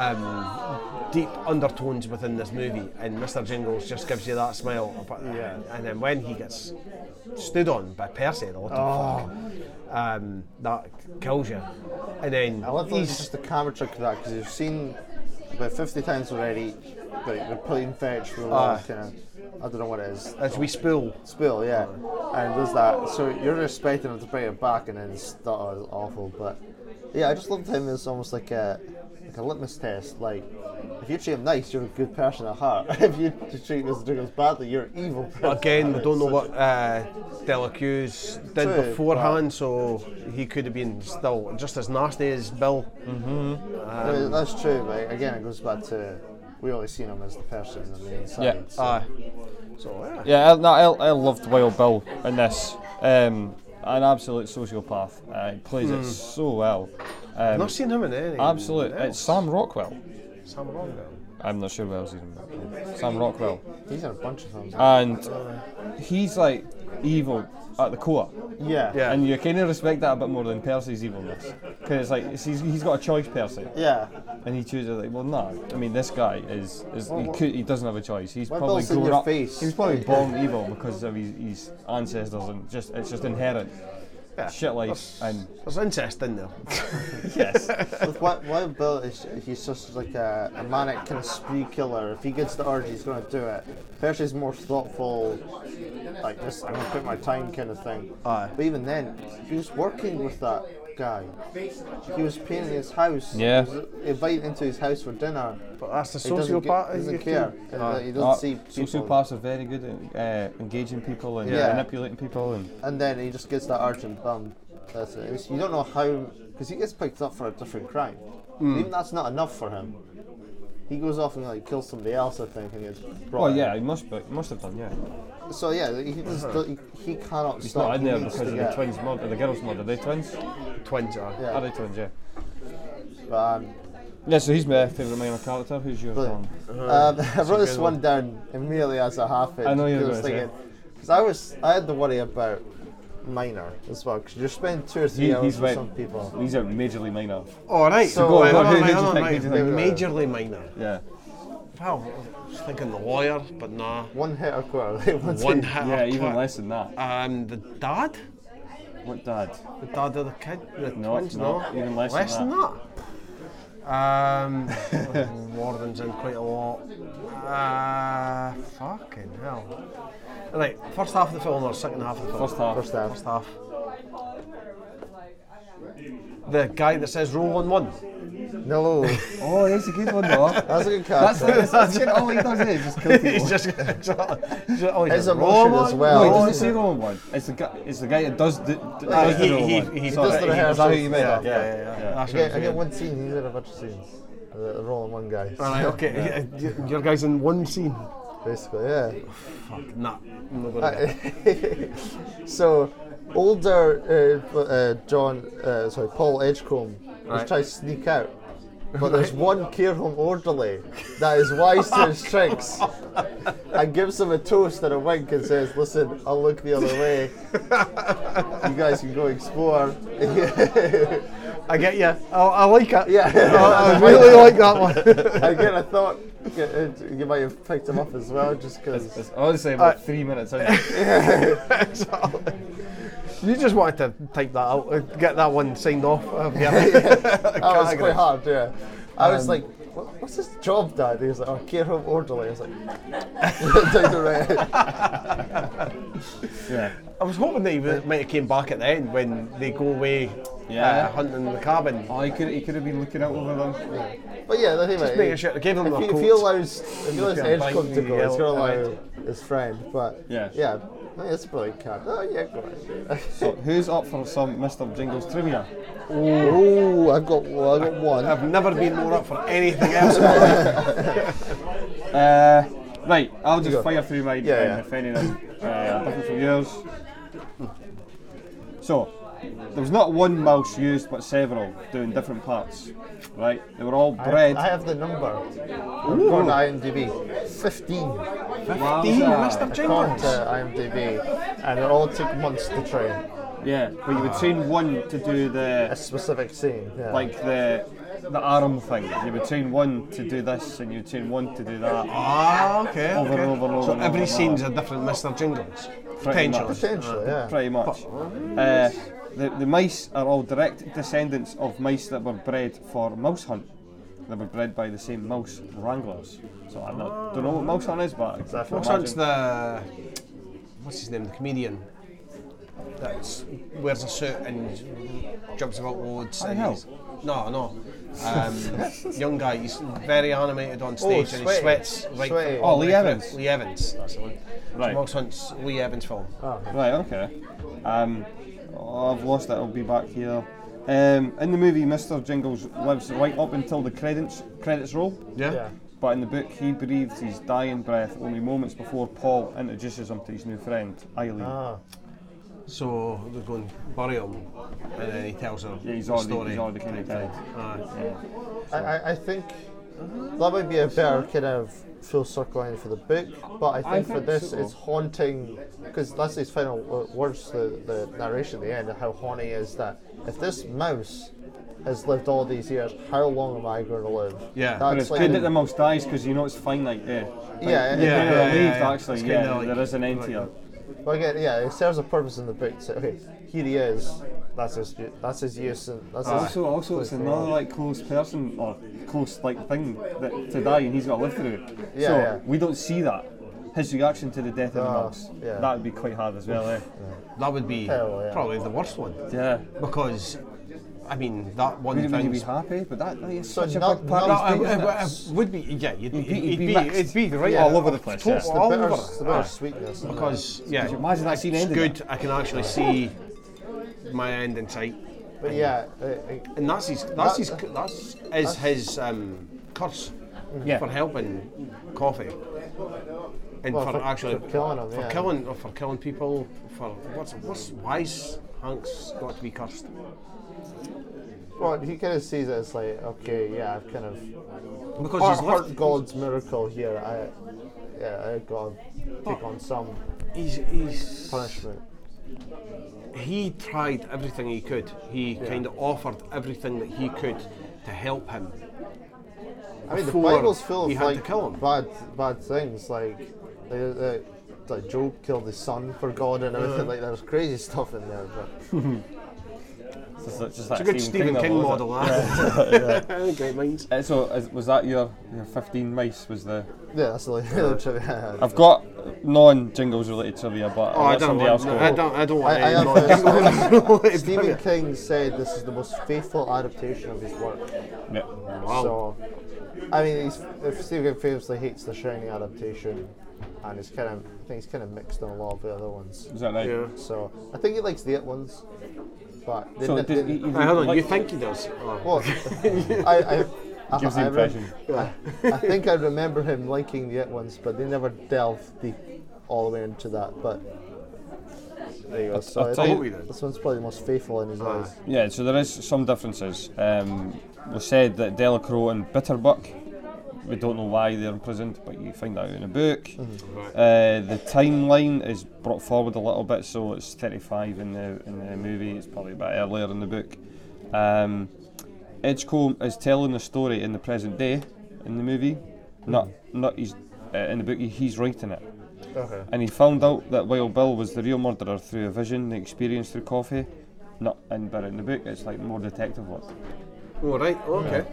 [SPEAKER 1] um, deep undertones within this movie, and Mr. Jingles just gives you that smile. But-
[SPEAKER 2] Yeah.
[SPEAKER 1] And then when he gets stood on by Percy, the little
[SPEAKER 2] Oh.
[SPEAKER 1] fuck, um, that kills you. And then
[SPEAKER 2] I love that it's
[SPEAKER 1] he's
[SPEAKER 2] just a camera trick for that because you've seen about 50 times already like the plane fetch roll
[SPEAKER 1] Aye.
[SPEAKER 2] kind of I don't know what it is
[SPEAKER 1] as we spill.
[SPEAKER 2] spill yeah and there's that so you're expecting him to bring it back and then it's that was awful but yeah I just loved him as almost like a like a litmus test like if you treat him nice you're a good person at heart if you treat Mr. Diggles badly you're an evil person
[SPEAKER 1] Again, we don't know what uh, Dela Cruz did
[SPEAKER 2] True, uh,
[SPEAKER 1] beforehand, so he could have been still just as nasty as Bill. Mm-hmm.
[SPEAKER 2] I mean, that's true but again it goes back to we always seen him as the person on the inside
[SPEAKER 3] Yeah.
[SPEAKER 2] so,
[SPEAKER 1] Aye. Uh, so yeah.
[SPEAKER 3] Yeah, I, no, I, I loved Wild Bill in this. Um, an absolute sociopath. Uh, he plays it
[SPEAKER 1] Mm.
[SPEAKER 3] so well. Um,
[SPEAKER 1] I've not seen him in any.
[SPEAKER 3] Absolute. It's Sam Rockwell.
[SPEAKER 1] Sam Rockwell.
[SPEAKER 3] I'm not sure where else he's in. Sam Rockwell.
[SPEAKER 2] he's in a bunch of
[SPEAKER 3] Uh,
[SPEAKER 2] films
[SPEAKER 3] And he's like evil at the core.
[SPEAKER 2] yeah
[SPEAKER 3] And you kind of respect that a bit more than Percy's evilness. Because it's like, it's- he's, he's got a choice, Percy.
[SPEAKER 2] Yeah.
[SPEAKER 3] And he chooses, like, well, no. I mean, this guy is, is
[SPEAKER 2] Well,
[SPEAKER 3] he,
[SPEAKER 2] what-
[SPEAKER 3] could, he doesn't have a choice. He's
[SPEAKER 2] What
[SPEAKER 3] probably
[SPEAKER 2] else in
[SPEAKER 3] grown
[SPEAKER 2] your
[SPEAKER 3] up.
[SPEAKER 2] face?
[SPEAKER 3] He was probably
[SPEAKER 2] Yeah.
[SPEAKER 3] born evil because of his, his ancestors and just it's just inherent.
[SPEAKER 1] Yeah.
[SPEAKER 3] Shit life. And
[SPEAKER 1] There's incest in there.
[SPEAKER 3] yes.
[SPEAKER 2] With what what Bill is he's just like a, a manic kind of spree killer. If he gets the urge, he's going to do it. Percy's more thoughtful, like this. I'm going to put my time kind of thing.
[SPEAKER 1] Aye.
[SPEAKER 2] But even then, he was working with that guy. He was painting his house.
[SPEAKER 3] Yeah.
[SPEAKER 2] He was invited into his house for dinner.
[SPEAKER 1] But that's the
[SPEAKER 2] He doesn't get-
[SPEAKER 1] sociopath.
[SPEAKER 2] doesn't
[SPEAKER 1] you
[SPEAKER 2] care.
[SPEAKER 1] can-
[SPEAKER 2] And,
[SPEAKER 1] Aye.
[SPEAKER 2] like, he doesn't
[SPEAKER 3] Uh,
[SPEAKER 2] see people.
[SPEAKER 3] sociopaths are very good at uh, engaging people and
[SPEAKER 2] Yeah.
[SPEAKER 3] manipulating people and
[SPEAKER 2] and then he just gets that urgent bum. That's it. It's- you don't know how, because he gets picked up for a different crime.
[SPEAKER 3] Hmm.
[SPEAKER 2] Even that's not enough for him. He goes off and like kills somebody else, I think, and gets brought.
[SPEAKER 3] well, oh, yeah,
[SPEAKER 2] in.
[SPEAKER 3] he must be, he must have done, yeah.
[SPEAKER 2] So yeah, he just
[SPEAKER 1] Uh-huh.
[SPEAKER 2] he, he cannot
[SPEAKER 3] He's
[SPEAKER 2] stop.
[SPEAKER 3] not in
[SPEAKER 2] he
[SPEAKER 3] there
[SPEAKER 2] needs
[SPEAKER 3] because
[SPEAKER 2] to
[SPEAKER 3] of the
[SPEAKER 2] get-
[SPEAKER 3] twins murder, the girls murder. Are they twins?
[SPEAKER 1] Twins are.
[SPEAKER 2] Yeah.
[SPEAKER 3] Are they twins? Yeah.
[SPEAKER 2] But, um,
[SPEAKER 3] Yeah. So he's my favourite minor character. Who's yours?
[SPEAKER 2] Brilliant.
[SPEAKER 3] Colin?
[SPEAKER 2] Um, I
[SPEAKER 1] Uh-huh. a
[SPEAKER 2] wrote this
[SPEAKER 1] good
[SPEAKER 2] one down immediately as a half
[SPEAKER 3] I know you were
[SPEAKER 2] was
[SPEAKER 3] gonna say
[SPEAKER 2] thinking because I was I had the worry about minor as well because you're spending two or three
[SPEAKER 3] He,
[SPEAKER 2] hours
[SPEAKER 3] he's
[SPEAKER 2] with
[SPEAKER 3] right.
[SPEAKER 2] some people.
[SPEAKER 3] He's a majorly minor.
[SPEAKER 1] All right.
[SPEAKER 2] So
[SPEAKER 1] So,
[SPEAKER 2] go on,
[SPEAKER 3] go on,
[SPEAKER 1] right,
[SPEAKER 3] who do you
[SPEAKER 1] right,
[SPEAKER 3] think-
[SPEAKER 1] right,
[SPEAKER 3] who do you
[SPEAKER 2] think-
[SPEAKER 1] Majorly minor.
[SPEAKER 3] Yeah.
[SPEAKER 1] Wow, I was thinking the lawyer, but nah.
[SPEAKER 2] One hit or quarter.
[SPEAKER 1] One hit.
[SPEAKER 3] Yeah,
[SPEAKER 1] or
[SPEAKER 3] even
[SPEAKER 1] quit.
[SPEAKER 3] less than that.
[SPEAKER 1] Um, the dad.
[SPEAKER 3] What dad?
[SPEAKER 1] The dad of the kid, the
[SPEAKER 3] No,
[SPEAKER 1] twins,
[SPEAKER 3] it's not.
[SPEAKER 1] no.
[SPEAKER 3] Even less
[SPEAKER 1] than
[SPEAKER 3] than
[SPEAKER 1] that. Um, Warden's in quite a lot. Uh, fucking hell. Right, first half of the film or second half of the film?
[SPEAKER 3] First half.
[SPEAKER 2] First half.
[SPEAKER 1] First half. The guy that says roll on one.
[SPEAKER 2] No,
[SPEAKER 3] Oh, that's a good one though.
[SPEAKER 2] that's a good
[SPEAKER 3] that's
[SPEAKER 2] cast.
[SPEAKER 3] that's, that's shit all he does is just kill people.
[SPEAKER 1] He's just, just, oh, he
[SPEAKER 2] His
[SPEAKER 1] says, roll
[SPEAKER 2] emotion
[SPEAKER 1] on
[SPEAKER 2] as
[SPEAKER 1] one.
[SPEAKER 2] well.
[SPEAKER 3] No, he
[SPEAKER 2] Oh,
[SPEAKER 3] doesn't
[SPEAKER 2] is
[SPEAKER 3] say
[SPEAKER 2] it?
[SPEAKER 3] the wrong one. It's the guy. It's the guy that does the. does
[SPEAKER 1] Uh,
[SPEAKER 3] the
[SPEAKER 1] he,
[SPEAKER 3] wrong
[SPEAKER 1] he,
[SPEAKER 3] one.
[SPEAKER 1] he, he
[SPEAKER 2] does the
[SPEAKER 1] he-
[SPEAKER 3] Is that who you
[SPEAKER 2] Yeah,
[SPEAKER 3] meant? Yeah,
[SPEAKER 1] Yeah, yeah, yeah.
[SPEAKER 3] yeah, yeah.
[SPEAKER 1] That's
[SPEAKER 2] I
[SPEAKER 1] what
[SPEAKER 2] get, I
[SPEAKER 1] I'm
[SPEAKER 2] get
[SPEAKER 1] saying.
[SPEAKER 2] one scene. He's in a bunch of scenes. The the rolling one guy.
[SPEAKER 1] All right, okay. y- Your guy's in one scene.
[SPEAKER 2] Basically, yeah.
[SPEAKER 1] Fuck, nah. I'm not gonna
[SPEAKER 2] Uh, so older uh, uh, John, uh, sorry, Paul Edgecombe was
[SPEAKER 1] Right.
[SPEAKER 2] trying to sneak out. But there's one care home orderly that is wise to his tricks and gives him a toast and a wink and says, Listen, I'll look the other way. You guys can go explore.
[SPEAKER 1] I get you. I, I like it.
[SPEAKER 2] Yeah.
[SPEAKER 1] Oh, I, I really like that one.
[SPEAKER 2] Again, I thought you, you might have picked him up as well, just because.
[SPEAKER 12] It's honestly
[SPEAKER 2] Uh,
[SPEAKER 12] about three minutes in.
[SPEAKER 1] You just wanted to type that out, uh, get that one signed off. Um, yeah.
[SPEAKER 2] that was
[SPEAKER 1] Category.
[SPEAKER 2] Oh, quite hard, yeah. I was
[SPEAKER 1] Um,
[SPEAKER 2] like, "What- what's his job, Dad? He was like, oh, care home orderly. I was like, down the road.
[SPEAKER 3] Yeah.
[SPEAKER 1] I was hoping that he was, might have came back at the end when they go away
[SPEAKER 3] Yeah.
[SPEAKER 1] uh, hunting the cabin.
[SPEAKER 3] Oh, he could he could have been looking out over them.
[SPEAKER 2] But yeah, anyway,
[SPEAKER 1] Just making sure- give him
[SPEAKER 2] if
[SPEAKER 1] the
[SPEAKER 2] you, if
[SPEAKER 1] coat.
[SPEAKER 2] you allows, if you allows
[SPEAKER 1] Yeah,
[SPEAKER 2] Edgecombe
[SPEAKER 1] bite
[SPEAKER 2] to
[SPEAKER 1] me,
[SPEAKER 2] go, he's
[SPEAKER 1] yeah,
[SPEAKER 2] going to
[SPEAKER 1] alright.
[SPEAKER 2] allow his friend. But
[SPEAKER 3] Yeah.
[SPEAKER 2] yeah, no, it's a brilliant card. Oh yeah, go on.
[SPEAKER 3] So who's up for some Mr. Jingles trivia?
[SPEAKER 2] Oh, I've got one. I've got one.
[SPEAKER 1] I've never been more up for anything else. in my life.
[SPEAKER 3] Uh, right, I'll
[SPEAKER 2] You go.
[SPEAKER 3] just fire through mine.
[SPEAKER 2] Yeah,
[SPEAKER 3] Yeah,
[SPEAKER 2] yeah.
[SPEAKER 3] If any of them uh, different from yours. So, there was not one mouse used, but several doing different parts. Right, they were all
[SPEAKER 2] I-
[SPEAKER 3] bred.
[SPEAKER 2] I, have the number. I've gone to IMDb. 15. 15,
[SPEAKER 3] Mr.
[SPEAKER 2] Gone
[SPEAKER 3] Jingles.
[SPEAKER 2] to IMDb. And it all took months to train.
[SPEAKER 3] yeah, but you would train one to do the
[SPEAKER 2] A specific scene. Yeah.
[SPEAKER 3] like the the arm thing. You would train one to do this, and you would train one to do that.
[SPEAKER 1] ah, okay.
[SPEAKER 3] Over
[SPEAKER 1] okay.
[SPEAKER 3] and over and over
[SPEAKER 1] So
[SPEAKER 3] and over
[SPEAKER 1] every
[SPEAKER 3] and
[SPEAKER 1] scene's a
[SPEAKER 3] over.
[SPEAKER 1] different Mr. Jingles.
[SPEAKER 3] Pretty much.
[SPEAKER 1] Potentially.
[SPEAKER 2] Potentially, yeah.
[SPEAKER 3] Pretty much. Uh, the, the mice are all direct descendants of mice that were bred for mouse hunt. They were bred by the same mouse wranglers. So I don't, don't know what mouse hunt is, but I can
[SPEAKER 2] Exactly.
[SPEAKER 3] imagine-
[SPEAKER 1] Since the what's his name, the comedian that wears a suit and jumps about loads.
[SPEAKER 3] Harry
[SPEAKER 1] and
[SPEAKER 3] Hill?
[SPEAKER 1] he's- No, no. Um, young guy, he's very animated on stage and he
[SPEAKER 2] Oh, sweaty.
[SPEAKER 1] sweats right
[SPEAKER 2] Sweaty.
[SPEAKER 1] through-
[SPEAKER 3] Oh, Lee
[SPEAKER 1] right through.
[SPEAKER 3] Evans.
[SPEAKER 1] Lee Evans, that's the one.
[SPEAKER 3] Right.
[SPEAKER 1] Mouse Hunt's Lee Evans film.
[SPEAKER 2] Ah,
[SPEAKER 3] Right, okay. Um, oh, I've lost it, I'll be back here. Um, in the movie, Mr. Jingles lives right up until the credits, credits roll.
[SPEAKER 1] Yeah.
[SPEAKER 2] yeah.
[SPEAKER 3] But in the book, he breathes his dying breath only moments before Paul introduces him to his new friend, Eileen.
[SPEAKER 2] Ah,
[SPEAKER 1] So they're going bury him and then he tells her
[SPEAKER 3] Yeah, he's
[SPEAKER 1] the
[SPEAKER 3] already-
[SPEAKER 1] story.
[SPEAKER 3] he's already kinda
[SPEAKER 1] type thing.
[SPEAKER 3] dead.
[SPEAKER 1] Aye.
[SPEAKER 2] I, I, I think that might be a better kind of full circle end for the book, but I think, for
[SPEAKER 3] think
[SPEAKER 2] this
[SPEAKER 3] so.
[SPEAKER 2] it's haunting because that's his final w- words, the, the narration at the end, how haunting is that if this mouse has lived all these years, how long am I going to live?
[SPEAKER 1] Yeah.
[SPEAKER 3] But it's good that the mouse dies because you know it's finite there. Like,
[SPEAKER 2] Yeah,
[SPEAKER 3] you
[SPEAKER 2] yeah,
[SPEAKER 3] kinda
[SPEAKER 1] yeah, yeah,
[SPEAKER 3] relieved,
[SPEAKER 1] yeah.
[SPEAKER 3] actually.
[SPEAKER 1] It's
[SPEAKER 3] Yeah,
[SPEAKER 1] kinda like-
[SPEAKER 3] there is an end here.
[SPEAKER 2] Well, again, yeah, it serves a purpose in the book. So, okay, here he is. That's his. That's his use. And that's his
[SPEAKER 3] Also, also, it's another like close person or close like thing that to die, and he's got to live through. it.
[SPEAKER 2] Yeah,
[SPEAKER 3] so
[SPEAKER 2] yeah.
[SPEAKER 3] we don't see that. His reaction to the death of the
[SPEAKER 2] Ah,
[SPEAKER 3] mouse.
[SPEAKER 2] yeah.
[SPEAKER 3] That would be quite hard as well. Eh?
[SPEAKER 1] That would be
[SPEAKER 2] Hell, yeah.
[SPEAKER 1] probably the worst one
[SPEAKER 3] Yeah.
[SPEAKER 1] because, I mean, that one
[SPEAKER 3] Would he
[SPEAKER 1] thing's
[SPEAKER 3] be happy? But that, that is
[SPEAKER 2] So
[SPEAKER 3] such
[SPEAKER 2] not-
[SPEAKER 3] a big part
[SPEAKER 2] not-
[SPEAKER 3] of
[SPEAKER 1] Uh,
[SPEAKER 3] his day,
[SPEAKER 1] uh,
[SPEAKER 3] isn't it?
[SPEAKER 1] uh, would be yeah, you'd,
[SPEAKER 3] He'd
[SPEAKER 1] it'd, be,
[SPEAKER 3] be- he'd be
[SPEAKER 1] it'd, be
[SPEAKER 3] mixed.
[SPEAKER 1] right
[SPEAKER 3] Yeah,
[SPEAKER 1] out-
[SPEAKER 3] all over the place,
[SPEAKER 1] total-
[SPEAKER 3] yeah.
[SPEAKER 2] the
[SPEAKER 1] all
[SPEAKER 2] bitter,
[SPEAKER 1] over.
[SPEAKER 2] the bitter
[SPEAKER 1] Aye.
[SPEAKER 2] sweetness. in
[SPEAKER 1] because yeah,
[SPEAKER 3] Could you imagine that scene
[SPEAKER 1] it's
[SPEAKER 3] ending
[SPEAKER 1] good. I can actually see my end in sight,
[SPEAKER 2] it. But yeah, uh, I-
[SPEAKER 1] and that's his. That's his. That's is his um, curse
[SPEAKER 3] Yeah.
[SPEAKER 1] for helping coffee. And
[SPEAKER 2] Well,
[SPEAKER 1] for,
[SPEAKER 2] for-
[SPEAKER 1] actually
[SPEAKER 2] for killing 'em,
[SPEAKER 1] for
[SPEAKER 2] yeah.
[SPEAKER 1] killing, or for killing people, for what's what's why's Hank's got to be cursed?
[SPEAKER 2] I- well, he kind of sees it as like, okay, yeah, I've kind of
[SPEAKER 1] Because
[SPEAKER 2] heart,
[SPEAKER 1] he's
[SPEAKER 2] heart
[SPEAKER 1] Oh, left,
[SPEAKER 2] God's miracle here. I, yeah, I got to take on some
[SPEAKER 1] he's he's
[SPEAKER 2] punishment.
[SPEAKER 1] he tried everything he could. He kind of offered everything that he could to help him.
[SPEAKER 2] I mean, the
[SPEAKER 1] Before
[SPEAKER 2] Bible's full
[SPEAKER 1] he
[SPEAKER 2] of
[SPEAKER 1] had to
[SPEAKER 2] like
[SPEAKER 1] kill 'em.
[SPEAKER 2] bad, bad things. Like, they, they, like Job killed his son for God and everything.
[SPEAKER 1] Uh-huh.
[SPEAKER 2] Like, there's crazy stuff in there. But
[SPEAKER 3] It's, just, it's
[SPEAKER 1] It's a good Stephen King, model, that. Great minds.
[SPEAKER 3] Uh, so, is, was that your, your 15 mice? Was the
[SPEAKER 2] yeah, that's the
[SPEAKER 1] Uh-huh.
[SPEAKER 2] like,
[SPEAKER 3] I've got non jingles related trivia, but I'll
[SPEAKER 1] Oh, I
[SPEAKER 3] let
[SPEAKER 1] don't
[SPEAKER 3] somebody
[SPEAKER 1] want.
[SPEAKER 3] else
[SPEAKER 1] No,
[SPEAKER 3] go.
[SPEAKER 1] I don't. I don't want.
[SPEAKER 2] I- I
[SPEAKER 1] any
[SPEAKER 2] have
[SPEAKER 1] more
[SPEAKER 2] a-
[SPEAKER 1] Jingle Bells.
[SPEAKER 2] Stephen King said this is the most faithful adaptation of his work.
[SPEAKER 3] Yeah.
[SPEAKER 1] Wow.
[SPEAKER 2] So, I mean, he's, if Stephen King famously hates the Shining adaptation, and he's kind of, I think he's kind of mixed on a lot of the other ones.
[SPEAKER 3] Is that right?
[SPEAKER 1] Yeah.
[SPEAKER 2] So, I think he likes the it ones, but they
[SPEAKER 3] So,
[SPEAKER 2] didn't-
[SPEAKER 3] did,
[SPEAKER 2] didn't-
[SPEAKER 3] he, he,
[SPEAKER 1] Aye, hold on.
[SPEAKER 3] like-
[SPEAKER 1] You think he does? Oh.
[SPEAKER 2] Well, I, I, I,
[SPEAKER 3] Gives the
[SPEAKER 2] I, re-
[SPEAKER 3] impression.
[SPEAKER 2] I, I think I remember him liking the it ones, but they never delved deep all the way into that. But there you go. So
[SPEAKER 3] I'll
[SPEAKER 2] I
[SPEAKER 3] tell
[SPEAKER 2] think
[SPEAKER 1] you-
[SPEAKER 2] this one's probably the most faithful in his eyes.
[SPEAKER 3] Yeah, so there is some differences. Um, we said that Delacroix and Bitterbuck, we don't know why they're imprisoned, but you find that out in a book. Uh, the timeline is brought forward a little bit, so it's 35 in the in the movie. It's probably a bit earlier in the book. Um, Edgecombe is telling the story in the present day in the movie, Not, not he's uh, in the book. he- He's writing it.
[SPEAKER 2] Okay.
[SPEAKER 3] And he found out that Wild Bill was the real murderer through a vision they experienced through coffee. Not in, but in the book, it's like more detective work.
[SPEAKER 1] Oh, right, okay.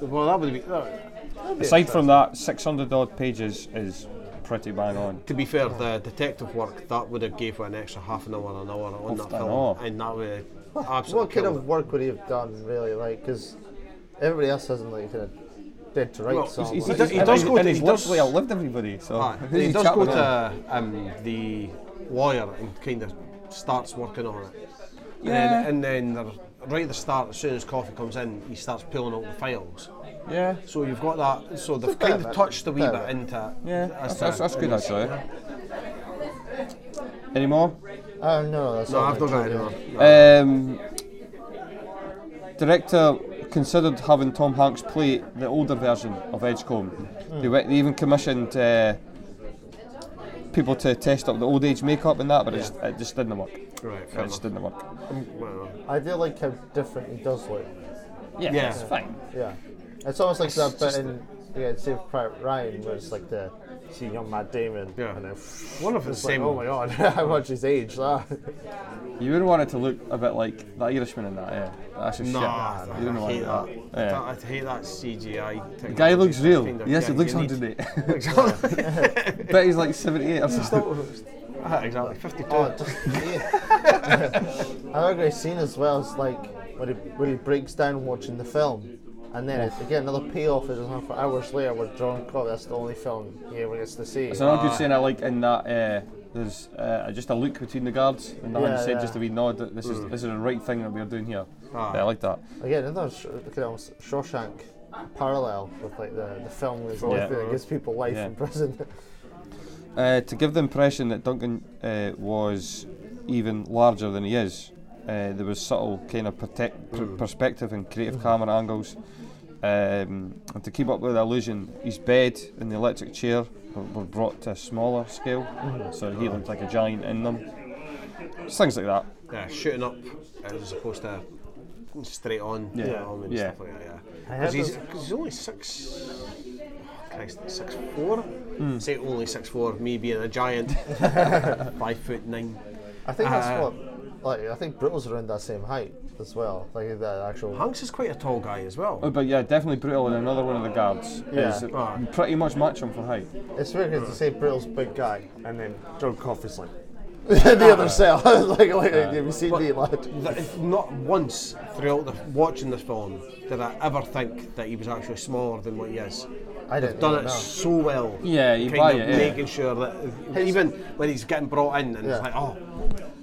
[SPEAKER 1] Well, that would be. That, that'd be
[SPEAKER 3] Aside
[SPEAKER 1] interesting.
[SPEAKER 3] from that, 600 odd pages is pretty bang on.
[SPEAKER 1] To be fair, the detective work that would have gave an extra half an hour, an hour on that
[SPEAKER 3] Often
[SPEAKER 1] film,
[SPEAKER 3] off.
[SPEAKER 1] and that would have absolutely.
[SPEAKER 2] What kind
[SPEAKER 1] killed it.
[SPEAKER 2] of work would he have done, really? Like, because everybody else hasn't like kind of dead to
[SPEAKER 1] Well,
[SPEAKER 2] rights.
[SPEAKER 1] he's-
[SPEAKER 2] song.
[SPEAKER 1] he's-
[SPEAKER 2] Like,
[SPEAKER 1] he's- he does go to- he does-
[SPEAKER 3] literally outlived everybody, so
[SPEAKER 1] Aye,
[SPEAKER 3] who's
[SPEAKER 1] and he
[SPEAKER 3] he
[SPEAKER 1] does
[SPEAKER 3] chatting
[SPEAKER 1] go
[SPEAKER 3] with?
[SPEAKER 1] to um, the lawyer and kind of starts working on it.
[SPEAKER 3] Yeah.
[SPEAKER 1] And then, and then they're- right at the start, as soon as coffee comes in, he starts pulling out the files.
[SPEAKER 3] Yeah.
[SPEAKER 1] So you've got that. So they've
[SPEAKER 3] Just a bit
[SPEAKER 1] kind
[SPEAKER 3] of
[SPEAKER 1] of
[SPEAKER 3] it,
[SPEAKER 1] touched a wee
[SPEAKER 3] bit of
[SPEAKER 1] bit
[SPEAKER 3] it.
[SPEAKER 1] into it.
[SPEAKER 3] Yeah,
[SPEAKER 1] as
[SPEAKER 3] that's,
[SPEAKER 1] to-
[SPEAKER 3] that's, that's good actually. Any more?
[SPEAKER 2] Uh, no, that's
[SPEAKER 1] No,
[SPEAKER 2] all
[SPEAKER 1] I've
[SPEAKER 2] my
[SPEAKER 1] not got any
[SPEAKER 2] children.
[SPEAKER 1] more.
[SPEAKER 3] Um, director considered having Tom Hanks play the older version of Edgecombe.
[SPEAKER 1] Hmm.
[SPEAKER 3] They, went, they even commissioned uh, people to test up the old age makeup and that, but it, just, it just didn't work.
[SPEAKER 1] Right,
[SPEAKER 3] it
[SPEAKER 1] fair
[SPEAKER 3] just
[SPEAKER 1] enough.
[SPEAKER 3] didn't work.
[SPEAKER 2] I do like how different he does look.
[SPEAKER 3] Yeah, Yeah. it's fine.
[SPEAKER 2] Yeah, it's almost like
[SPEAKER 3] It's
[SPEAKER 2] that bit
[SPEAKER 3] just-
[SPEAKER 2] in yeah, in Saving Private Ryan where it's like the see young Matt Damon. Yeah. And then,
[SPEAKER 1] One of the
[SPEAKER 2] it's like,
[SPEAKER 1] same-
[SPEAKER 2] Oh my god, how much his age? ah. that.
[SPEAKER 3] You would want it to look a bit like the Irishman in that, yeah. That's just
[SPEAKER 1] Nah,
[SPEAKER 3] shit.
[SPEAKER 1] I,
[SPEAKER 3] you don't
[SPEAKER 1] I
[SPEAKER 3] want
[SPEAKER 1] hate that.
[SPEAKER 3] Yeah.
[SPEAKER 1] I, don't- I hate that CGI.
[SPEAKER 3] The guy looks real.
[SPEAKER 1] Kind of-
[SPEAKER 3] yes,
[SPEAKER 1] yeah,
[SPEAKER 3] it looks
[SPEAKER 1] you need-
[SPEAKER 3] 108.
[SPEAKER 1] Exactly.
[SPEAKER 3] Bet he's like 78 or something.
[SPEAKER 1] Ah, exactly. 52.
[SPEAKER 2] Oh, just, yeah. Another great scene as well is like when he, when he breaks down watching the film. And then it's, again, another payoff is another for hours later with John Cobb. That's the only film he ever gets to see.
[SPEAKER 3] It's another good saying I like in that uh, there's uh, just a look between the guards and the hand
[SPEAKER 2] Yeah,
[SPEAKER 3] said
[SPEAKER 2] yeah.
[SPEAKER 3] just a wee nod that this is
[SPEAKER 2] Mm.
[SPEAKER 3] this is the right thing that we're doing here.
[SPEAKER 2] Ah.
[SPEAKER 3] Yeah, I like that.
[SPEAKER 2] Again, another sh- kind of Shawshank parallel with like the, the film is the only
[SPEAKER 3] Yeah.
[SPEAKER 2] thing that gives people life
[SPEAKER 3] Yeah.
[SPEAKER 2] in prison.
[SPEAKER 3] Uh, to give the impression that Duncan uh, was even larger than he is, uh, there was subtle kind of protect, pr- perspective and creative camera angles. Um, and to keep up with the illusion, his bed and the electric chair were, were brought to a smaller scale,
[SPEAKER 1] Mhm.
[SPEAKER 3] so he looked like a giant in them. It's things like that.
[SPEAKER 1] Yeah, shooting up as opposed to straight on.
[SPEAKER 3] Yeah.
[SPEAKER 1] you know, and
[SPEAKER 3] Yeah.
[SPEAKER 1] stuff like that, yeah. Because
[SPEAKER 3] I had
[SPEAKER 1] he's,
[SPEAKER 3] those-
[SPEAKER 1] 'cause he's only six. oh, Christ, six four.
[SPEAKER 3] Mm.
[SPEAKER 1] Say only six four. Me being a giant, five foot nine.
[SPEAKER 2] I think that's
[SPEAKER 1] Uh,
[SPEAKER 2] what, like, I think Brittle's around that same height as well. Like the actual.
[SPEAKER 1] Hanks is quite a tall guy as well.
[SPEAKER 3] Oh, but yeah, definitely brutal. And another one of the guards
[SPEAKER 2] Yeah.
[SPEAKER 3] is pretty much match him for height.
[SPEAKER 2] It's weird because they say Brittle's big guy, and then John Coff is like the other cell. like, like, have you seen me, lad?
[SPEAKER 1] Th- not once throughout the, watching this film did I ever think that he was actually smaller than what he is.
[SPEAKER 2] I
[SPEAKER 1] They've
[SPEAKER 2] didn't
[SPEAKER 1] done
[SPEAKER 2] even
[SPEAKER 1] it
[SPEAKER 2] know.
[SPEAKER 1] so well.
[SPEAKER 3] Yeah, you
[SPEAKER 1] kind
[SPEAKER 3] buy
[SPEAKER 1] of
[SPEAKER 3] it, yeah.
[SPEAKER 1] making sure that even when he's getting brought in and
[SPEAKER 3] Yeah.
[SPEAKER 1] it's like, oh,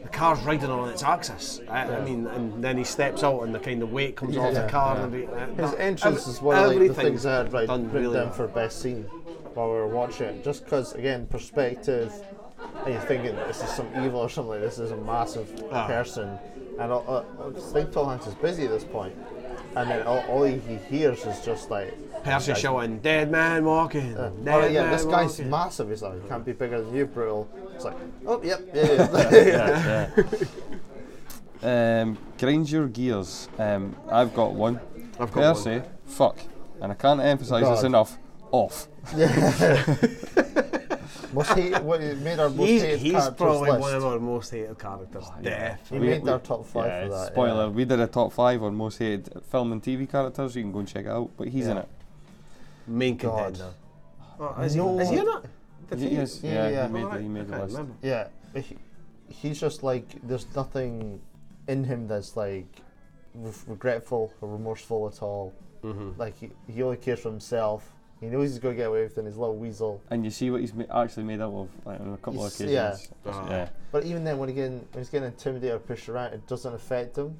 [SPEAKER 1] the car's riding on its axis. I, I
[SPEAKER 2] Yeah.
[SPEAKER 1] mean, and then he steps out and the kind of weight comes off the car. And the, uh,
[SPEAKER 2] His
[SPEAKER 1] that-
[SPEAKER 2] entrance
[SPEAKER 1] ev-
[SPEAKER 2] is one of like, the
[SPEAKER 1] everything's
[SPEAKER 2] things I had right,
[SPEAKER 1] done
[SPEAKER 2] written
[SPEAKER 1] really
[SPEAKER 2] down
[SPEAKER 1] well.
[SPEAKER 2] for best scene while we were watching it. Just because, again, perspective, and you're thinking this is some evil or something like this, is a massive
[SPEAKER 1] Ah.
[SPEAKER 2] person. And all- uh, I think Tom Hanks is busy at this point. And then all, all he he hears is just like.
[SPEAKER 1] Percy
[SPEAKER 2] like,
[SPEAKER 1] shouting, dead man walking.
[SPEAKER 2] Uh,
[SPEAKER 1] dead
[SPEAKER 2] all right, yeah,
[SPEAKER 1] man
[SPEAKER 2] this guy's
[SPEAKER 1] walking."
[SPEAKER 2] massive. He's like, can't be bigger than you, Brill. It's like, oh, yep, yeah,
[SPEAKER 3] yeah,
[SPEAKER 2] yeah.
[SPEAKER 3] yeah. um, grind your gears. Um, I've got one.
[SPEAKER 1] I've got one.
[SPEAKER 3] Percy, fuck, and I can't emphasise this
[SPEAKER 2] God.
[SPEAKER 3] enough. Off.
[SPEAKER 2] most hate, what, he made our most
[SPEAKER 1] He's,
[SPEAKER 2] hated
[SPEAKER 1] he's
[SPEAKER 2] characters
[SPEAKER 1] probably
[SPEAKER 2] list.
[SPEAKER 1] one of our most hated characters.
[SPEAKER 3] Oh,
[SPEAKER 2] He
[SPEAKER 1] Definitely.
[SPEAKER 2] made our top five
[SPEAKER 3] yeah,
[SPEAKER 2] for that.
[SPEAKER 3] Spoiler: We did a top five on most hated film and TV characters. You can go and check it out. But he's in
[SPEAKER 2] Yeah.
[SPEAKER 3] it.
[SPEAKER 1] Main
[SPEAKER 2] contender.
[SPEAKER 1] Oh, is, he, is he in it? Did
[SPEAKER 3] He
[SPEAKER 1] he-
[SPEAKER 3] is, yeah, he made, the- he made the
[SPEAKER 1] Okay,
[SPEAKER 3] list.
[SPEAKER 1] remember.
[SPEAKER 2] Yeah, but he, he's just like there's nothing in him that's like re- regretful or remorseful at all.
[SPEAKER 3] Mhm.
[SPEAKER 2] Like he, he only cares for himself. He knows he's gonna get away with it. His little weasel.
[SPEAKER 3] And you see what he's ma- actually made up of like, on a couple of
[SPEAKER 2] He's-
[SPEAKER 3] occasions.
[SPEAKER 2] Yeah.
[SPEAKER 3] yeah.
[SPEAKER 2] But even then, when he getting, when he's getting intimidated or pushed around, it doesn't affect him.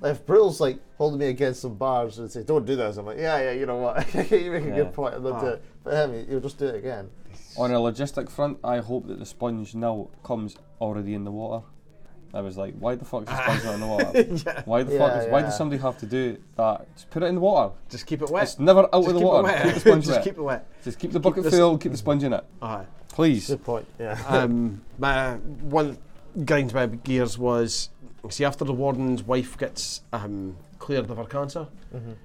[SPEAKER 2] Like if Brittle's like holding me against some bars and say, "Don't do this," I'm like, "Yeah, yeah, you know what? you make a
[SPEAKER 3] Yeah.
[SPEAKER 2] good point. I'm not do it." But him, he'll just do it again.
[SPEAKER 3] On a logistic front, I hope that the sponge now comes already in the water. I was like, why the fuck is the sponge not in the water?
[SPEAKER 1] Yeah.
[SPEAKER 3] Why the
[SPEAKER 1] Yeah,
[SPEAKER 3] fuck? Is, Why
[SPEAKER 1] yeah.
[SPEAKER 3] does somebody have to do that? Just put it in the water.
[SPEAKER 1] Just keep it wet.
[SPEAKER 3] It's never out
[SPEAKER 1] Just
[SPEAKER 3] of the
[SPEAKER 1] keep it
[SPEAKER 3] water.
[SPEAKER 1] wet.
[SPEAKER 3] Keep the sponge
[SPEAKER 1] Just
[SPEAKER 3] wet.
[SPEAKER 1] keep it wet.
[SPEAKER 3] Just keep the
[SPEAKER 1] Keep
[SPEAKER 3] bucket
[SPEAKER 1] the s-
[SPEAKER 3] full. Keep the sponge in it.
[SPEAKER 1] Alright.
[SPEAKER 3] Please.
[SPEAKER 2] Good point. Yeah.
[SPEAKER 1] um, my one that grinds my gears was see after the warden's wife gets um, cleared of her cancer,
[SPEAKER 2] Mhm.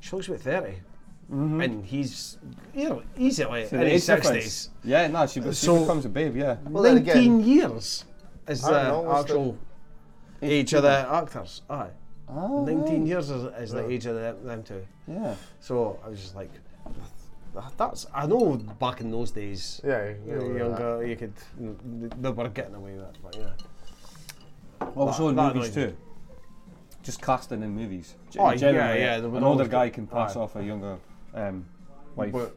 [SPEAKER 1] she looks about thirty.
[SPEAKER 3] Mhm.
[SPEAKER 1] and he's you know easily
[SPEAKER 3] So
[SPEAKER 1] in
[SPEAKER 3] the
[SPEAKER 1] his
[SPEAKER 3] age difference.
[SPEAKER 1] sixties.
[SPEAKER 3] Yeah, no, she, be- she
[SPEAKER 1] So-
[SPEAKER 3] becomes a babe, yeah.
[SPEAKER 1] Well, then again- 19 years is
[SPEAKER 3] I don't
[SPEAKER 1] the
[SPEAKER 3] know, what's the-
[SPEAKER 1] actual age of the actors. Aye.
[SPEAKER 3] Oh,
[SPEAKER 1] 19
[SPEAKER 3] right.
[SPEAKER 1] years is, is the age of them, them two.
[SPEAKER 3] Yeah.
[SPEAKER 1] So I was just like, "That- that's. I know back in those days,
[SPEAKER 2] Yeah, you
[SPEAKER 1] you
[SPEAKER 2] get away
[SPEAKER 1] were
[SPEAKER 2] with
[SPEAKER 1] younger, you could. They were getting away with it, but yeah.
[SPEAKER 3] Also in
[SPEAKER 1] That- that
[SPEAKER 3] movies
[SPEAKER 1] annoyed
[SPEAKER 3] too. Just casting in movies. G-
[SPEAKER 1] Oh, yeah,
[SPEAKER 3] generally,
[SPEAKER 1] yeah, there was
[SPEAKER 3] An older
[SPEAKER 1] always-
[SPEAKER 3] guy can pass
[SPEAKER 1] aye.
[SPEAKER 3] off a younger um, wife
[SPEAKER 2] But-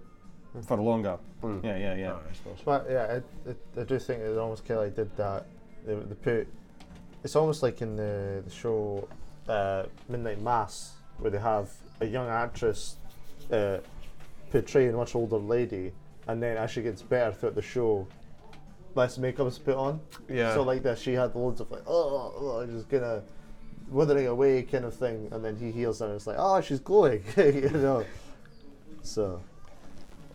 [SPEAKER 3] for longer.
[SPEAKER 1] Hmm.
[SPEAKER 3] Yeah, yeah, yeah.
[SPEAKER 2] But yeah, I, I, I do think that almost kind of like did that. They, they put it's almost like in the, the show uh, Midnight Mass where they have a young actress uh, portray a much older lady, and then as she gets better throughout the show, less makeup is put on.
[SPEAKER 1] Yeah.
[SPEAKER 2] So like that, she had loads of like oh, oh, oh just gonna withering away kind of thing, and then he heals her and it's like oh she's glowing, you know. So.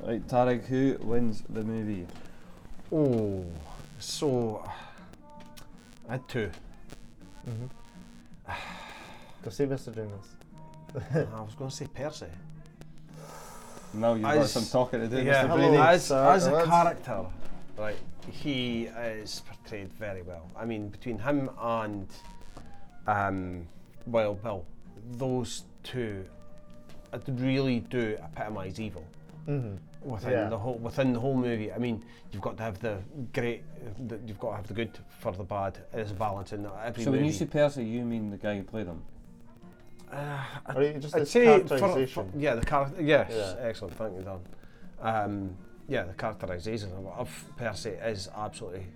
[SPEAKER 3] Right, Tarek, who wins the movie?
[SPEAKER 1] Oh, so I had two.
[SPEAKER 2] Mm-hmm. Go see Mr. Jingles.
[SPEAKER 1] I was going to say Percy.
[SPEAKER 3] Now you've got
[SPEAKER 1] As-
[SPEAKER 3] some talking to do,
[SPEAKER 1] yeah,
[SPEAKER 3] Mr. Brady.
[SPEAKER 1] As,
[SPEAKER 3] Sorry,
[SPEAKER 1] as a
[SPEAKER 3] that's-
[SPEAKER 1] character, right, he is portrayed very well. I mean, between him and um, Wild Bill, those two uh, really do epitomise evil.
[SPEAKER 2] Mhm.
[SPEAKER 1] Within
[SPEAKER 2] Yeah.
[SPEAKER 1] the whole within the whole movie, I mean, you've got to have the great, the, you've got to have the good for the bad. There's a balance in every
[SPEAKER 3] So
[SPEAKER 1] movie.
[SPEAKER 3] when you say Percy, you mean the guy who played him?
[SPEAKER 1] Uh,
[SPEAKER 2] Or just
[SPEAKER 1] I'd
[SPEAKER 2] this
[SPEAKER 1] say
[SPEAKER 2] characterisation.
[SPEAKER 1] yeah, the character. Yes,
[SPEAKER 2] Yeah.
[SPEAKER 1] excellent. Thank you, Dan. Um, yeah, the characterisation of, of Percy is absolutely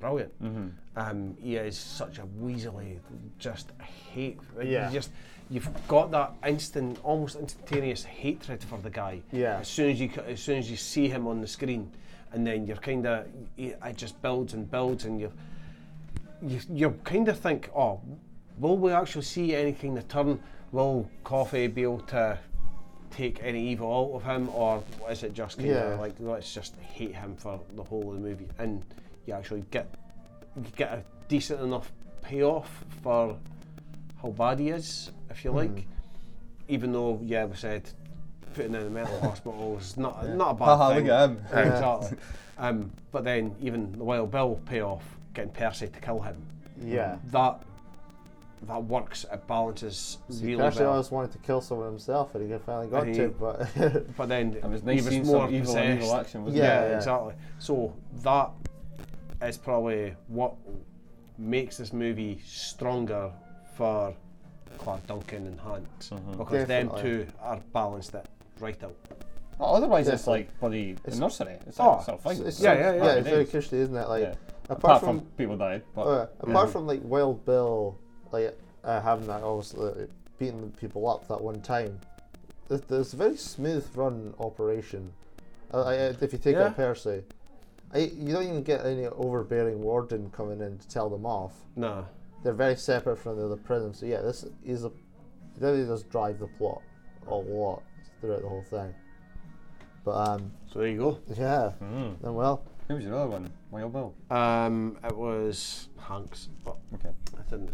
[SPEAKER 1] brilliant.
[SPEAKER 2] Mm-hmm.
[SPEAKER 3] Mhm.
[SPEAKER 1] Um, he is such a weaselly, just hate.
[SPEAKER 2] Yeah.
[SPEAKER 1] You just you've got that instant, almost instantaneous hatred for the guy.
[SPEAKER 2] Yeah.
[SPEAKER 1] As soon as you c- as soon as you see him on the screen, and then you're kind of it just builds and builds, and you're you, you kind of think, oh, will we actually see any kind of turn? Will Coffee be able to take any evil out of him, or is it just kind
[SPEAKER 2] Yeah.
[SPEAKER 1] of like let's just hate him for the whole of the movie? And you actually get you get a decent enough payoff for how bad he is, if
[SPEAKER 3] Hmm.
[SPEAKER 1] you like. Even though, yeah, we said putting him in a mental hospital is not not a bad
[SPEAKER 3] Haha,
[SPEAKER 1] thing.
[SPEAKER 3] look at him.
[SPEAKER 1] Yeah,
[SPEAKER 3] Yeah.
[SPEAKER 1] Exactly. Um, but then even the Wild Bill payoff, getting Percy to kill him.
[SPEAKER 2] Yeah.
[SPEAKER 1] That that works. It balances
[SPEAKER 2] See,
[SPEAKER 1] really
[SPEAKER 2] Percy
[SPEAKER 1] well.
[SPEAKER 2] always wanted to kill someone himself, and he finally got
[SPEAKER 1] And
[SPEAKER 2] to,
[SPEAKER 1] he-
[SPEAKER 2] but
[SPEAKER 1] but then
[SPEAKER 3] It was nice
[SPEAKER 1] he was
[SPEAKER 3] seeing
[SPEAKER 1] more
[SPEAKER 3] some evil and evil
[SPEAKER 1] possessed.
[SPEAKER 3] action, wasn't it?
[SPEAKER 1] yeah,
[SPEAKER 3] Yeah, yeah.
[SPEAKER 1] exactly. So that is probably what makes this movie stronger for Clark Duncan and Hunt because them
[SPEAKER 3] Definitely.
[SPEAKER 1] two are balanced it right out.
[SPEAKER 3] Oh, otherwise, it's
[SPEAKER 1] Definitely.
[SPEAKER 3] like bloody
[SPEAKER 1] It's-
[SPEAKER 3] nursery. It's like
[SPEAKER 1] Oh,
[SPEAKER 3] sort of thing.
[SPEAKER 1] it's- it's- Yeah, yeah, yeah.
[SPEAKER 2] yeah, it's very
[SPEAKER 3] Nowadays.
[SPEAKER 2] cushy, isn't it? Like,
[SPEAKER 3] Yeah.
[SPEAKER 2] apart,
[SPEAKER 3] Apart
[SPEAKER 2] from,
[SPEAKER 3] from people died, but-
[SPEAKER 2] Uh, apart
[SPEAKER 3] Mhm.
[SPEAKER 2] from like Wild Bill, like uh, having that obviously like, beating the people up that one time, th- there's a very smooth run operation. Uh, I, I- if you take
[SPEAKER 1] Yeah.
[SPEAKER 2] out Percy, I, you don't even get any overbearing warden coming in to tell them off.
[SPEAKER 1] No.
[SPEAKER 2] they're very separate from the other prison. So yeah, this is a it really does drive the plot a lot throughout the whole thing. But um,
[SPEAKER 1] so there you go.
[SPEAKER 2] Yeah.
[SPEAKER 3] Mm.
[SPEAKER 2] Then well,
[SPEAKER 3] Who was your other one? Wild Bill.
[SPEAKER 1] Um, it was Hanks, but
[SPEAKER 3] okay.
[SPEAKER 1] I uh, didn't.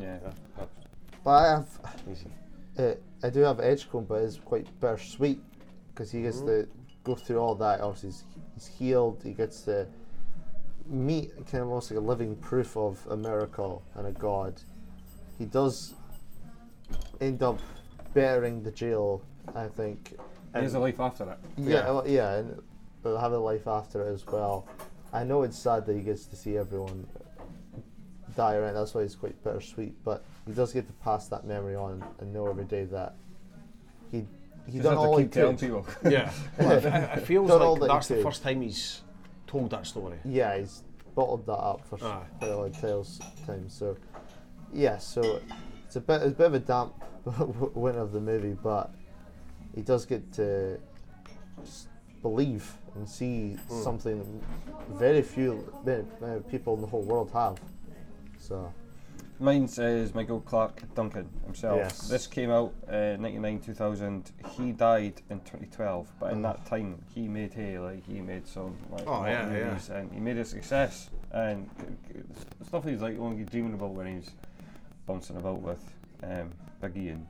[SPEAKER 3] yeah.
[SPEAKER 2] but I have
[SPEAKER 1] Easy.
[SPEAKER 2] uh, I do have Edgecombe, but it's quite bittersweet because he gets
[SPEAKER 1] Mhm.
[SPEAKER 2] to go through all that. Obviously, he's, he's healed. He gets to meet kind of almost like a living proof of a miracle and a god. He does end up bearing the jail, I think.
[SPEAKER 3] He has
[SPEAKER 2] and-
[SPEAKER 3] a life after it.
[SPEAKER 2] Yeah, well, yeah, and they'll have a life after it as well. I know it's sad that he gets to see everyone die around. That's why it's quite bittersweet. But he does get to pass that memory on and know every day that he he
[SPEAKER 3] Just
[SPEAKER 2] done
[SPEAKER 3] have to
[SPEAKER 2] all he
[SPEAKER 3] keep telling
[SPEAKER 2] could.
[SPEAKER 3] people.
[SPEAKER 1] Yeah. Well, it, it feels
[SPEAKER 2] Done all
[SPEAKER 1] like
[SPEAKER 2] that he
[SPEAKER 1] that's the
[SPEAKER 2] could.
[SPEAKER 1] first time he's told that story.
[SPEAKER 2] Yeah, he's bottled that up for
[SPEAKER 1] Aye.
[SPEAKER 2] quite a long tales time. So yeah, so it's a bit it's a bit of a damp win of the movie, but he does get to s- believe and see
[SPEAKER 1] Mm.
[SPEAKER 2] something very few many, many people in the whole world have. So
[SPEAKER 3] Mine's is Michael Clark Duncan himself.
[SPEAKER 2] Yes.
[SPEAKER 3] This came out uh, 99 2000. He died in 2012, but
[SPEAKER 2] Mm.
[SPEAKER 3] in that time he made hay, like he made some like
[SPEAKER 1] Oh,
[SPEAKER 3] lot of
[SPEAKER 1] yeah, yeah.
[SPEAKER 3] movies and he made a success. And c- c- the stuff he was like only dreaming about when he was bouncing about with um, Big Ian,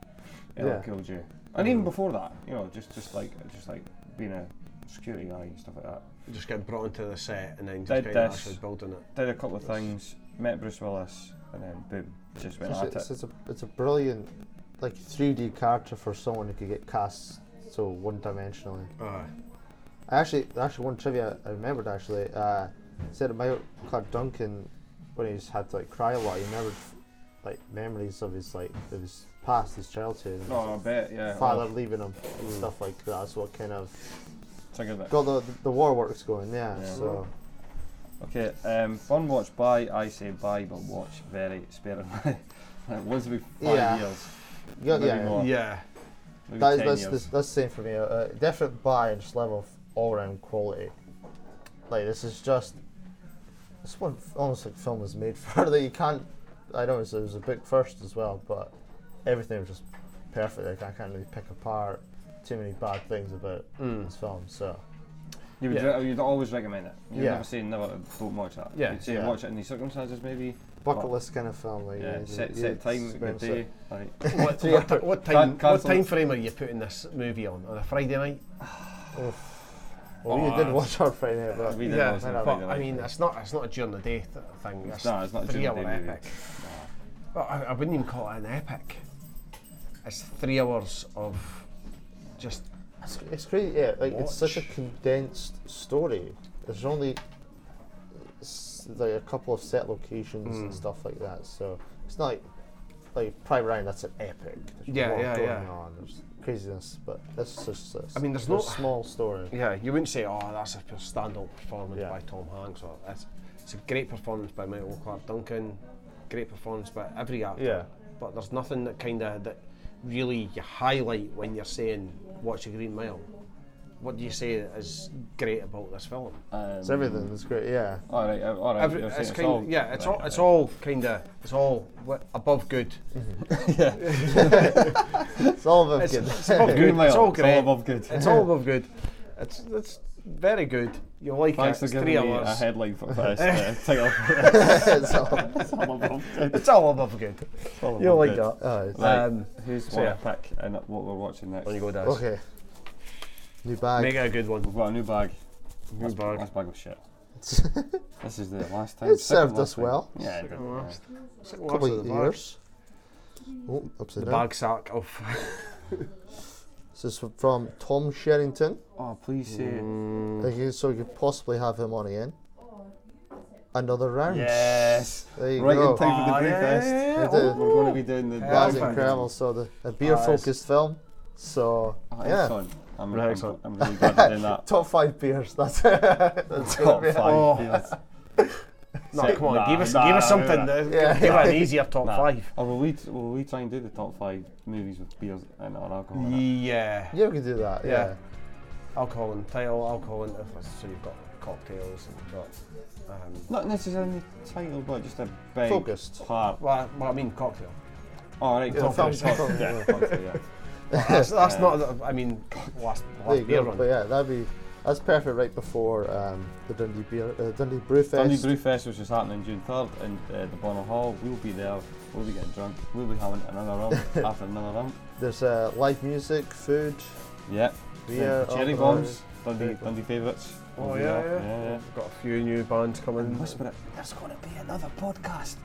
[SPEAKER 3] LL
[SPEAKER 2] Yeah.
[SPEAKER 3] Killjoy. And even before that, you know, just just like just like being a security guy and stuff like that.
[SPEAKER 1] Just getting brought into the set and then just
[SPEAKER 3] Did
[SPEAKER 1] kind of
[SPEAKER 3] this,
[SPEAKER 1] actually building it.
[SPEAKER 3] Did a couple of things, met Bruce Willis, and then boom, just went
[SPEAKER 2] It's,
[SPEAKER 3] at
[SPEAKER 2] it's,
[SPEAKER 3] it.
[SPEAKER 2] it's a it's a brilliant like 3D character for someone who could get cast so one dimensionally. Actually, actually, one trivia I remembered actually uh, said that Michael Clark Duncan when he's had to like cry a lot, he remembered like memories of his like of his past, his childhood. and
[SPEAKER 3] Oh, I
[SPEAKER 2] his
[SPEAKER 3] bet, yeah.
[SPEAKER 2] Father
[SPEAKER 3] Oh.
[SPEAKER 2] leaving him, and
[SPEAKER 3] Mm.
[SPEAKER 2] stuff like that. So what kind of
[SPEAKER 3] Triggered it.
[SPEAKER 2] got the the war works going? Yeah.
[SPEAKER 3] Yeah.
[SPEAKER 2] So
[SPEAKER 3] Okay, um, fun watch by, I say by, but watch very sparingly. like once every five
[SPEAKER 2] Yeah.
[SPEAKER 3] years.
[SPEAKER 2] Yeah,
[SPEAKER 3] maybe
[SPEAKER 2] yeah.
[SPEAKER 3] more.
[SPEAKER 1] Yeah.
[SPEAKER 3] Maybe
[SPEAKER 2] that is,
[SPEAKER 3] 10
[SPEAKER 2] that's,
[SPEAKER 3] years.
[SPEAKER 2] that's, that's the same for me. Uh, different buy and just level of all round quality. Like this is just this one f- almost like film was made for that you can't. I know it's, it was a book first as well, but everything was just perfect. Like I can't really pick apart too many bad things about
[SPEAKER 3] Mm.
[SPEAKER 2] this film. So
[SPEAKER 3] You would
[SPEAKER 2] Yeah.
[SPEAKER 3] re- you'd always recommend it. You'd
[SPEAKER 2] Yeah.
[SPEAKER 3] never say never, don't watch that.
[SPEAKER 2] Yeah.
[SPEAKER 3] You'd say
[SPEAKER 2] Yeah.
[SPEAKER 3] watch it in these circumstances maybe.
[SPEAKER 2] bucket
[SPEAKER 3] but-
[SPEAKER 2] list kind of film. Like
[SPEAKER 3] Yeah,
[SPEAKER 2] you-
[SPEAKER 3] set,
[SPEAKER 2] you
[SPEAKER 3] set time, good
[SPEAKER 2] experience
[SPEAKER 3] day.
[SPEAKER 2] it.
[SPEAKER 3] Like,
[SPEAKER 1] What,
[SPEAKER 2] Two
[SPEAKER 1] what,
[SPEAKER 2] hours.
[SPEAKER 1] what time? What
[SPEAKER 3] cancel it.
[SPEAKER 1] time frame are you putting this movie on? On a Friday night?
[SPEAKER 2] Well, we Oh, did watch our Friday night, but
[SPEAKER 1] yeah, but I mean, it's not it's not a during the day th- thing.
[SPEAKER 3] It's
[SPEAKER 1] It's,
[SPEAKER 3] not- it's not a
[SPEAKER 1] three
[SPEAKER 3] during the
[SPEAKER 1] hour
[SPEAKER 3] day movie.
[SPEAKER 1] epic. Well, I, I wouldn't even call it an epic. It's three hours of just
[SPEAKER 2] It's, it's crazy, yeah. Like it's such a condensed story. There's only s- like a couple of set locations and
[SPEAKER 1] Mm.
[SPEAKER 2] stuff like that. So it's not like like Private Ryan. That's an epic. There's
[SPEAKER 1] Yeah,
[SPEAKER 2] more
[SPEAKER 1] yeah,
[SPEAKER 2] going
[SPEAKER 1] yeah.
[SPEAKER 2] on. There's craziness, but that's just. A,
[SPEAKER 1] I mean, there's
[SPEAKER 2] a
[SPEAKER 1] no-
[SPEAKER 2] small story.
[SPEAKER 1] yeah. You wouldn't say, oh, that's a pure stand-up performance by Tom Hanks, or it's, it's a great performance by Michael Clark Duncan, great performance by every actor.
[SPEAKER 2] Yeah.
[SPEAKER 1] But there's nothing that kind of that really you highlight when you're saying watch a Green Mile. What do you say is great about this film?
[SPEAKER 2] It's everything. It's great. Yeah.
[SPEAKER 3] All right, all right.
[SPEAKER 1] Every,
[SPEAKER 3] you're saying
[SPEAKER 1] it's
[SPEAKER 3] it's
[SPEAKER 1] kind
[SPEAKER 3] all- uh,
[SPEAKER 1] of, yeah, it's
[SPEAKER 3] right,
[SPEAKER 1] all it's all kind of it's all wi- above good.
[SPEAKER 2] yeah, it's all above
[SPEAKER 1] it's,
[SPEAKER 2] good.
[SPEAKER 1] It's above
[SPEAKER 3] Green
[SPEAKER 1] good. It's
[SPEAKER 3] Mile,
[SPEAKER 1] all
[SPEAKER 3] it's all
[SPEAKER 1] great.
[SPEAKER 3] above good.
[SPEAKER 1] It's all above good. It's it's very good. You like
[SPEAKER 3] Thanks
[SPEAKER 1] it.
[SPEAKER 3] for
[SPEAKER 1] It's
[SPEAKER 3] giving
[SPEAKER 1] three
[SPEAKER 3] me
[SPEAKER 1] hours.
[SPEAKER 3] a headline for this uh, title.
[SPEAKER 2] it's, all,
[SPEAKER 3] It's all above good.
[SPEAKER 1] It's all above good.
[SPEAKER 3] All
[SPEAKER 1] You'll like
[SPEAKER 3] above good.
[SPEAKER 1] that. Oh, it's-
[SPEAKER 3] Right,
[SPEAKER 1] Um,
[SPEAKER 3] who's
[SPEAKER 1] so
[SPEAKER 3] what
[SPEAKER 1] yeah.
[SPEAKER 3] to pick and what we're watching next?
[SPEAKER 1] On you go, Daz.
[SPEAKER 2] Okay. New bag.
[SPEAKER 1] Make it a good one.
[SPEAKER 3] We've got a new bag.
[SPEAKER 1] New
[SPEAKER 3] That's-
[SPEAKER 1] bag.
[SPEAKER 3] That's bag of shit. this is the last time.
[SPEAKER 2] It
[SPEAKER 3] second
[SPEAKER 2] served
[SPEAKER 3] last
[SPEAKER 2] us
[SPEAKER 3] time.
[SPEAKER 2] well.
[SPEAKER 3] Yeah, it did.
[SPEAKER 1] Second
[SPEAKER 3] yeah.
[SPEAKER 1] last. Second
[SPEAKER 2] A
[SPEAKER 1] last
[SPEAKER 2] couple
[SPEAKER 1] of
[SPEAKER 2] of
[SPEAKER 1] the bag.
[SPEAKER 2] years. Oh, upside
[SPEAKER 1] The
[SPEAKER 2] down.
[SPEAKER 1] bag sack of.
[SPEAKER 2] This is from Tom Sherrington.
[SPEAKER 3] Oh, please say it.
[SPEAKER 2] Like, you- so you could possibly have him on again. Another round.
[SPEAKER 3] Yes.
[SPEAKER 2] There you
[SPEAKER 3] right
[SPEAKER 2] go.
[SPEAKER 3] in time for the
[SPEAKER 1] Ah,
[SPEAKER 3] Brew
[SPEAKER 1] yeah,
[SPEAKER 3] Fest.
[SPEAKER 1] yeah, yeah.
[SPEAKER 3] We're
[SPEAKER 2] Oh.
[SPEAKER 3] do- We're going to be doing the
[SPEAKER 2] That's
[SPEAKER 1] Perfect.
[SPEAKER 2] incredible. So the, a beer focused film. So
[SPEAKER 3] Oh,
[SPEAKER 2] yeah,
[SPEAKER 3] Excellent. I'm,
[SPEAKER 1] Right,
[SPEAKER 3] I'm,
[SPEAKER 1] excellent.
[SPEAKER 3] I'm really glad we're doing that.
[SPEAKER 2] top five beers. That's, that's
[SPEAKER 3] Top
[SPEAKER 2] gonna be-
[SPEAKER 3] five.
[SPEAKER 1] Oh.
[SPEAKER 3] fields.
[SPEAKER 1] No,
[SPEAKER 3] Sick.
[SPEAKER 1] come on,
[SPEAKER 3] Nah,
[SPEAKER 1] give us
[SPEAKER 3] nah,
[SPEAKER 1] give us
[SPEAKER 3] nah, nah,
[SPEAKER 1] something.
[SPEAKER 3] nah.
[SPEAKER 1] that-
[SPEAKER 2] Yeah.
[SPEAKER 1] Give it an easier top
[SPEAKER 3] Nah.
[SPEAKER 1] five.
[SPEAKER 3] Or Oh, will we, will we try and do the top five movies with beers and or alcohol in it?
[SPEAKER 1] Yeah.
[SPEAKER 2] Yeah, we could do that. Yeah.
[SPEAKER 1] Yeah. Alcohol and title, alcohol and uh, so you've got cocktails and you've got. Um,
[SPEAKER 3] Not necessarily title, but just a big
[SPEAKER 2] Focused.
[SPEAKER 3] part.
[SPEAKER 1] well, I, well, I mean cocktail.
[SPEAKER 3] All right,
[SPEAKER 2] Yeah,
[SPEAKER 3] top
[SPEAKER 2] film-
[SPEAKER 3] five. top-
[SPEAKER 2] film,
[SPEAKER 3] yeah,
[SPEAKER 2] yeah.
[SPEAKER 3] cocktail, yeah.
[SPEAKER 1] That's, that's not. the- I mean, last
[SPEAKER 2] There you
[SPEAKER 1] last beer
[SPEAKER 2] go. But
[SPEAKER 1] run.
[SPEAKER 2] yeah, that'd be that's perfect right before um, the Dundee beer, uh, Dundee Brew Fest.
[SPEAKER 3] Dundee Brew Fest, which is happening June 3rd in uh, the Bonner Hall. We'll be there. We'll be getting drunk. We'll be having another rump after another rump.
[SPEAKER 2] There's uh, live music, food,
[SPEAKER 3] Yeah.
[SPEAKER 2] beer,
[SPEAKER 3] Cherry
[SPEAKER 2] alcohol.
[SPEAKER 3] Bombs, Dundee, Dundee favourites.
[SPEAKER 1] Oh
[SPEAKER 3] We'll be
[SPEAKER 1] yeah, yeah.
[SPEAKER 3] there. yeah, yeah.
[SPEAKER 1] We've got a few new bands coming.
[SPEAKER 3] Whisper it. There's going to be another podcast.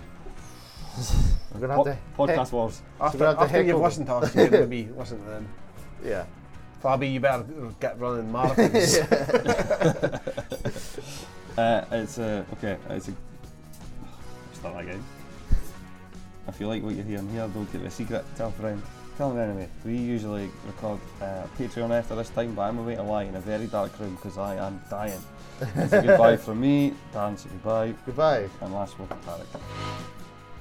[SPEAKER 2] We're gonna have to
[SPEAKER 3] podcast wars.
[SPEAKER 1] After,
[SPEAKER 2] we're at the
[SPEAKER 1] after you've
[SPEAKER 2] heckle.
[SPEAKER 1] listened to us, you're going to be listening to them.
[SPEAKER 2] yeah.
[SPEAKER 1] Fabi, you better get running marathons.
[SPEAKER 3] Uh, it's a okay. It's a. Start that again. If you like what you're hearing here, don't keep it a secret. Tell a friend. Tell an enemy. We usually record uh, Patreon after this time, but I'm away to lie in a very dark room because I am dying. It's a goodbye from me. Dan, say goodbye.
[SPEAKER 2] Goodbye.
[SPEAKER 3] And last word, Tarek.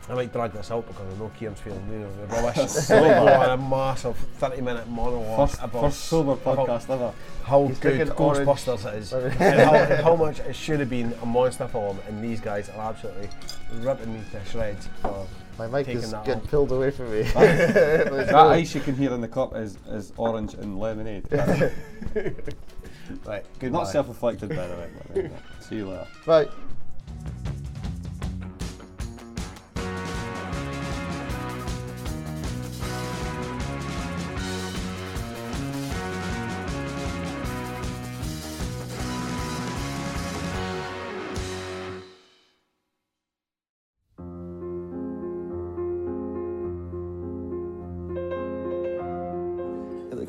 [SPEAKER 1] I might drag this out because I know Kieran's feeling you know, rubbish.
[SPEAKER 3] So bad.
[SPEAKER 1] a massive 30 minute monologue
[SPEAKER 3] First,
[SPEAKER 1] about
[SPEAKER 3] first sober
[SPEAKER 1] about
[SPEAKER 3] podcast ever.
[SPEAKER 1] how
[SPEAKER 2] He's
[SPEAKER 1] good
[SPEAKER 2] thinking orange.
[SPEAKER 1] Ghostbusters is and how, and how much it should have been a monster film, and these guys are absolutely ripping me to shreds for
[SPEAKER 2] My mic
[SPEAKER 1] taking
[SPEAKER 2] is
[SPEAKER 1] that
[SPEAKER 2] getting
[SPEAKER 1] off.
[SPEAKER 2] peeled away from me.
[SPEAKER 3] That ice you can hear in the cup is, is orange and lemonade. That's
[SPEAKER 1] Right, goodbye.
[SPEAKER 3] not self reflected, by the way. but there you go. See you later.
[SPEAKER 2] Right.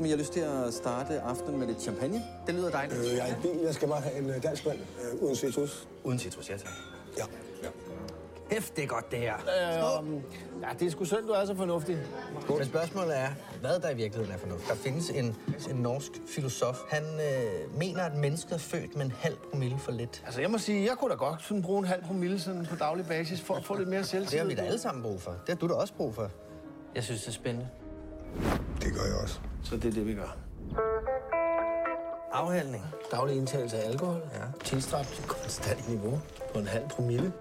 [SPEAKER 13] jeg lyst til at starte aftenen med lidt champagne? Det lyder dejligt.
[SPEAKER 14] Øh, jeg er i bil. Jeg skal bare have en øh, dansk mand. Øh, uden citrus.
[SPEAKER 13] Uden citrus, ja tak.
[SPEAKER 14] Ja. ja.
[SPEAKER 13] Kæft, det er godt det her.
[SPEAKER 15] Øh, ja, det er sgu synd, du er så fornuftig.
[SPEAKER 13] Skål. Men spørgsmålet er, hvad der i virkeligheden er fornuft. Der findes en, en norsk filosof. Han øh, mener, at mennesket er født med en halv promille for lidt.
[SPEAKER 15] Altså, jeg må sige, jeg kunne da godt sådan bruge en halv promille sådan på daglig basis for at få lidt mere selvtillid.
[SPEAKER 13] Det har vi da alle sammen brug for. Det har du da også brug for. Jeg synes, det er spændende.
[SPEAKER 14] Det gør jeg også.
[SPEAKER 15] Så det er det, vi gør.
[SPEAKER 13] Afhandling.
[SPEAKER 15] Daglig indtagelse af alkohol. Ja. Tilstræbt til konstant niveau på en halv promille.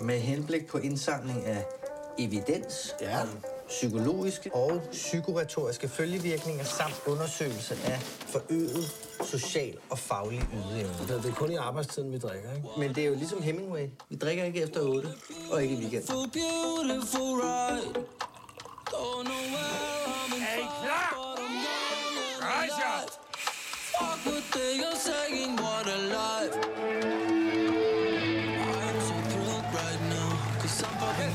[SPEAKER 13] Med henblik på indsamling af evidens ja. om psykologiske og psykoretoriske følgevirkninger samt undersøgelse af forøget social og faglig ydeevne.
[SPEAKER 15] Det er kun i arbejdstiden, vi drikker, ikke?
[SPEAKER 13] Men det er jo ligesom Hemingway. Vi drikker ikke efter 8 og ikke i weekenden.
[SPEAKER 9] Er I klar? Rejs jer! Fuck what they are saying, what a life. I'm so thrilled right now, cause I'm fucking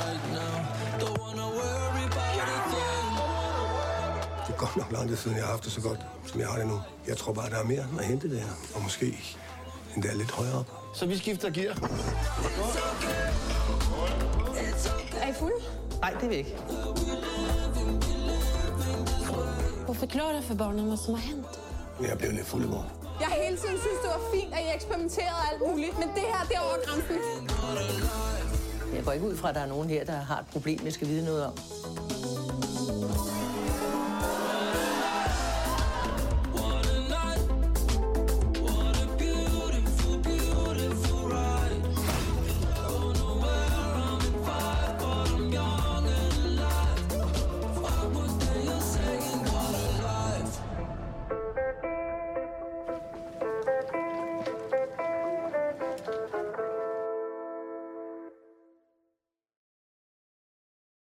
[SPEAKER 9] right now. Don't wanna worry about a thing.
[SPEAKER 14] Det er godt nok lang tid siden, jeg har haft det så godt, som jeg har det nu. Jeg tror bare, der er mere at hente der. Og måske endda lidt højere op.
[SPEAKER 15] Så vi skifter gear.
[SPEAKER 16] Er I fulde?
[SPEAKER 13] Nej, det er vi ikke.
[SPEAKER 16] Prøv at forklare for børnene, hvad som har hent.
[SPEAKER 14] Jeg er blevet lidt fuld i morgen.
[SPEAKER 16] Jeg har hele tiden synes, det var fint, at I eksperimenterede alt muligt, men det her, det er over grænsen.
[SPEAKER 8] Jeg går ikke ud fra, at der er nogen her, der har et problem, jeg skal vide noget om.